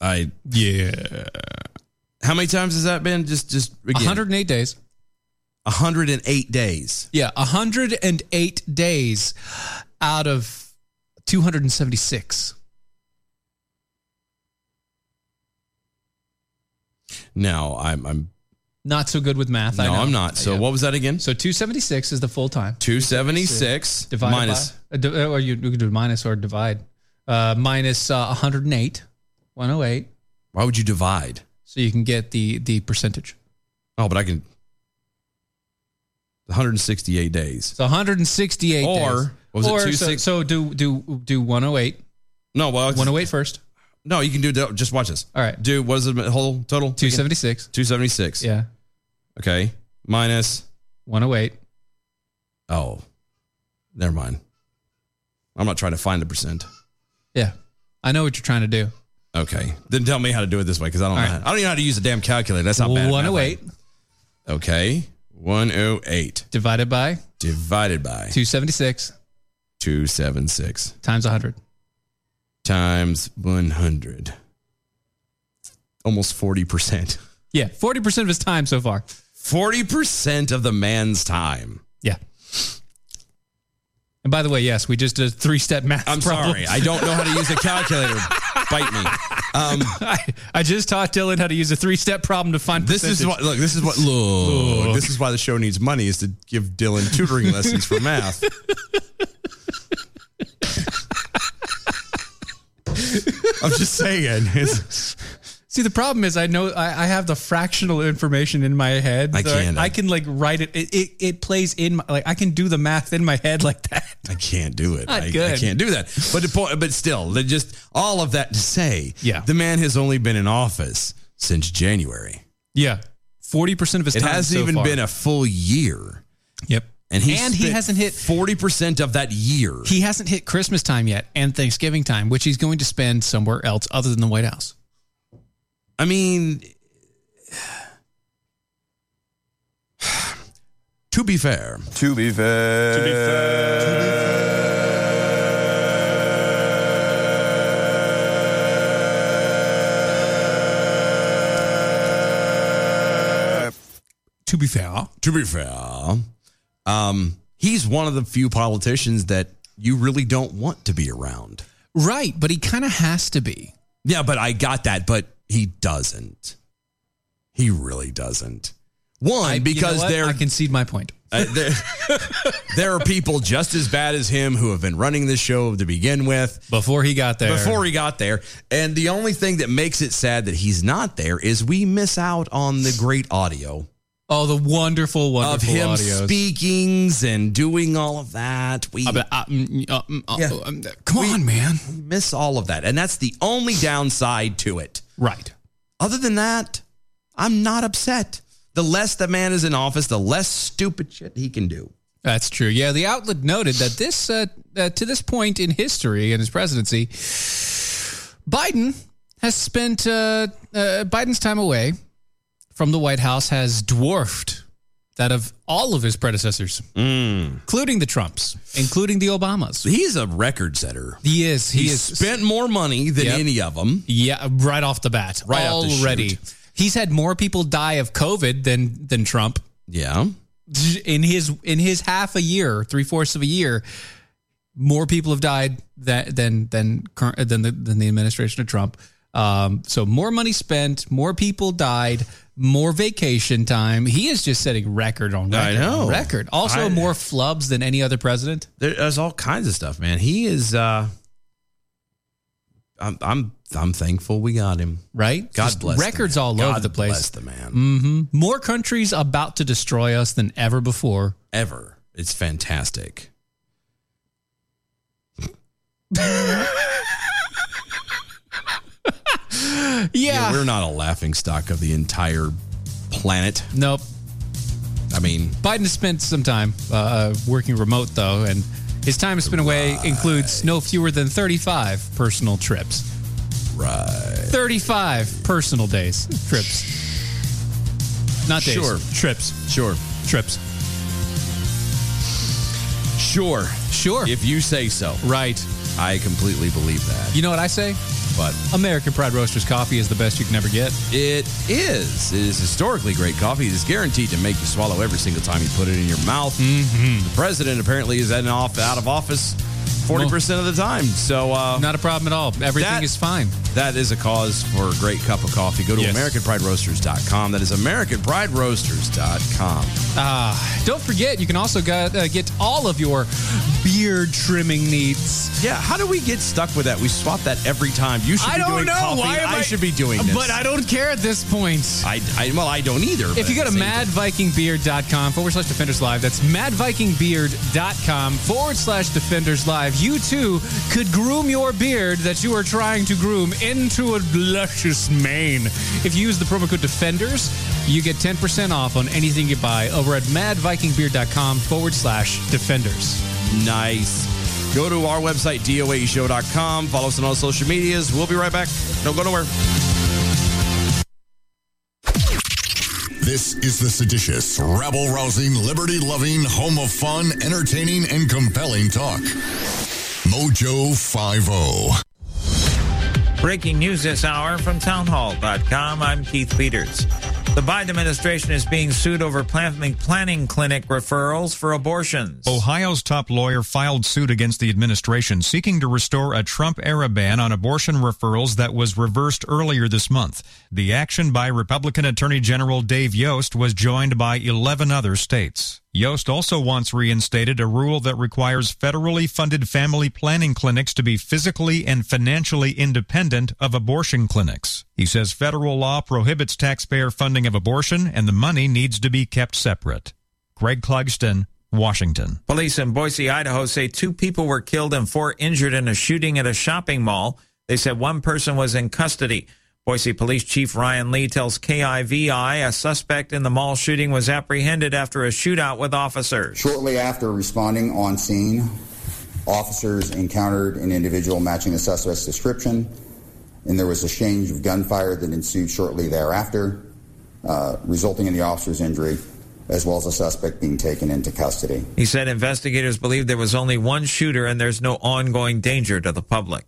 Speaker 5: I
Speaker 6: yeah.
Speaker 5: How many times has that been? Just just again,
Speaker 6: 108 days.
Speaker 5: 108 days.
Speaker 6: Yeah, 108 days out of 276.
Speaker 5: No, I'm I'm
Speaker 6: Not so good with math. I
Speaker 5: no,
Speaker 6: know.
Speaker 5: I'm not. So what was that again?
Speaker 6: So 276 is the full time.
Speaker 5: 276
Speaker 6: divided
Speaker 5: minus
Speaker 6: by, uh, di- or you, you can do minus or divide uh, minus uh, 108 108
Speaker 5: why would you divide?
Speaker 6: so you can get the the percentage
Speaker 5: Oh, but I can 168 days.
Speaker 6: so 168
Speaker 5: Or,
Speaker 6: days.
Speaker 5: what was it,
Speaker 6: Or,
Speaker 5: two
Speaker 6: so,
Speaker 5: six-
Speaker 6: so do do do 108
Speaker 5: No, well, it's-
Speaker 6: 108 first
Speaker 5: no, you can do just watch this.
Speaker 6: all right
Speaker 5: Do what is the whole total?
Speaker 6: 276
Speaker 5: 276.
Speaker 6: yeah
Speaker 5: Okay. Minus
Speaker 6: 108
Speaker 5: oh. Never mind. I'm not trying to find the percent.
Speaker 6: yeah i know what you're trying to do
Speaker 5: Okay. Then tell me how to do it this way cuz I don't
Speaker 6: All
Speaker 5: know
Speaker 6: right.
Speaker 5: how, I don't even know how to use a damn calculator. That's not bad.
Speaker 6: 108
Speaker 5: Okay. 108
Speaker 6: divided by
Speaker 5: divided by
Speaker 6: 276
Speaker 5: 276
Speaker 6: times 100
Speaker 5: times 100. Almost 40%.
Speaker 6: yeah 40% of his time so far
Speaker 5: 40% of the man's time.
Speaker 6: yeah and by the way yes we just did a three-step math
Speaker 5: I'm
Speaker 6: problem.
Speaker 5: sorry. I don't know how to use a calculator. Bite me. Um,
Speaker 6: I, I just taught Dylan how to use a three step problem to find
Speaker 5: this is
Speaker 6: percentage.
Speaker 5: what look. This is what look, This is why the show needs money is to give Dylan tutoring lessons for math. I'm just saying. It's,
Speaker 6: See, the problem is I know I, I have the fractional information in my head.
Speaker 5: I
Speaker 6: so
Speaker 5: can't,
Speaker 6: I,
Speaker 5: uh,
Speaker 6: can like write it. It, it. it plays in my, like I can do the math in my head like that.
Speaker 5: I can't do it.
Speaker 6: Not
Speaker 5: I, I
Speaker 6: good.
Speaker 5: can't do that. But the point, but still, they just all of that to say,
Speaker 6: Yeah.
Speaker 5: the man has only been in office since January.
Speaker 6: Yeah, forty percent of his
Speaker 5: It
Speaker 6: time.
Speaker 5: hasn't
Speaker 6: so
Speaker 5: even
Speaker 6: far.
Speaker 5: been a full year,
Speaker 6: Yep.
Speaker 5: and he
Speaker 6: and he hasn't hit
Speaker 5: forty percent of that year.
Speaker 6: he hasn't hit Christmas time yet and Thanksgiving time, which he's going to spend somewhere else other than the White House.
Speaker 5: I mean, to be fair,
Speaker 17: To be fair. To be fair.
Speaker 6: To be fair,
Speaker 5: to be fair, um, he's one of the few politicians that you really don't want to be around.
Speaker 6: right? But he kind of has to be.
Speaker 5: Yeah, but I got that, but he doesn't. He really doesn't. One,
Speaker 6: I- you know
Speaker 5: because
Speaker 6: what?
Speaker 5: there
Speaker 6: I concede my point.
Speaker 5: uh, there, there are people just as bad as him who have been running this show to begin with.
Speaker 6: Before he got there,
Speaker 5: before he got there. And the only thing that makes it sad that he's not there is we miss out on the great audio
Speaker 6: oh, the wonderful, wonderful
Speaker 5: of him
Speaker 6: audios.
Speaker 5: speakings and doing all of that. We
Speaker 6: Uh, but, uh, mm, uh, mm, uh,
Speaker 5: Yeah.
Speaker 6: uh, mm, Come on, man.
Speaker 5: we miss all of that. And that's the only downside to it.
Speaker 6: Right.
Speaker 5: Other than that, I'm not upset. The less the man is in office, the less stupid shit he can do.
Speaker 6: That's true. Yeah, the outlet noted that this uh, uh, to this point in history in his presidency, Biden has spent uh, uh, Biden's time away from the White House has dwarfed that of all of his predecessors,
Speaker 5: Mm.
Speaker 6: including the Trumps, including the Obamas.
Speaker 5: He's a record setter.
Speaker 6: He is. He
Speaker 5: He
Speaker 6: is.
Speaker 5: spent more money than
Speaker 6: Yep.
Speaker 5: any of them.
Speaker 6: yeah, right off the bat,
Speaker 5: Right off the
Speaker 6: already.
Speaker 5: shoot.
Speaker 6: He's had more people die of COVID than than Trump.
Speaker 5: Yeah.
Speaker 6: In his in his half a year, three fourths of a year, more people have died that, than than cur- than the, than the administration of Trump. Um, so more money spent, more people died, more vacation time. He is just setting record on
Speaker 5: I
Speaker 6: record.
Speaker 5: know.
Speaker 6: on record. Also
Speaker 5: I-
Speaker 6: more flubs than any other president.
Speaker 5: There's all kinds of stuff, man. He is. uh I'm I'm I'm thankful we got him.
Speaker 6: Right?
Speaker 5: God
Speaker 6: Just
Speaker 5: bless. the
Speaker 6: records
Speaker 5: man.
Speaker 6: all
Speaker 5: God
Speaker 6: over the
Speaker 5: Bless
Speaker 6: place.
Speaker 5: the man.
Speaker 6: hmm More countries about to destroy us than ever before.
Speaker 5: Ever. It's fantastic.
Speaker 6: Yeah.
Speaker 5: we're not a laughing stock of the entire planet.
Speaker 6: Nope.
Speaker 5: I mean,
Speaker 6: Biden has spent some time uh, uh, working remote, though, and his time spent away includes no fewer than 35 personal trips.
Speaker 5: Right.
Speaker 6: 35 personal days, trips. Not days.
Speaker 5: Sure.
Speaker 6: Trips.
Speaker 5: Sure.
Speaker 6: Trips.
Speaker 5: Sure.
Speaker 6: Sure.
Speaker 5: If you say so.
Speaker 6: Right.
Speaker 5: I completely believe that.
Speaker 6: You know what I say?
Speaker 5: But
Speaker 6: American Pride Roasters coffee is the best you can ever get.
Speaker 5: It is. It is historically great coffee. It is guaranteed to make you swallow every single time you put it in your mouth.
Speaker 6: Mm-hmm.
Speaker 5: The president apparently is in off, out of office 40% of the time. So, uh,
Speaker 6: Not a problem at all. Everything
Speaker 5: That-
Speaker 6: is fine.
Speaker 5: that is a cause for a great cup of coffee. Go to
Speaker 6: Yes.
Speaker 5: AmericanPrideRoasters.com. That is AmericanPrideRoasters.com.
Speaker 6: Ah, don't forget, you can also get, uh, get all of your beard trimming needs.
Speaker 5: Yeah, how do we get stuck with that? We swap that every time. You should
Speaker 6: I
Speaker 5: be
Speaker 6: don't
Speaker 5: doing
Speaker 6: know.
Speaker 5: coffee.
Speaker 6: Why am
Speaker 5: I,
Speaker 6: I-
Speaker 5: should be doing this.
Speaker 6: But I don't care at this point.
Speaker 5: I, I- well, I don't either. but
Speaker 6: If you go
Speaker 5: at
Speaker 6: to
Speaker 5: the same time-
Speaker 6: madvikingbeard.com forward slash defenders live, that's madvikingbeard.com forward slash defenders live, you too could groom your beard that you are trying to groom into a luscious mane. If you use the promo code defenders, you get 10% off on anything you buy over at madvikingbeard.com forward slash defenders.
Speaker 5: Nice. Go to our website, doaeshow.com. Follow us on all social medias. We'll be right back. Don't go nowhere.
Speaker 14: This is the seditious, rabble rousing, liberty loving, home of fun, entertaining, and compelling talk. Mojo oh. 50.
Speaker 18: Breaking news this hour from townhall.com. I'm Keith Peters. The Biden administration is being sued over planning, planning clinic referrals for abortions.
Speaker 19: Ohio's top lawyer filed suit against the administration seeking to restore a Trump era ban on abortion referrals that was reversed earlier this month. The action by Republican Attorney General Dave Yost was joined by 11 other states. Yost also wants reinstated a rule that requires federally funded family planning clinics to be physically and financially independent of abortion clinics. He says federal law prohibits taxpayer funding of abortion and the money needs to be kept separate. Greg Clugston, Washington.
Speaker 18: Police in Boise, Idaho say two people were killed and four injured in a shooting at a shopping mall. They said one person was in custody. Boise Police Chief Ryan Lee tells KIVI a suspect in the mall shooting was apprehended after a shootout with officers.
Speaker 20: Shortly after responding on scene, officers encountered an individual matching the suspect's description, and there was a change of gunfire that ensued shortly thereafter, uh, resulting in the officer's injury, as well as the suspect being taken into custody.
Speaker 18: He said investigators believe there was only one shooter and there's no ongoing danger to the public.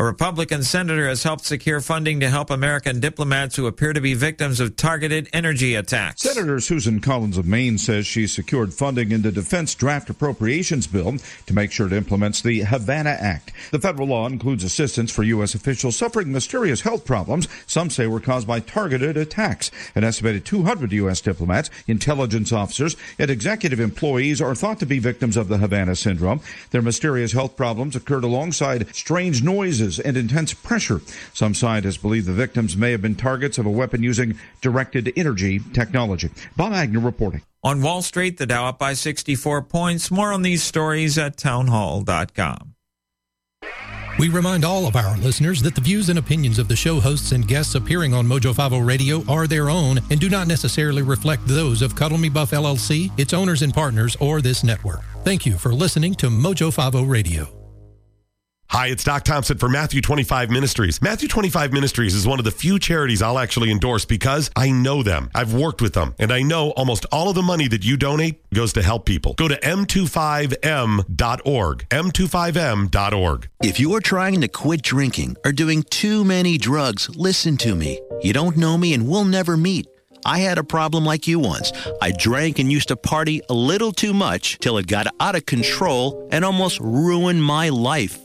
Speaker 18: A Republican senator has helped secure funding to help American diplomats who appear to be victims of targeted energy attacks.
Speaker 21: Senator Susan Collins of Maine says she secured funding in the defense draft appropriations bill to make sure it implements the Havana Act. The federal law includes assistance for U.S. officials suffering mysterious health problems some say were caused by targeted attacks. An estimated 200 U.S. diplomats, intelligence officers, and executive employees are thought to be victims of the Havana syndrome. Their mysterious health problems occurred alongside strange noises and intense pressure. Some scientists believe the victims may have been targets of a weapon using directed energy technology. Bob Agnew reporting.
Speaker 18: On Wall Street, the Dow up by 64 points. More on these stories at townhall.com.
Speaker 22: We remind all of our listeners that the views and opinions of the show hosts and guests appearing on Mojo 50 Radio are their own and do not necessarily reflect those of Cuddle Me Buff LLC, its owners and partners, or this network. Thank you for listening to Mojo 50 Radio.
Speaker 23: Hi, it's Doc Thompson for Matthew 25 Ministries. Matthew 25 Ministries is one of the few charities I'll actually endorse because I know them. I've worked with them, and I know almost all of the money that you donate goes to help people. Go to m25m.org. m25m.org.
Speaker 24: If you're trying to quit drinking or doing too many drugs, listen to me. You don't know me and we'll never meet.
Speaker 25: I had a problem like you once. I drank and used to party a little too much till it got out of control and almost ruined my life.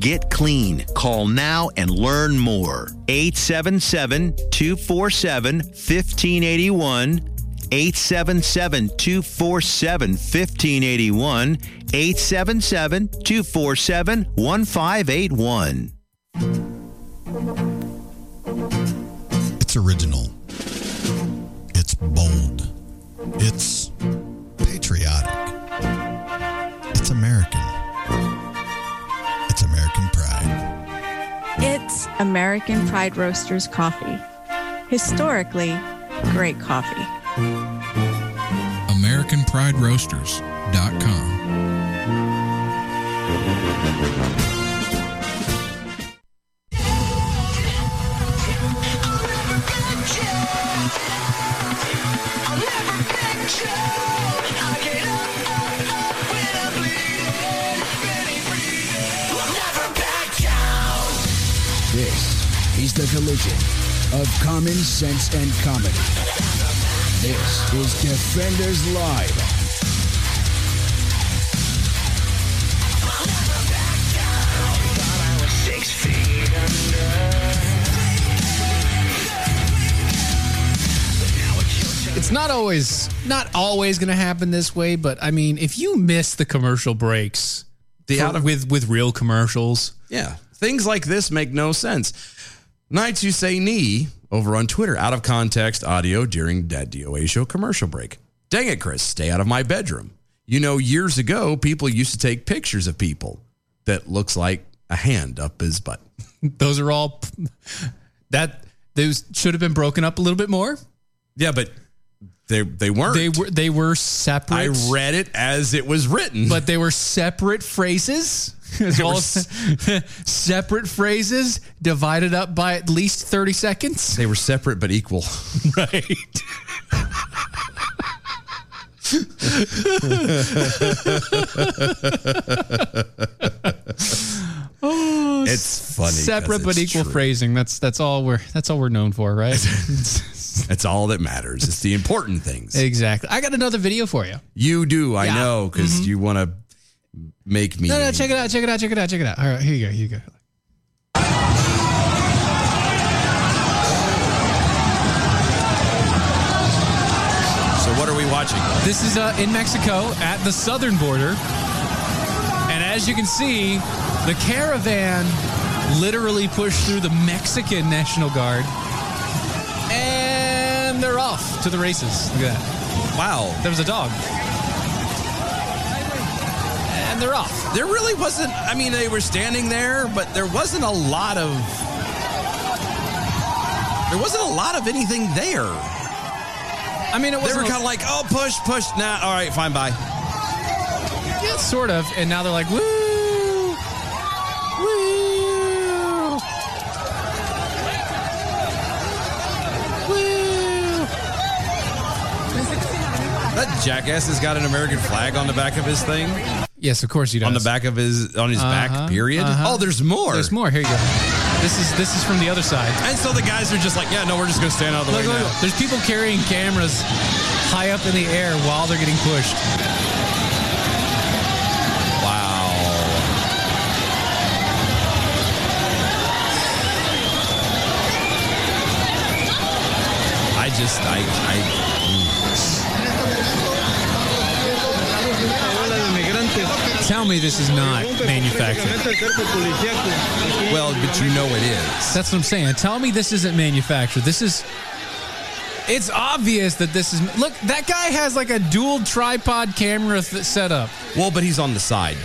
Speaker 25: Get clean. Call now and learn more. 877 247 1581. 877 247 1581. 877 247 1581.
Speaker 26: It's original. It's bold. It's patriotic. It's American. It's American pride.
Speaker 2: It's American Pride Roasters coffee. Historically, great coffee.
Speaker 26: AmericanPrideRoasters.com.
Speaker 4: This is the collision of common sense and comedy. This is Defenders Live.
Speaker 6: It's not always not always going to happen this way, but I mean, if you miss the commercial breaks, the
Speaker 5: out of-
Speaker 6: with with real commercials,
Speaker 5: Yeah. Things like this make no sense. Nights you say knee over on Twitter, out of context audio during that DOA show commercial break. Dang it, Chris, stay out of my bedroom. You know, years ago, people used to take pictures of people that looks like a hand up his butt.
Speaker 6: those are all that those should have been broken up a little bit more.
Speaker 5: Yeah, but they they weren't.
Speaker 6: They were they were separate.
Speaker 5: I read it as it was written.
Speaker 6: but they were separate phrases. It's
Speaker 5: They were
Speaker 6: all
Speaker 5: s-
Speaker 6: se- separate phrases divided up by at least 30 seconds.
Speaker 5: They were separate but equal.
Speaker 6: Right. oh,
Speaker 5: It's funny 'cause
Speaker 6: Separate but
Speaker 5: it's
Speaker 6: equal
Speaker 5: true.
Speaker 6: phrasing. That's that's all we're that's all we're known for, right?
Speaker 5: That's all that matters. It's the important things.
Speaker 6: exactly. I got another video for you.
Speaker 5: You do, I
Speaker 6: Yeah.
Speaker 5: know, because
Speaker 6: Mhm.
Speaker 5: you want to make me.
Speaker 6: No, no, check it out, check it out, check it out, check it out. All right, here you go, here you go.
Speaker 5: So what are we watching?
Speaker 6: This is uh, in Mexico at the southern border. And as you can see, the caravan literally pushed through the Mexican National Guard. And they're off to the races. Look at that.
Speaker 5: Wow.
Speaker 6: There was a dog. And they're off.
Speaker 5: There really wasn't. I mean, they were standing there, but there wasn't a lot of. There wasn't a lot of anything there. I
Speaker 6: mean,
Speaker 5: They
Speaker 6: it
Speaker 5: were
Speaker 6: wasn't a-
Speaker 5: kind of like, oh, push, push. Nah, all right, fine, bye.
Speaker 6: Yeah, sort of. And now they're like, woo! Woo! Woo!
Speaker 5: That jackass has got an American flag on the back of his thing.
Speaker 6: Yes, of course he does.
Speaker 5: On the back of his, on his
Speaker 6: Uh-huh,
Speaker 5: back. Period.
Speaker 6: uh-huh.
Speaker 5: Oh, there's more.
Speaker 6: There's more. Here you go. This is this is from the other side.
Speaker 5: And so the guys are just like, yeah, no, we're just gonna stand out of the
Speaker 6: Look,
Speaker 5: way
Speaker 6: look,
Speaker 5: now.
Speaker 6: look. There's people carrying cameras high up in the air while they're getting pushed.
Speaker 5: Wow. I just, I,
Speaker 6: Tell me this is not manufactured.
Speaker 5: Well, but you know it is.
Speaker 6: That's what I'm saying. Tell me this isn't manufactured. This is. It's obvious that this is. Look, that guy has like a dual tripod camera th- set up.
Speaker 5: Well, but he's on the side.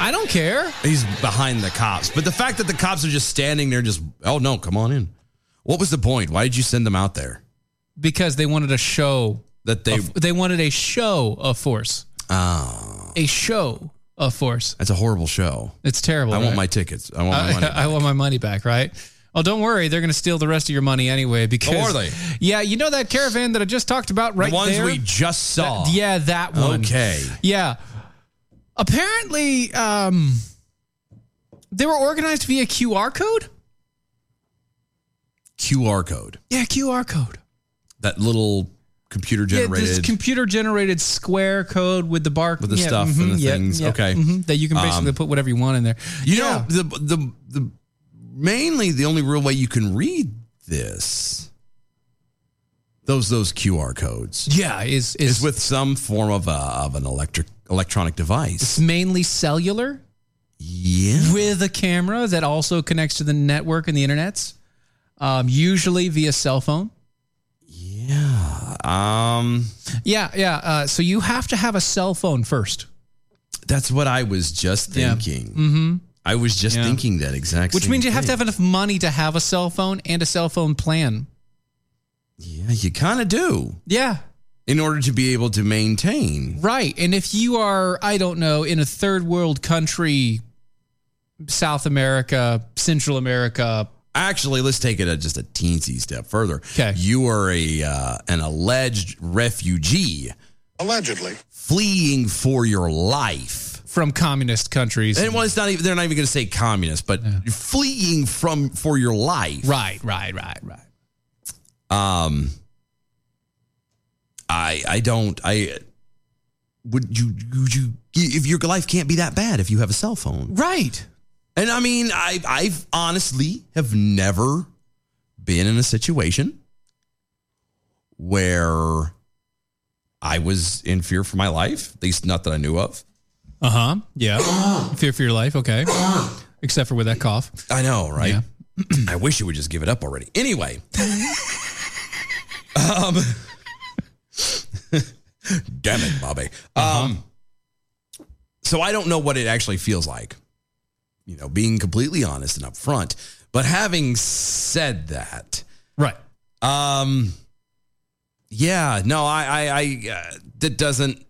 Speaker 6: I don't care.
Speaker 5: He's behind the cops. But the fact that the cops are just standing there, just, oh no, come on in. What was the point? Why did you send them out there?
Speaker 6: Because they wanted to show
Speaker 5: that they
Speaker 6: they wanted a show of force.
Speaker 5: Oh.
Speaker 6: A show of force.
Speaker 5: That's a horrible show.
Speaker 6: It's terrible.
Speaker 5: I want
Speaker 6: right?
Speaker 5: my tickets. I want my money.
Speaker 6: I want my money back, right? Oh, don't worry. They're going to steal the rest of your money anyway because
Speaker 5: Oh, are they?
Speaker 6: Yeah, you know that caravan that I just talked about right
Speaker 5: the ones
Speaker 6: there?
Speaker 5: we just saw.
Speaker 6: That- yeah, that one.
Speaker 5: Okay.
Speaker 6: Yeah. Apparently, um, they were organized via QR code.
Speaker 5: QR code.
Speaker 6: Yeah, QR code.
Speaker 5: That little computer
Speaker 6: Yeah, this
Speaker 5: generated
Speaker 6: computer generated square code with the mm-hmm, barcode
Speaker 5: with the stuff and the things. okay.
Speaker 6: mm-hmm, that you can basically
Speaker 5: Um,
Speaker 6: put whatever you want in there.
Speaker 5: You know, the the the mainly the only real way you can read this those those QR codes.
Speaker 6: Yeah, is is,
Speaker 5: with some form of a, of an electric electronic device.
Speaker 6: It's mainly cellular.
Speaker 5: Yeah.
Speaker 6: With a camera that also connects to the network and the internets, um, usually via cell phone.
Speaker 5: Um
Speaker 6: Yeah, yeah. Uh, so you have to have a cell phone first,
Speaker 5: that's what I was just
Speaker 6: Yeah.
Speaker 5: thinking.
Speaker 6: Mhm.
Speaker 5: I was just thinking that exact
Speaker 6: which
Speaker 5: same
Speaker 6: means you have to
Speaker 5: thing.
Speaker 6: have enough money to have a cell phone and a cell phone plan.
Speaker 5: Yeah, you kind of do.
Speaker 6: Yeah.
Speaker 5: In order to be able to maintain.
Speaker 6: Right. And if you are, I don't know, in a third world country, South America, Central America,
Speaker 5: Actually, let's take it a, just a teensy step further. Okay. You are a uh, an alleged refugee. Allegedly. Fleeing for your life.
Speaker 6: From communist countries.
Speaker 5: And well, it's not even they're not even going to say communist, but you're fleeing from for your life.
Speaker 6: Right, right, right, right.
Speaker 5: Um I I don't I would you would you if your life can't be that bad if you have a cell phone.
Speaker 6: Right.
Speaker 5: And I mean, I I've honestly have never been in a situation where I was in fear for my life, at least not that I knew of.
Speaker 6: Uh huh. Yeah. Fear for your life. Okay. Except for with that cough.
Speaker 5: I know, right? I wish you would just give it up already. Anyway. um Damn it, Bobby. Um so I don't know what it actually feels like. You know, being completely honest and upfront. But having said that,
Speaker 6: right.
Speaker 5: Um yeah, no, I I, I uh, that doesn't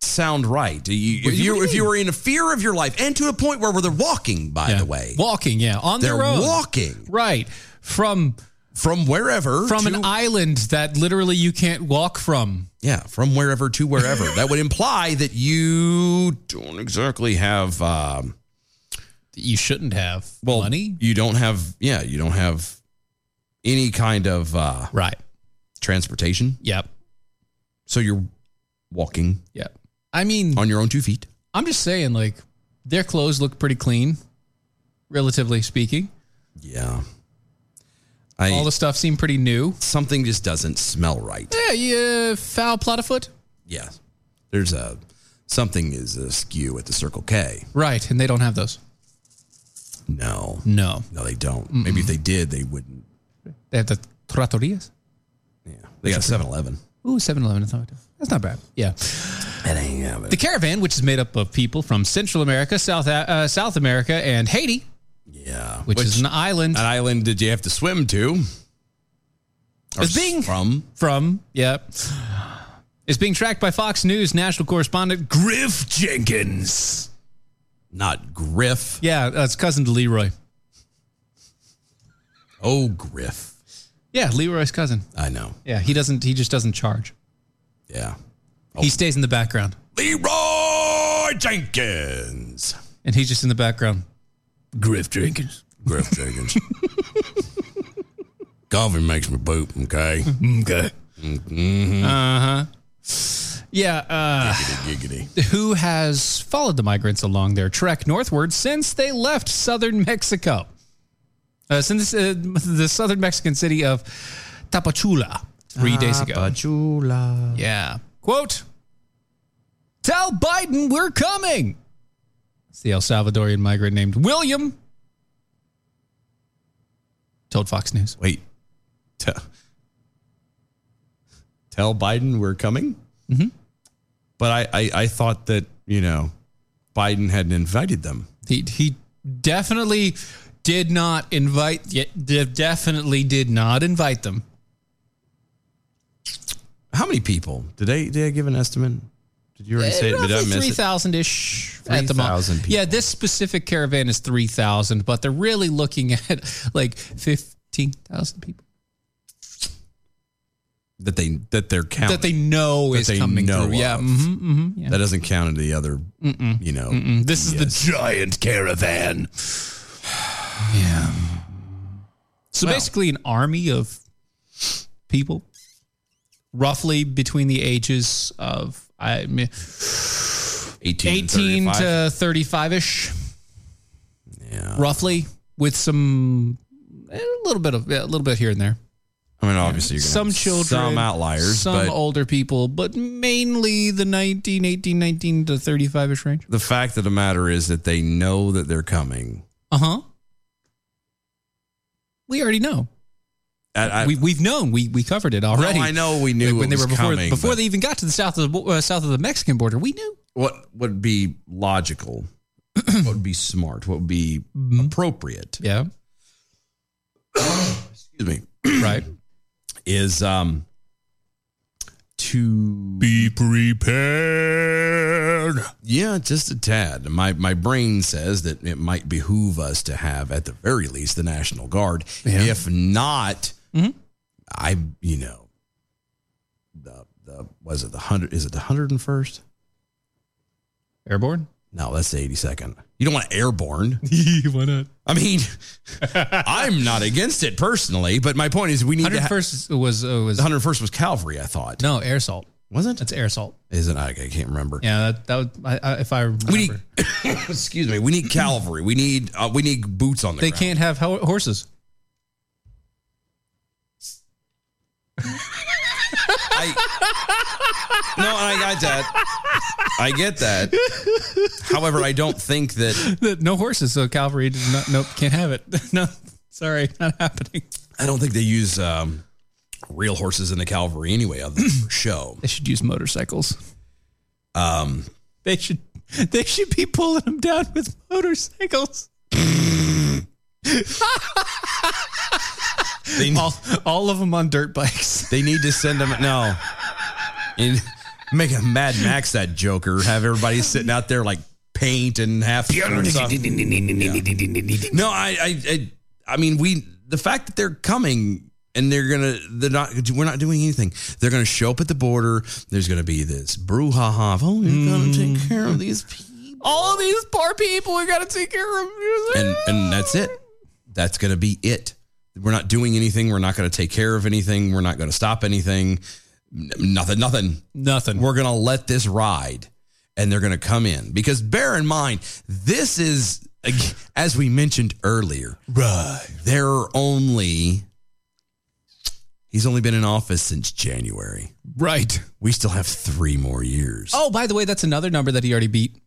Speaker 5: sound right. You,
Speaker 6: What
Speaker 5: if
Speaker 6: do you
Speaker 5: you if you
Speaker 6: mean?
Speaker 5: were in a fear of your life and to a point where they're walking by the way.
Speaker 6: Walking, yeah. On
Speaker 5: They're
Speaker 6: their own.
Speaker 5: walking.
Speaker 6: Right. From
Speaker 5: from wherever
Speaker 6: from
Speaker 5: to-
Speaker 6: an island that literally you can't walk from.
Speaker 5: Yeah, from wherever to wherever. that would imply that you don't exactly have. Um,
Speaker 6: you shouldn't have
Speaker 5: well,
Speaker 6: money.
Speaker 5: You don't have. Yeah, you don't have any kind of uh,
Speaker 6: right
Speaker 5: transportation.
Speaker 6: Yep.
Speaker 5: So you're walking.
Speaker 6: Yep. I mean
Speaker 5: on your own two feet.
Speaker 6: I'm just saying, like, their clothes look pretty clean, relatively speaking.
Speaker 5: Yeah. I,
Speaker 6: All the stuff seemed pretty new.
Speaker 5: Something just doesn't smell right.
Speaker 6: Yeah, yeah, foul plot afoot.
Speaker 5: Yeah, there's a something is askew at the Circle K.
Speaker 6: Right, and they don't have those.
Speaker 5: No,
Speaker 6: no,
Speaker 5: no, they don't. Maybe if they did, they wouldn't.
Speaker 6: They have the trattorias.
Speaker 5: They got a 7-Eleven.
Speaker 6: Ooh, 7-Eleven. That's not bad. That's not bad. Yeah. The caravan, which is made up of people from Central America, South uh, South America, and Haiti,
Speaker 5: Yeah,
Speaker 6: which, is an island.
Speaker 5: An island did you have to swim to? Or
Speaker 6: It's being
Speaker 5: from
Speaker 6: from yep. It's being tracked by Fox News national correspondent Griff Jenkins.
Speaker 5: Not Griff.
Speaker 6: Yeah, that's cousin to Leroy.
Speaker 5: Oh, Griff.
Speaker 6: Yeah, Leroy's cousin.
Speaker 5: I know.
Speaker 6: Yeah, he doesn't. He just doesn't charge.
Speaker 5: Yeah.
Speaker 6: He stays in the background,
Speaker 5: Leroy Jenkins.
Speaker 6: and he's just in the background.
Speaker 11: Griff Jenkins.
Speaker 5: Griff Jenkins. Coffee makes me poop, okay?
Speaker 11: Okay.
Speaker 5: Mm-hmm.
Speaker 6: Uh huh. Yeah. Uh,
Speaker 5: giggity,
Speaker 6: Who has followed the migrants along their trek northward since they left southern Mexico? Uh, since uh, the southern Mexican city of Tapachula three days ago.
Speaker 5: Tapachula.
Speaker 6: Yeah. Quote Tell Biden we're coming. It's the El Salvadorian migrant named William told Fox News.
Speaker 5: Wait. T- tell Biden we're coming?
Speaker 6: Mm-hmm.
Speaker 5: But I, I, I thought that, you know, Biden hadn't invited them.
Speaker 6: He he definitely did not invite. ye- de- Definitely did not invite them.
Speaker 5: How many people did I did I give an estimate? Did you already say it? Did I miss
Speaker 6: Uh, three
Speaker 5: it?
Speaker 6: thousand ish at the moment.
Speaker 5: 3,000 people.
Speaker 6: Yeah, this specific caravan is three thousand, but they're really looking at like fifteen thousand people
Speaker 5: That they that they're counting
Speaker 6: that they know
Speaker 5: That
Speaker 6: is
Speaker 5: they
Speaker 6: coming
Speaker 5: know
Speaker 6: through. Yeah,
Speaker 5: of.
Speaker 6: mhm, mhm, yeah.
Speaker 5: That doesn't count into the other.
Speaker 6: Mm-mm.
Speaker 5: You know,
Speaker 6: Mm-mm. This is the
Speaker 5: giant caravan.
Speaker 6: Yeah. So
Speaker 5: Well-
Speaker 6: basically, an army of people, roughly between the ages of I mean,
Speaker 5: 18,
Speaker 6: 18 to 35 ish. Yeah. Roughly, with some eh, a little bit of a little bit here and there.
Speaker 5: I mean, obviously, you're gonna
Speaker 6: Some
Speaker 5: have
Speaker 6: children,
Speaker 5: some outliers,
Speaker 6: some
Speaker 5: but
Speaker 6: older people, but mainly the 19, 18, 19 to 35 ish range.
Speaker 5: the fact of the matter is that they know that they're coming.
Speaker 6: Uh huh. We already know.
Speaker 5: And I-
Speaker 6: we, we've known we we covered it already.
Speaker 5: No, I know we knew
Speaker 6: when
Speaker 5: it
Speaker 6: they
Speaker 5: was
Speaker 6: were before
Speaker 5: coming,
Speaker 6: before
Speaker 5: but-
Speaker 6: they even got to the south of the bo- uh, south of the Mexican border. We knew
Speaker 5: what would be logical, what would be smart, what would be appropriate.
Speaker 6: Mm-hmm. Yeah.
Speaker 5: Excuse
Speaker 6: me. Right.
Speaker 5: Is um to
Speaker 6: be prepared.
Speaker 5: Yeah, just a tad. My my brain says that it might behoove us to have at the very least the National Guard. If not,
Speaker 6: Mm-hmm.
Speaker 5: I you know the the was it the hundred is it the hundred and first?
Speaker 6: Airborne?
Speaker 5: No, that's the eighty second. You don't want airborne.
Speaker 6: Why not?
Speaker 5: I mean, I'm not against it personally, but my point is we need to.
Speaker 6: 101st was uh, was
Speaker 5: 101st was Calvary, I thought.
Speaker 6: No, air assault.
Speaker 5: Was it?
Speaker 6: That's air assault.
Speaker 5: Is it? I, I can't remember.
Speaker 6: Yeah, that, that was, I, I, if I remember.
Speaker 5: We need, excuse me. We need Calvary. We need uh, we need boots on the.
Speaker 6: they
Speaker 5: ground.
Speaker 6: can't have ho- horses.
Speaker 5: No, and I got that. I get that. However, I don't think that
Speaker 6: no horses, so Calvary did not, nope, can't have it. no, sorry, not happening.
Speaker 5: I don't think they use um, real horses in the Calvary anyway, other than for show.
Speaker 6: They should use motorcycles.
Speaker 5: Um,
Speaker 6: They should they should be pulling them down with motorcycles. all, all of them on dirt bikes.
Speaker 5: They need to send them no. In, make a Mad Max that Joker. Have everybody sitting out there like paint and half. No, I, I, I, I mean, we. The fact that they're coming and they're gonna, they're not. We're not doing anything. They're gonna show up at the border. There's gonna be this brouhaha. of, Oh, you're gonna take care of these people.
Speaker 6: Mm. All of these poor people we gotta take care of.
Speaker 5: and and that's it. That's going to be it. We're not doing anything. We're not going to take care of anything. We're not going to stop anything. N- nothing. Nothing.
Speaker 6: Nothing.
Speaker 5: We're going to let this ride, and they're going to come in because bear in mind this is ag- as we mentioned earlier. Right. There are only. He's only been in office since January.
Speaker 6: Right.
Speaker 5: We still have three more years.
Speaker 6: Oh, by the way, that's another number that he already beat.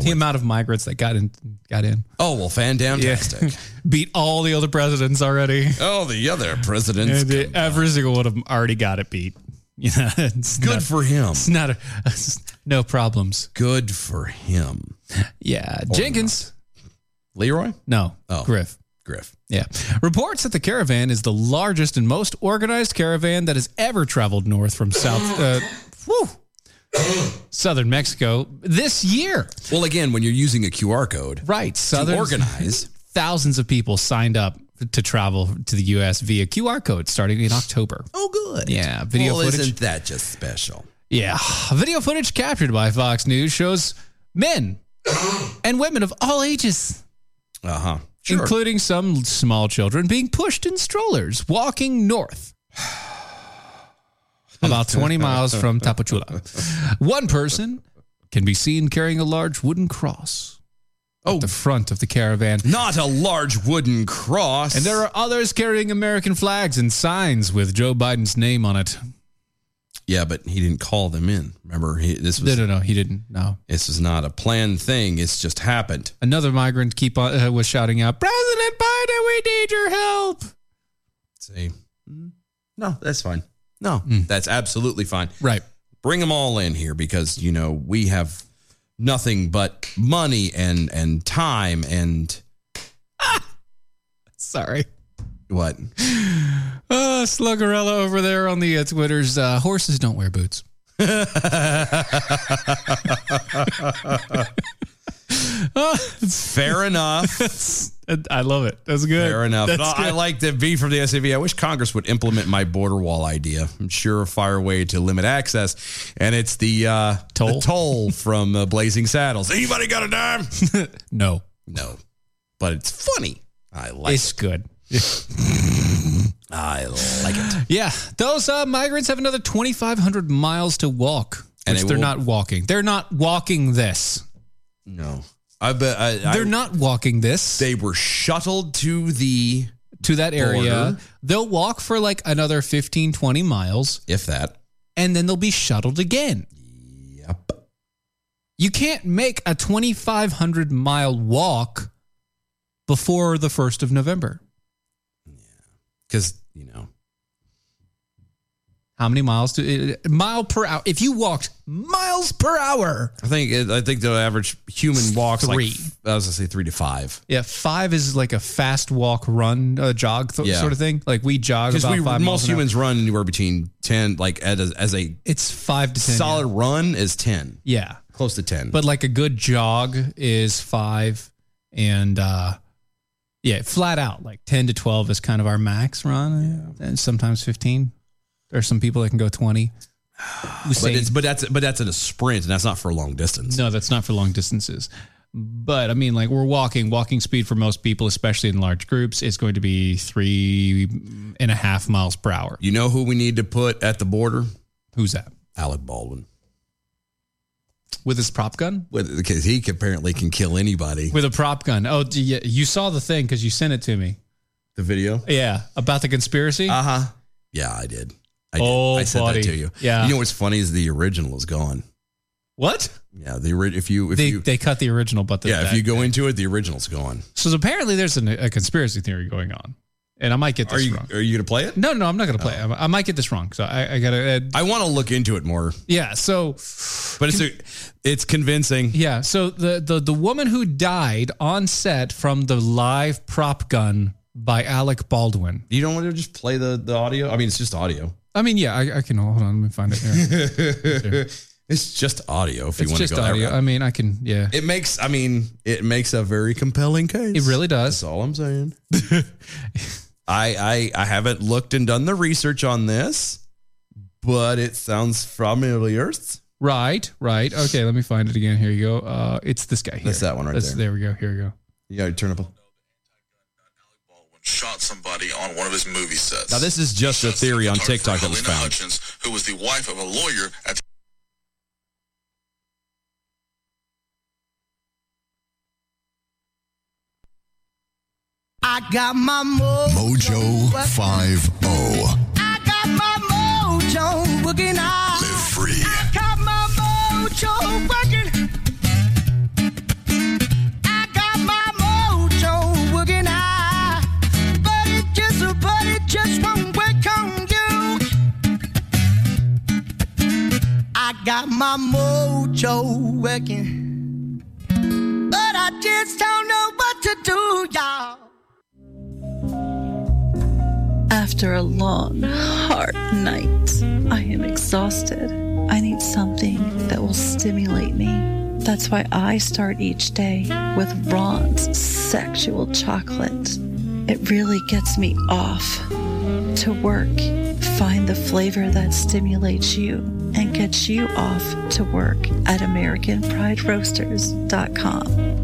Speaker 6: the amount of migrants that got in got in.
Speaker 5: Oh well, fantastic.
Speaker 6: beat all the other presidents already.
Speaker 5: Oh, the other presidents.
Speaker 6: And the- every single one of them already got it beat. Yeah, it's
Speaker 5: Good
Speaker 6: not-
Speaker 5: for him.
Speaker 6: It's not a, no problems.
Speaker 5: Good for him.
Speaker 6: Yeah,
Speaker 5: Or
Speaker 6: Jenkins.
Speaker 5: Leroy?
Speaker 6: No.
Speaker 5: Oh.
Speaker 6: Griff.
Speaker 5: Griff.
Speaker 6: Yeah. Reports that the caravan is the largest and most organized caravan that has ever traveled north from south uh, whew, southern Mexico this year.
Speaker 5: Well, again, when you're using a QR code,
Speaker 6: Right. Southern
Speaker 5: organize.
Speaker 6: Thousands of people signed up to travel to the US via QR code starting in October.
Speaker 5: Oh, good.
Speaker 6: Yeah, video
Speaker 5: well,
Speaker 6: footage.
Speaker 5: Isn't that just special?
Speaker 6: Yeah. Video footage captured by Fox News shows men and women of all ages,
Speaker 5: Uh huh.
Speaker 6: including some small children, being pushed in strollers walking north. About 20 miles from Tapachula. One person can be seen carrying a large wooden cross
Speaker 5: Oh,
Speaker 6: at the front of the caravan.
Speaker 5: Not a large wooden cross.
Speaker 6: And there are others carrying American flags and signs with Joe Biden's name on it.
Speaker 5: Yeah, but he didn't call them in. Remember, he, this
Speaker 6: No,
Speaker 5: was
Speaker 6: no, no, he didn't. No.
Speaker 5: this was not a planned thing. It's just happened.
Speaker 6: Another migrant keep on, uh, was shouting out, President Biden, we need your help.
Speaker 5: See, no, that's fine. No,
Speaker 6: Hmm.
Speaker 5: that's absolutely fine.
Speaker 6: Right.
Speaker 5: Bring them all in here because you know we have nothing but money and and time and
Speaker 6: Sorry.
Speaker 5: What?
Speaker 6: Uh, Sluggerella over there on the uh, Twitters. Uh, horses don't wear boots.
Speaker 5: Fair enough.
Speaker 6: I love it. That's good.
Speaker 5: Fair enough.
Speaker 6: That's
Speaker 5: No, I
Speaker 6: good.
Speaker 5: like the V from the SAV. I wish Congress would implement my border wall idea. I'm sure a fire way to limit access. And it's the uh, toll toll from uh, Blazing Saddles. Anybody got a dime?
Speaker 6: no.
Speaker 5: No. But it's funny. I like
Speaker 6: It's good.
Speaker 5: I like it.
Speaker 6: Yeah, those uh, migrants have another 2,500 miles to walk,
Speaker 5: And
Speaker 6: which
Speaker 5: they
Speaker 6: they're
Speaker 5: will-
Speaker 6: not walking. They're not walking this.
Speaker 5: No. I bet I,
Speaker 6: They're not walking this.
Speaker 5: They were shuttled to the
Speaker 6: to that area.
Speaker 5: border.
Speaker 6: They'll walk for like another 15, 20 miles,
Speaker 5: if that.
Speaker 6: and then they'll be shuttled again. Yep. You can't make a 2,500 mile walk before the 1st of November.
Speaker 5: Because, you know,
Speaker 6: How many miles do uh, mile per hour? If you walked miles per hour,
Speaker 5: I think I think the average human walks
Speaker 6: Three.
Speaker 5: like I was gonna say three to five.
Speaker 6: yeah, five is like a fast walk, run, uh, jog th-
Speaker 5: Yeah.
Speaker 6: sort of thing. Like we jog
Speaker 5: Because
Speaker 6: about
Speaker 5: we
Speaker 6: five miles
Speaker 5: most
Speaker 6: an hour.
Speaker 5: humans run anywhere between ten, like as, as a
Speaker 6: It's five to ten. yeah.
Speaker 5: solid run is ten,
Speaker 6: Yeah.
Speaker 5: close to ten.
Speaker 6: But like a good jog is five and uh yeah, flat out, like ten to twelve is kind of our max run. And sometimes fifteen. There are some people that can go twenty.
Speaker 5: but
Speaker 6: Usain-
Speaker 5: it's but that's but that's in a sprint and that's not for a long distance.
Speaker 6: no, that's not for long distances. But I mean, like we're walking, walking speed for most people, especially in large groups, is going to be three and a half miles per hour.
Speaker 5: You know who we need to put at the border?
Speaker 6: Who's that?
Speaker 5: Alec Baldwin,
Speaker 6: With his prop gun?
Speaker 5: because he apparently can kill anybody.
Speaker 6: With a prop gun. Oh, do you, you saw the thing because you sent it to me.
Speaker 5: The video,
Speaker 6: Yeah, about the conspiracy.
Speaker 5: uh huh. Yeah, I did. I did.
Speaker 6: Oh,
Speaker 5: I sent
Speaker 6: buddy.
Speaker 5: that to you.
Speaker 6: Yeah.
Speaker 5: You know what's funny is the original is gone.
Speaker 6: What?
Speaker 5: Yeah, the ori- if you if
Speaker 6: they,
Speaker 5: you
Speaker 6: they cut the original, but the
Speaker 5: yeah if
Speaker 6: that-
Speaker 5: you go into it, the original's gone.
Speaker 6: so apparently there's an, a conspiracy theory going on, and I might get
Speaker 5: Are
Speaker 6: this
Speaker 5: you Oh.
Speaker 6: wrong.
Speaker 5: are you gonna play it?
Speaker 6: No, no, I'm not gonna play. it. I, I might get this wrong, so I, I gotta. Uh,
Speaker 5: I want to look into it more,
Speaker 6: yeah, so
Speaker 5: but it's a, it's convincing.
Speaker 6: yeah, so the the the woman who died on set from the live prop gun by Alec Baldwin.
Speaker 5: You don't want to just play the, the audio? I mean, it's just audio.
Speaker 6: I mean, yeah, I, I can hold on. Let me find it. Here.
Speaker 5: it's just audio if you
Speaker 6: it's
Speaker 5: want
Speaker 6: just
Speaker 5: to go
Speaker 6: audio.
Speaker 5: that
Speaker 6: I
Speaker 5: route.
Speaker 6: mean, I can. Yeah,
Speaker 5: It makes, I mean, it makes a very compelling case.
Speaker 6: it really does.
Speaker 5: That's all I'm saying. I, I, I haven't looked and done the research on this, but it sounds familiar.
Speaker 6: Right, right. Okay, let me find it again. Here you go. Uh, it's this guy here.
Speaker 5: That's that one right
Speaker 6: That's-
Speaker 5: there.
Speaker 6: There we go. Here we go.
Speaker 5: You got to turn up.
Speaker 8: shot somebody on one of his movie sets.
Speaker 5: Now, this is just a theory on
Speaker 8: Photographer
Speaker 5: TikTok that was
Speaker 8: Helena
Speaker 5: found.
Speaker 8: Hutchins, who was the wife of a lawyer at the
Speaker 3: I got my mojo.
Speaker 14: Mojo oh. 5 0.
Speaker 3: I got my mojo working hard.
Speaker 14: Live free.
Speaker 3: I got my mojo working. I got my mojo working hard. But it just, but it just won't work on you. I got my mojo working. But I just don't know what to do, y'all.
Speaker 1: After a long, hard night, I am exhausted. I need something that will stimulate me. That's why I start each day with Ron's sexual chocolate. It really gets me off to work. Find the flavor that stimulates you and gets you off to work at AmericanPrideRoasters.com.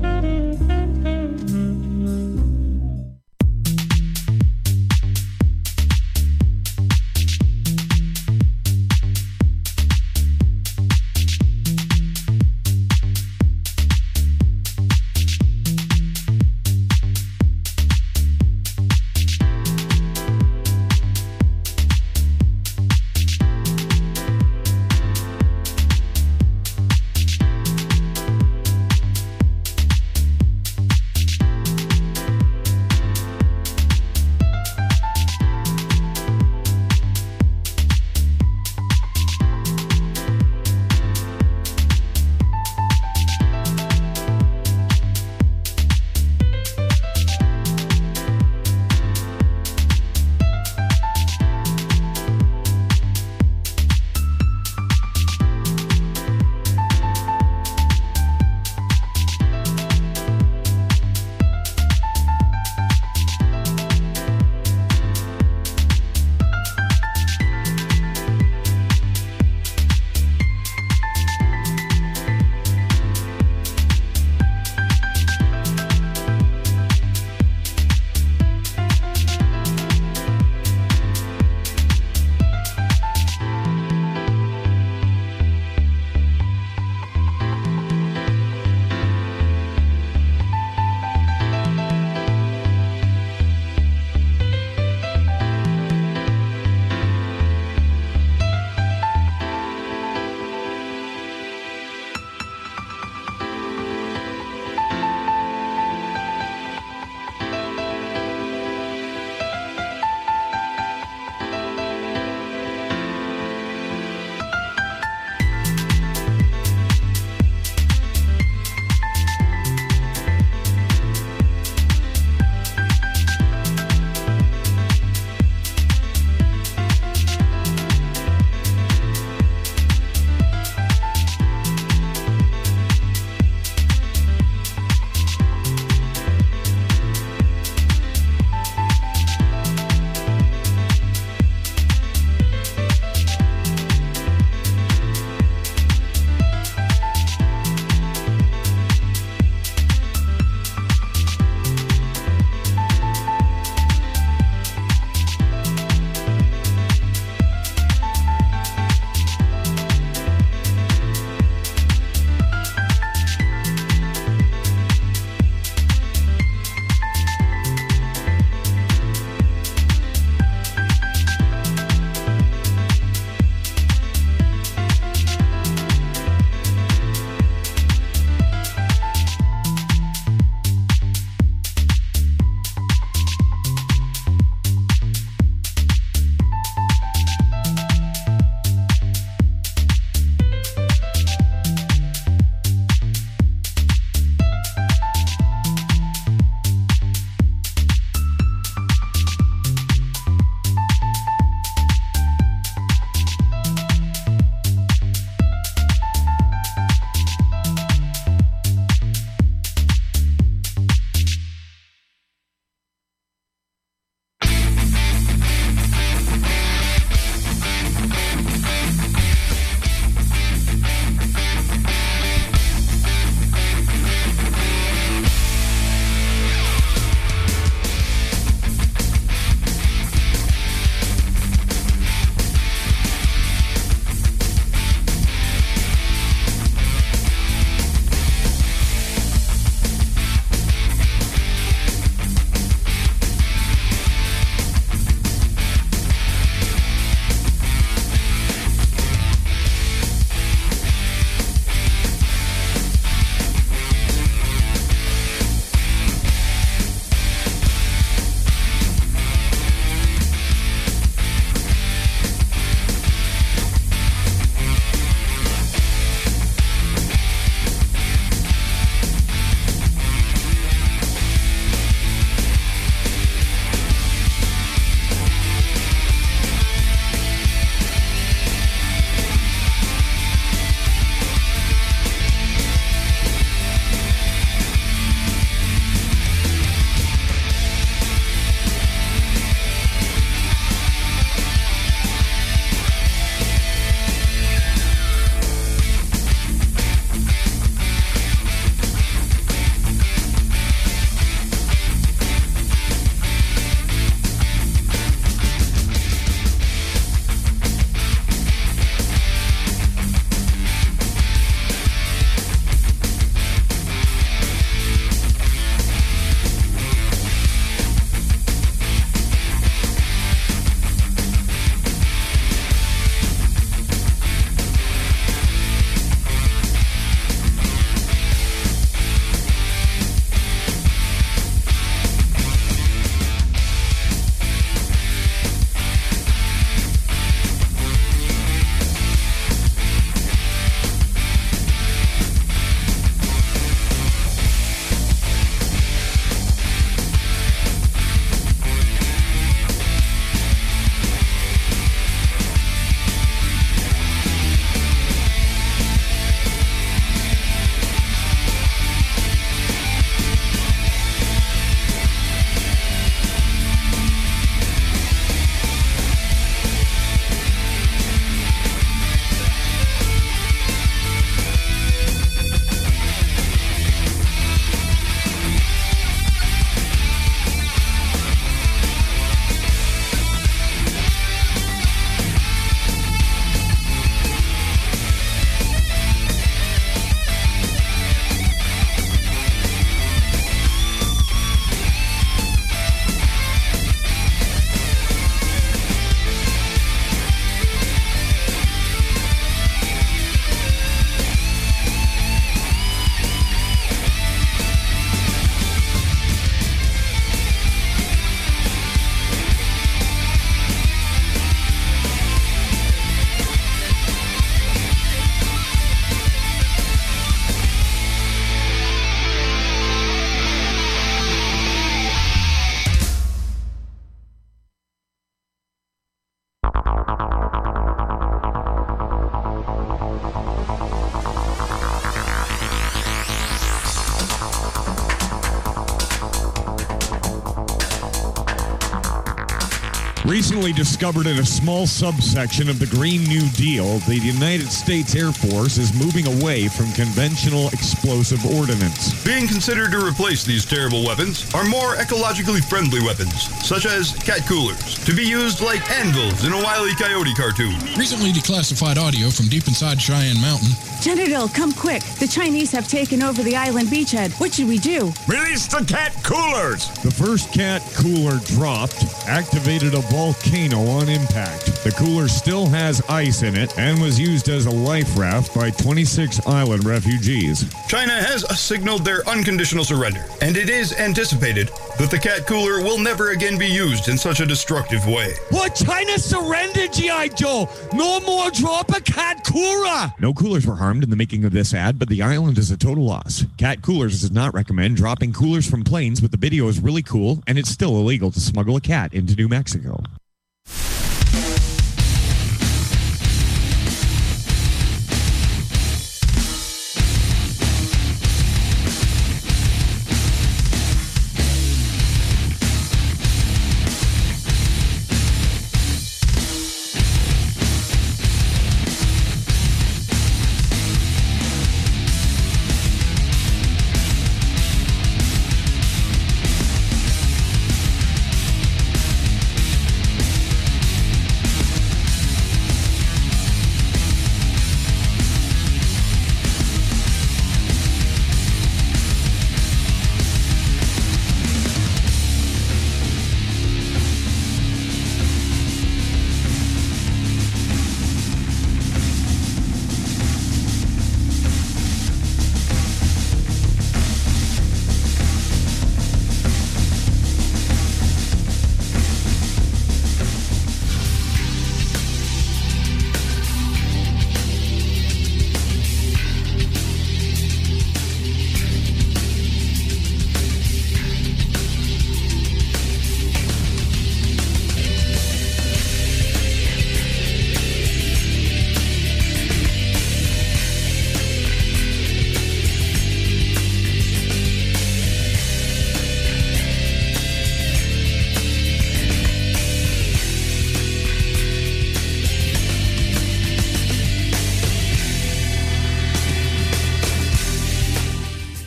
Speaker 10: recently discovered in a small subsection of the Green New Deal, the United States Air Force is moving away from conventional explosive ordnance.
Speaker 9: Being considered to replace these terrible weapons are more ecologically friendly weapons, such as cat coolers, to be used like anvils in a Wile E. Coyote cartoon.
Speaker 4: Recently declassified audio from deep inside Cheyenne Mountain.
Speaker 13: Genital, come quick. The Chinese have taken over the island beachhead. What should we do?
Speaker 10: Release the cat coolers! The first cat cooler dropped activated a volcano on impact. The cooler still has ice in it and was used as a life raft by 26 island refugees.
Speaker 9: China has signaled their unconditional surrender, and it is anticipated that the cat cooler will never again be used in such a destructive way.
Speaker 27: What? China surrendered, G.I. Joe! No more drop a cat cooler!
Speaker 10: No coolers were harmed in the making of this ad, but the island is a total loss. Cat Coolers does not recommend dropping coolers from planes, but the video is really cool, and it's still illegal to smuggle a cat into New Mexico.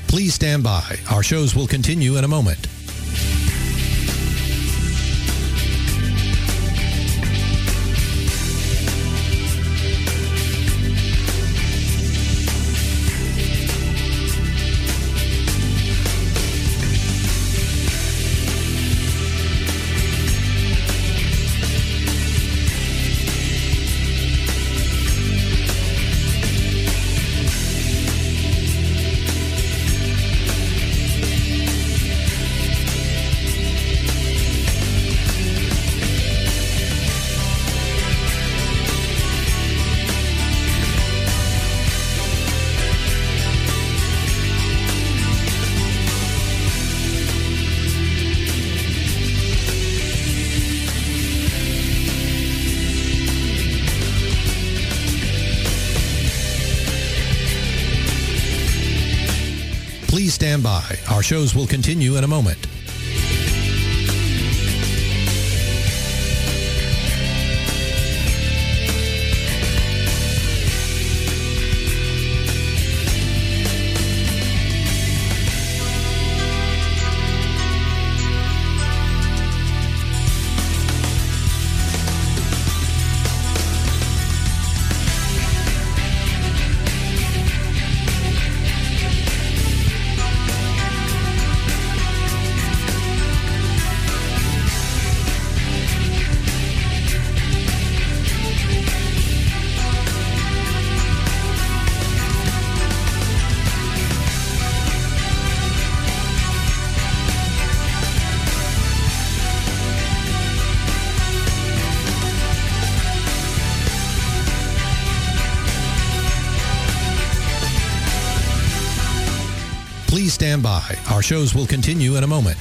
Speaker 22: Please stand by. Our shows will continue in a moment. Please stand by. Our shows will continue in a moment. Please stand by. Our shows will continue in a moment.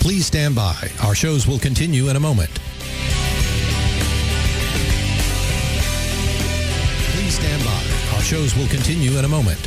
Speaker 22: Please stand by. Our shows will continue in a moment. Please stand by. Our shows will continue in a moment.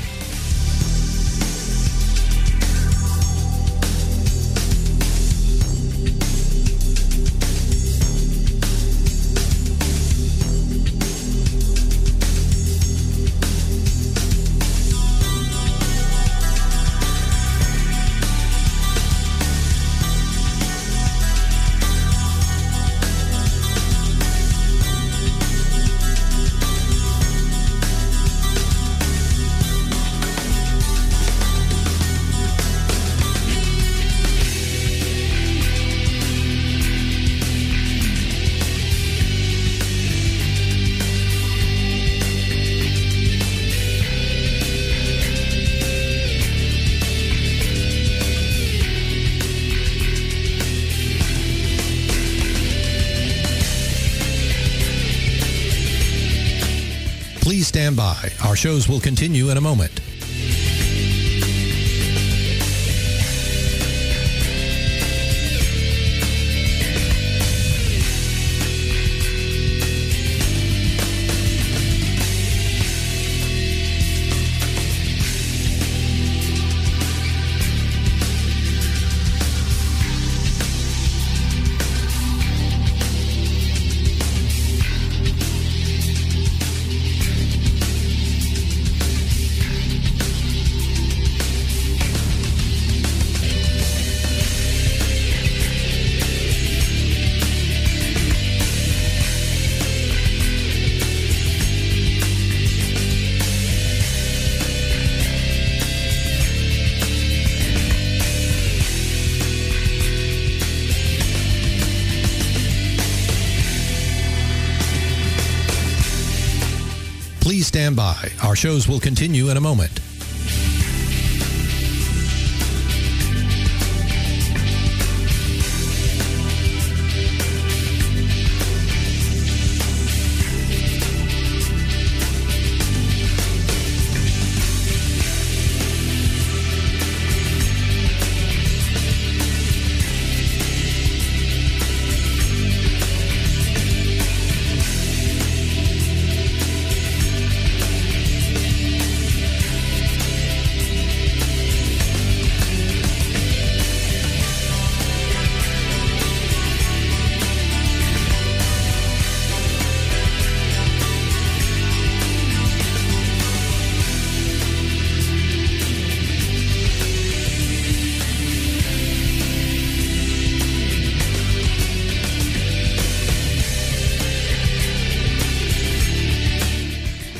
Speaker 22: Please stand by. Our shows will continue in a moment. Please stand by. Our shows will continue in a moment.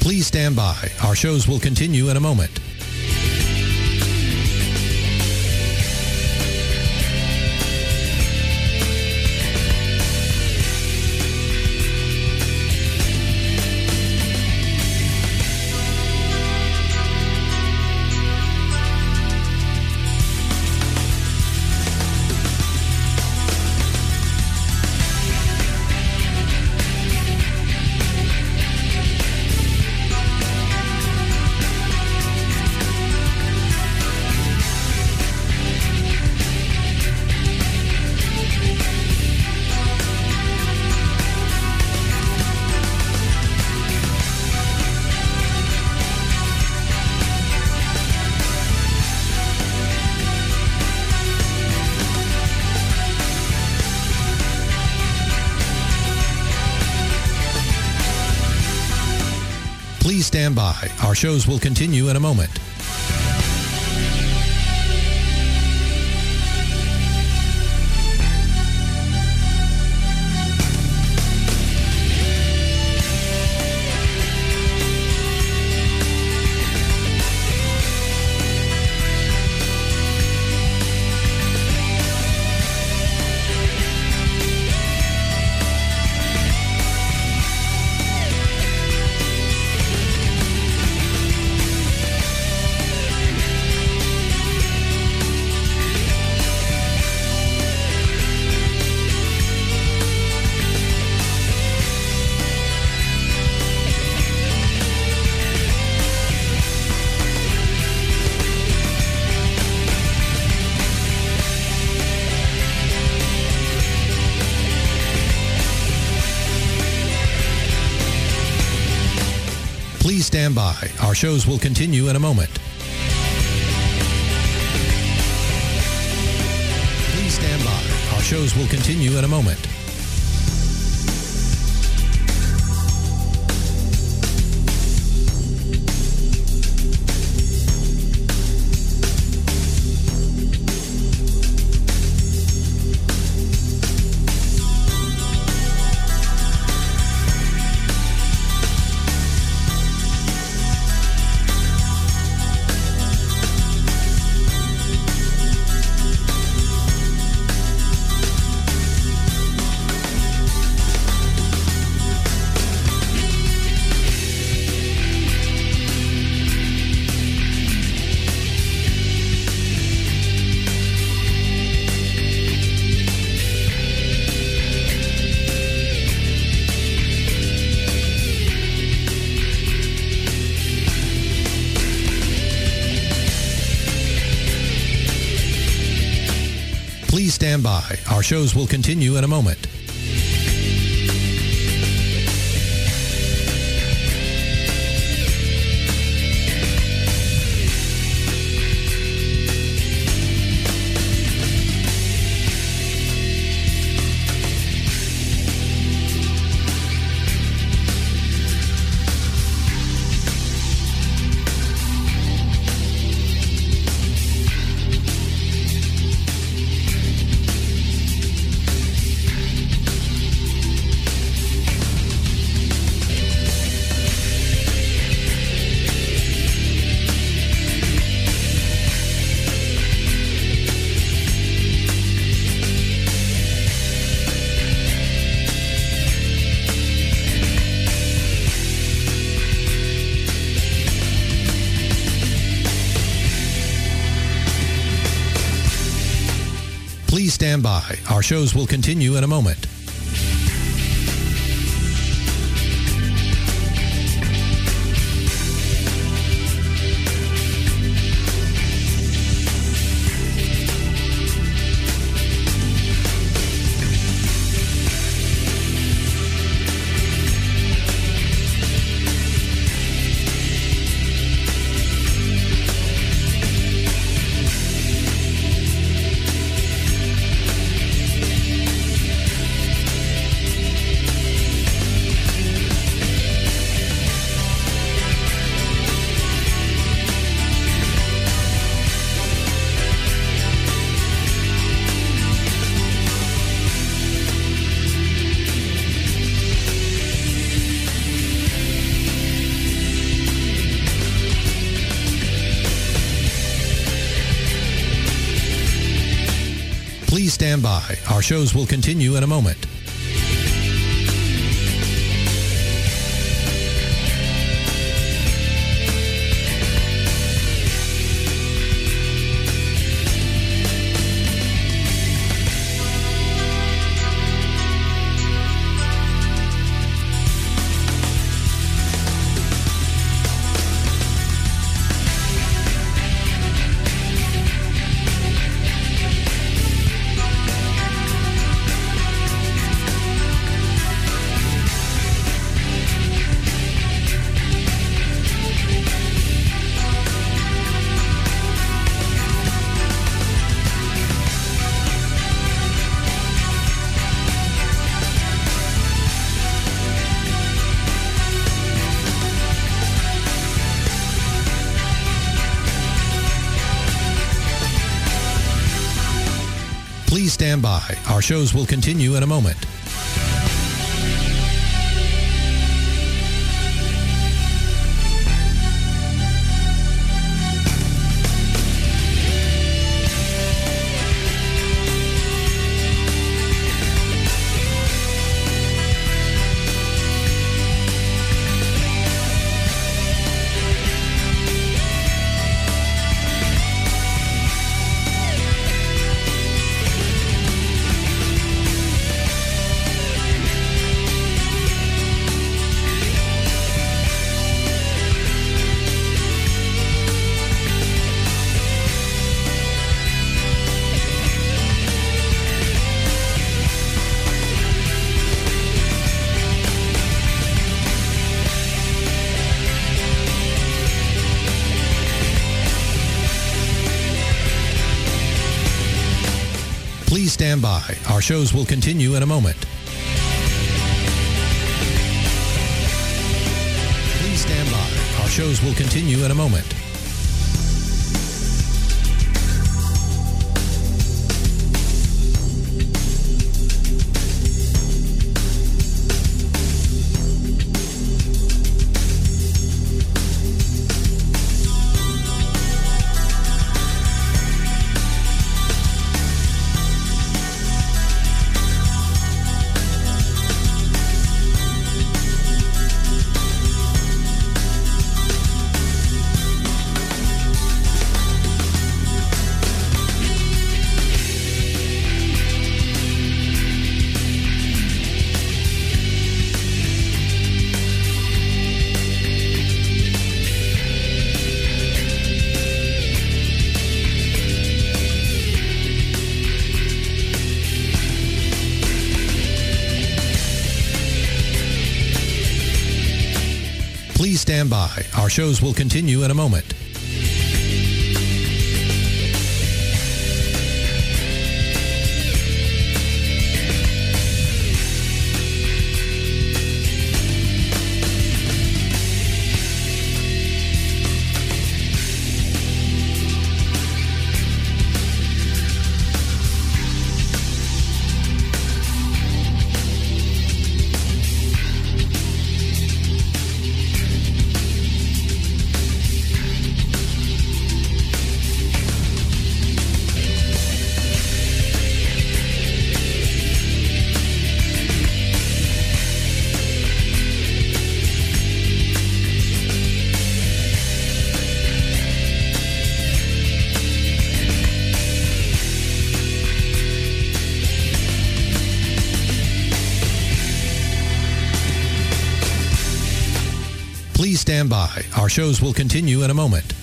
Speaker 22: Please stand by. Our shows will continue in a moment. Please stand by. Our shows will continue in a moment. Please stand by. Our shows will continue in a moment. Please stand by. Our shows will continue in a moment. Please stand by. Our shows will continue in a moment. Please stand by. Our shows will continue in a moment. Please stand by. Our shows will continue in a moment. Please stand by. Our shows will continue in a moment. Please stand by. Our shows will continue in a moment. Please stand by. Our shows will continue in a moment. Please stand by. Our shows will continue in a moment. Please stand by. Our shows will continue in a moment.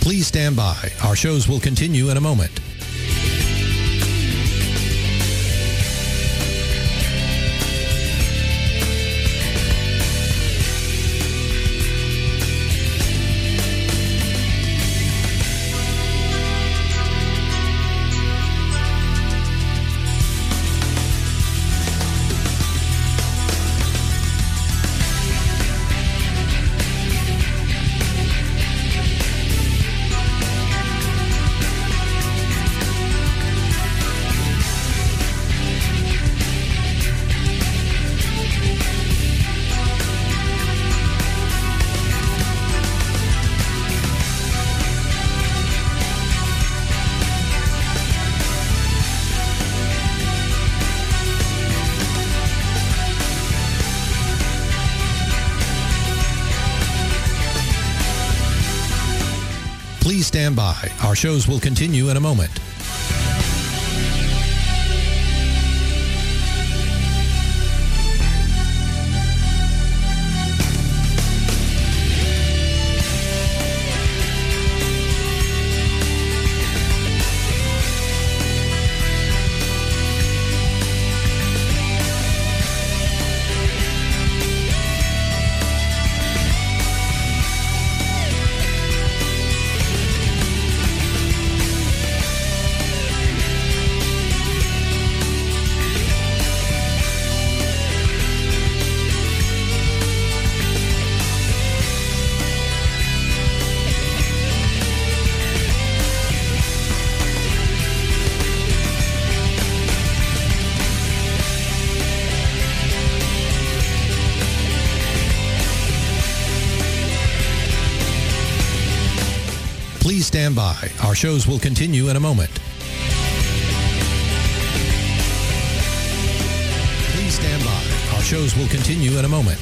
Speaker 22: Please stand by. Our shows will continue in a moment. Please stand by. Our shows will continue in a moment. stand by. Our shows will continue in a moment. Please stand by. Our shows will continue in a moment.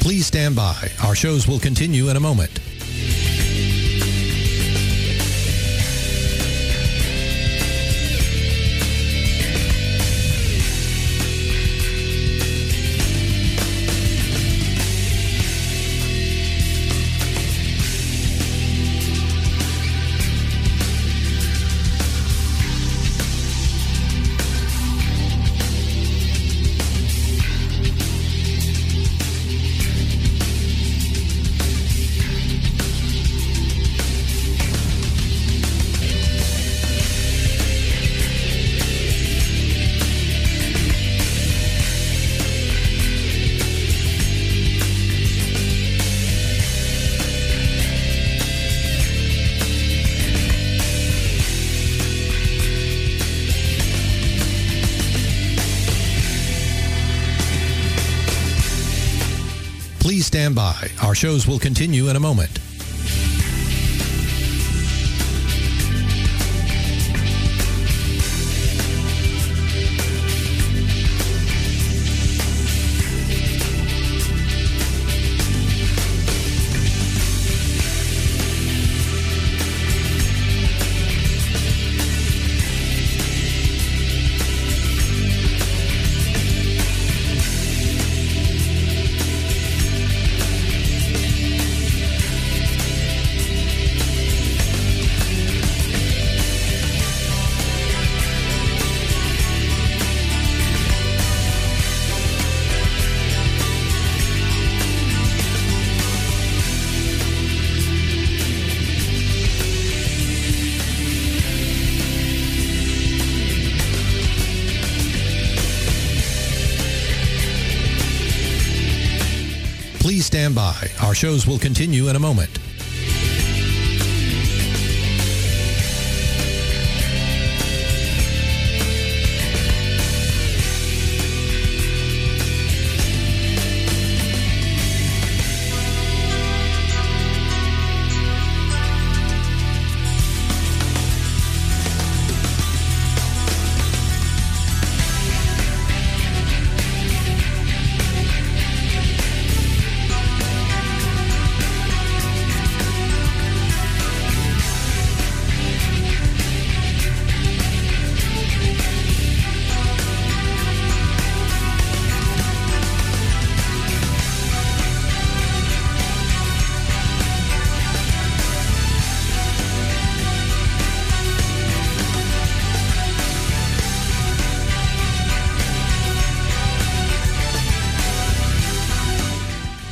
Speaker 22: Please stand by. Our shows will continue in a moment. Please stand by. Our shows will continue in a moment. Please stand by. Our shows will continue in a moment.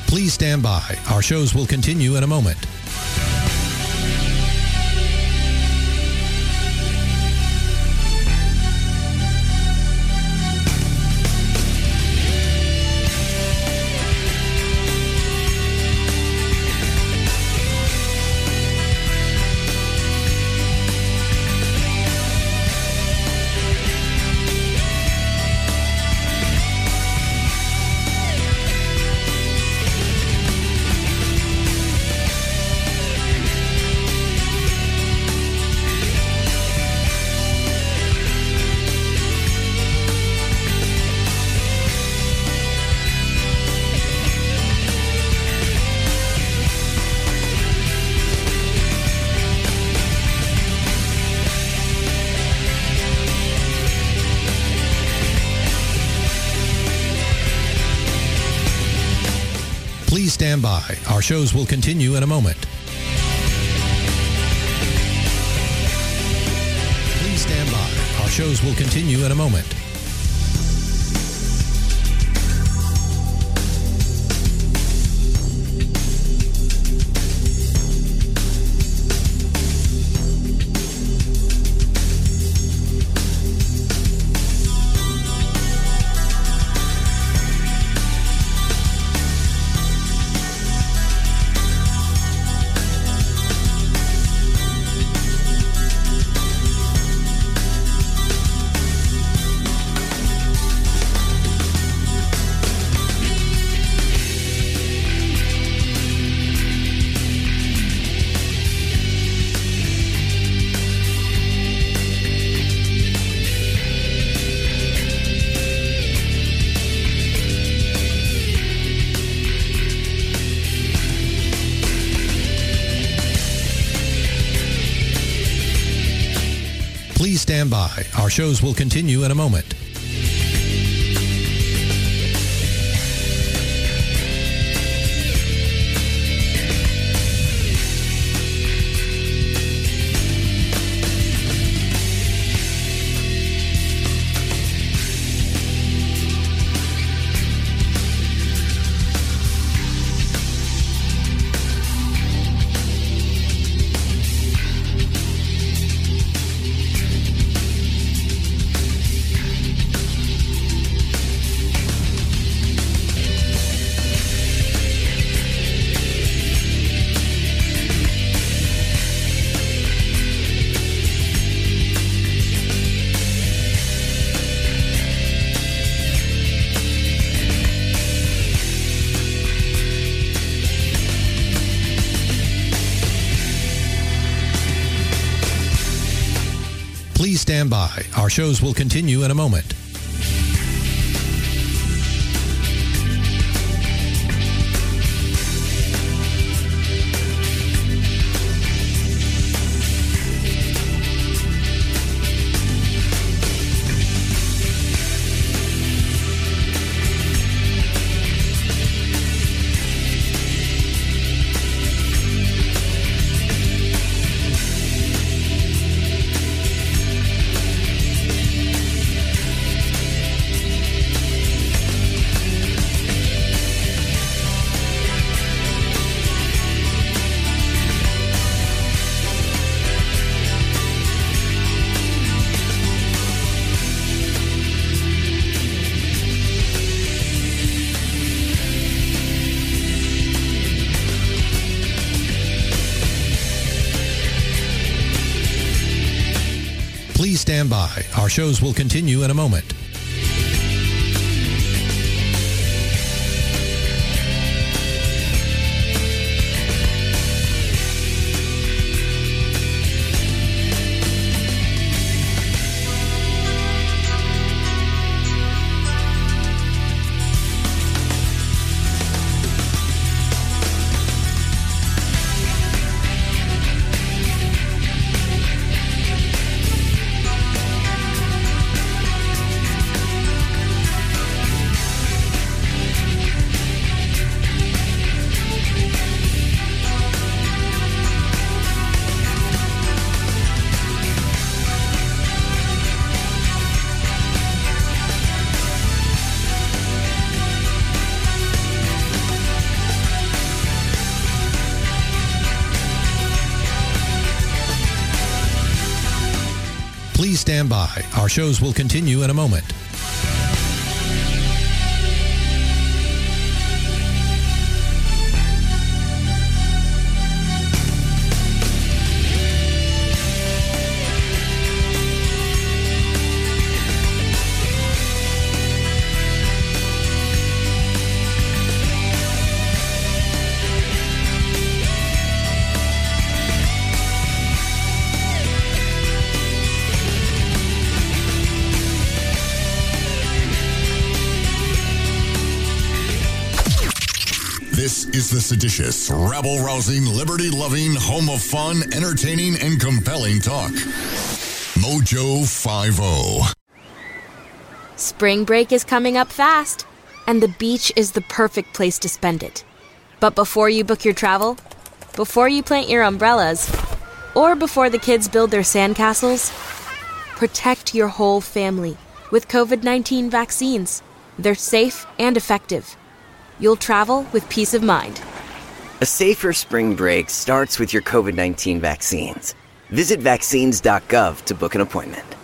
Speaker 22: Please stand by. Our shows will continue in a moment. Please stand by. Our shows will continue in a moment. Please stand by. Our shows will continue in a moment. Please stand by. Our shows will continue in a moment. Please stand by. Our shows will continue in a moment. Please stand by. Our shows will continue in a moment. Please stand by. Our shows will continue in a moment.
Speaker 14: This is the seditious, rabble rousing, liberty loving, home of fun, entertaining, and compelling talk. Mojo oh. 50.
Speaker 28: Spring break is coming up fast, and the beach is the perfect place to spend it. But before you book your travel, before you plant your umbrellas, or before the kids build their sandcastles, protect your whole family with COVID 19 vaccines. They're safe and effective. You'll travel with peace of mind.
Speaker 4: A safer spring break starts with your COVID 19 vaccines. Visit vaccines.gov to book an appointment.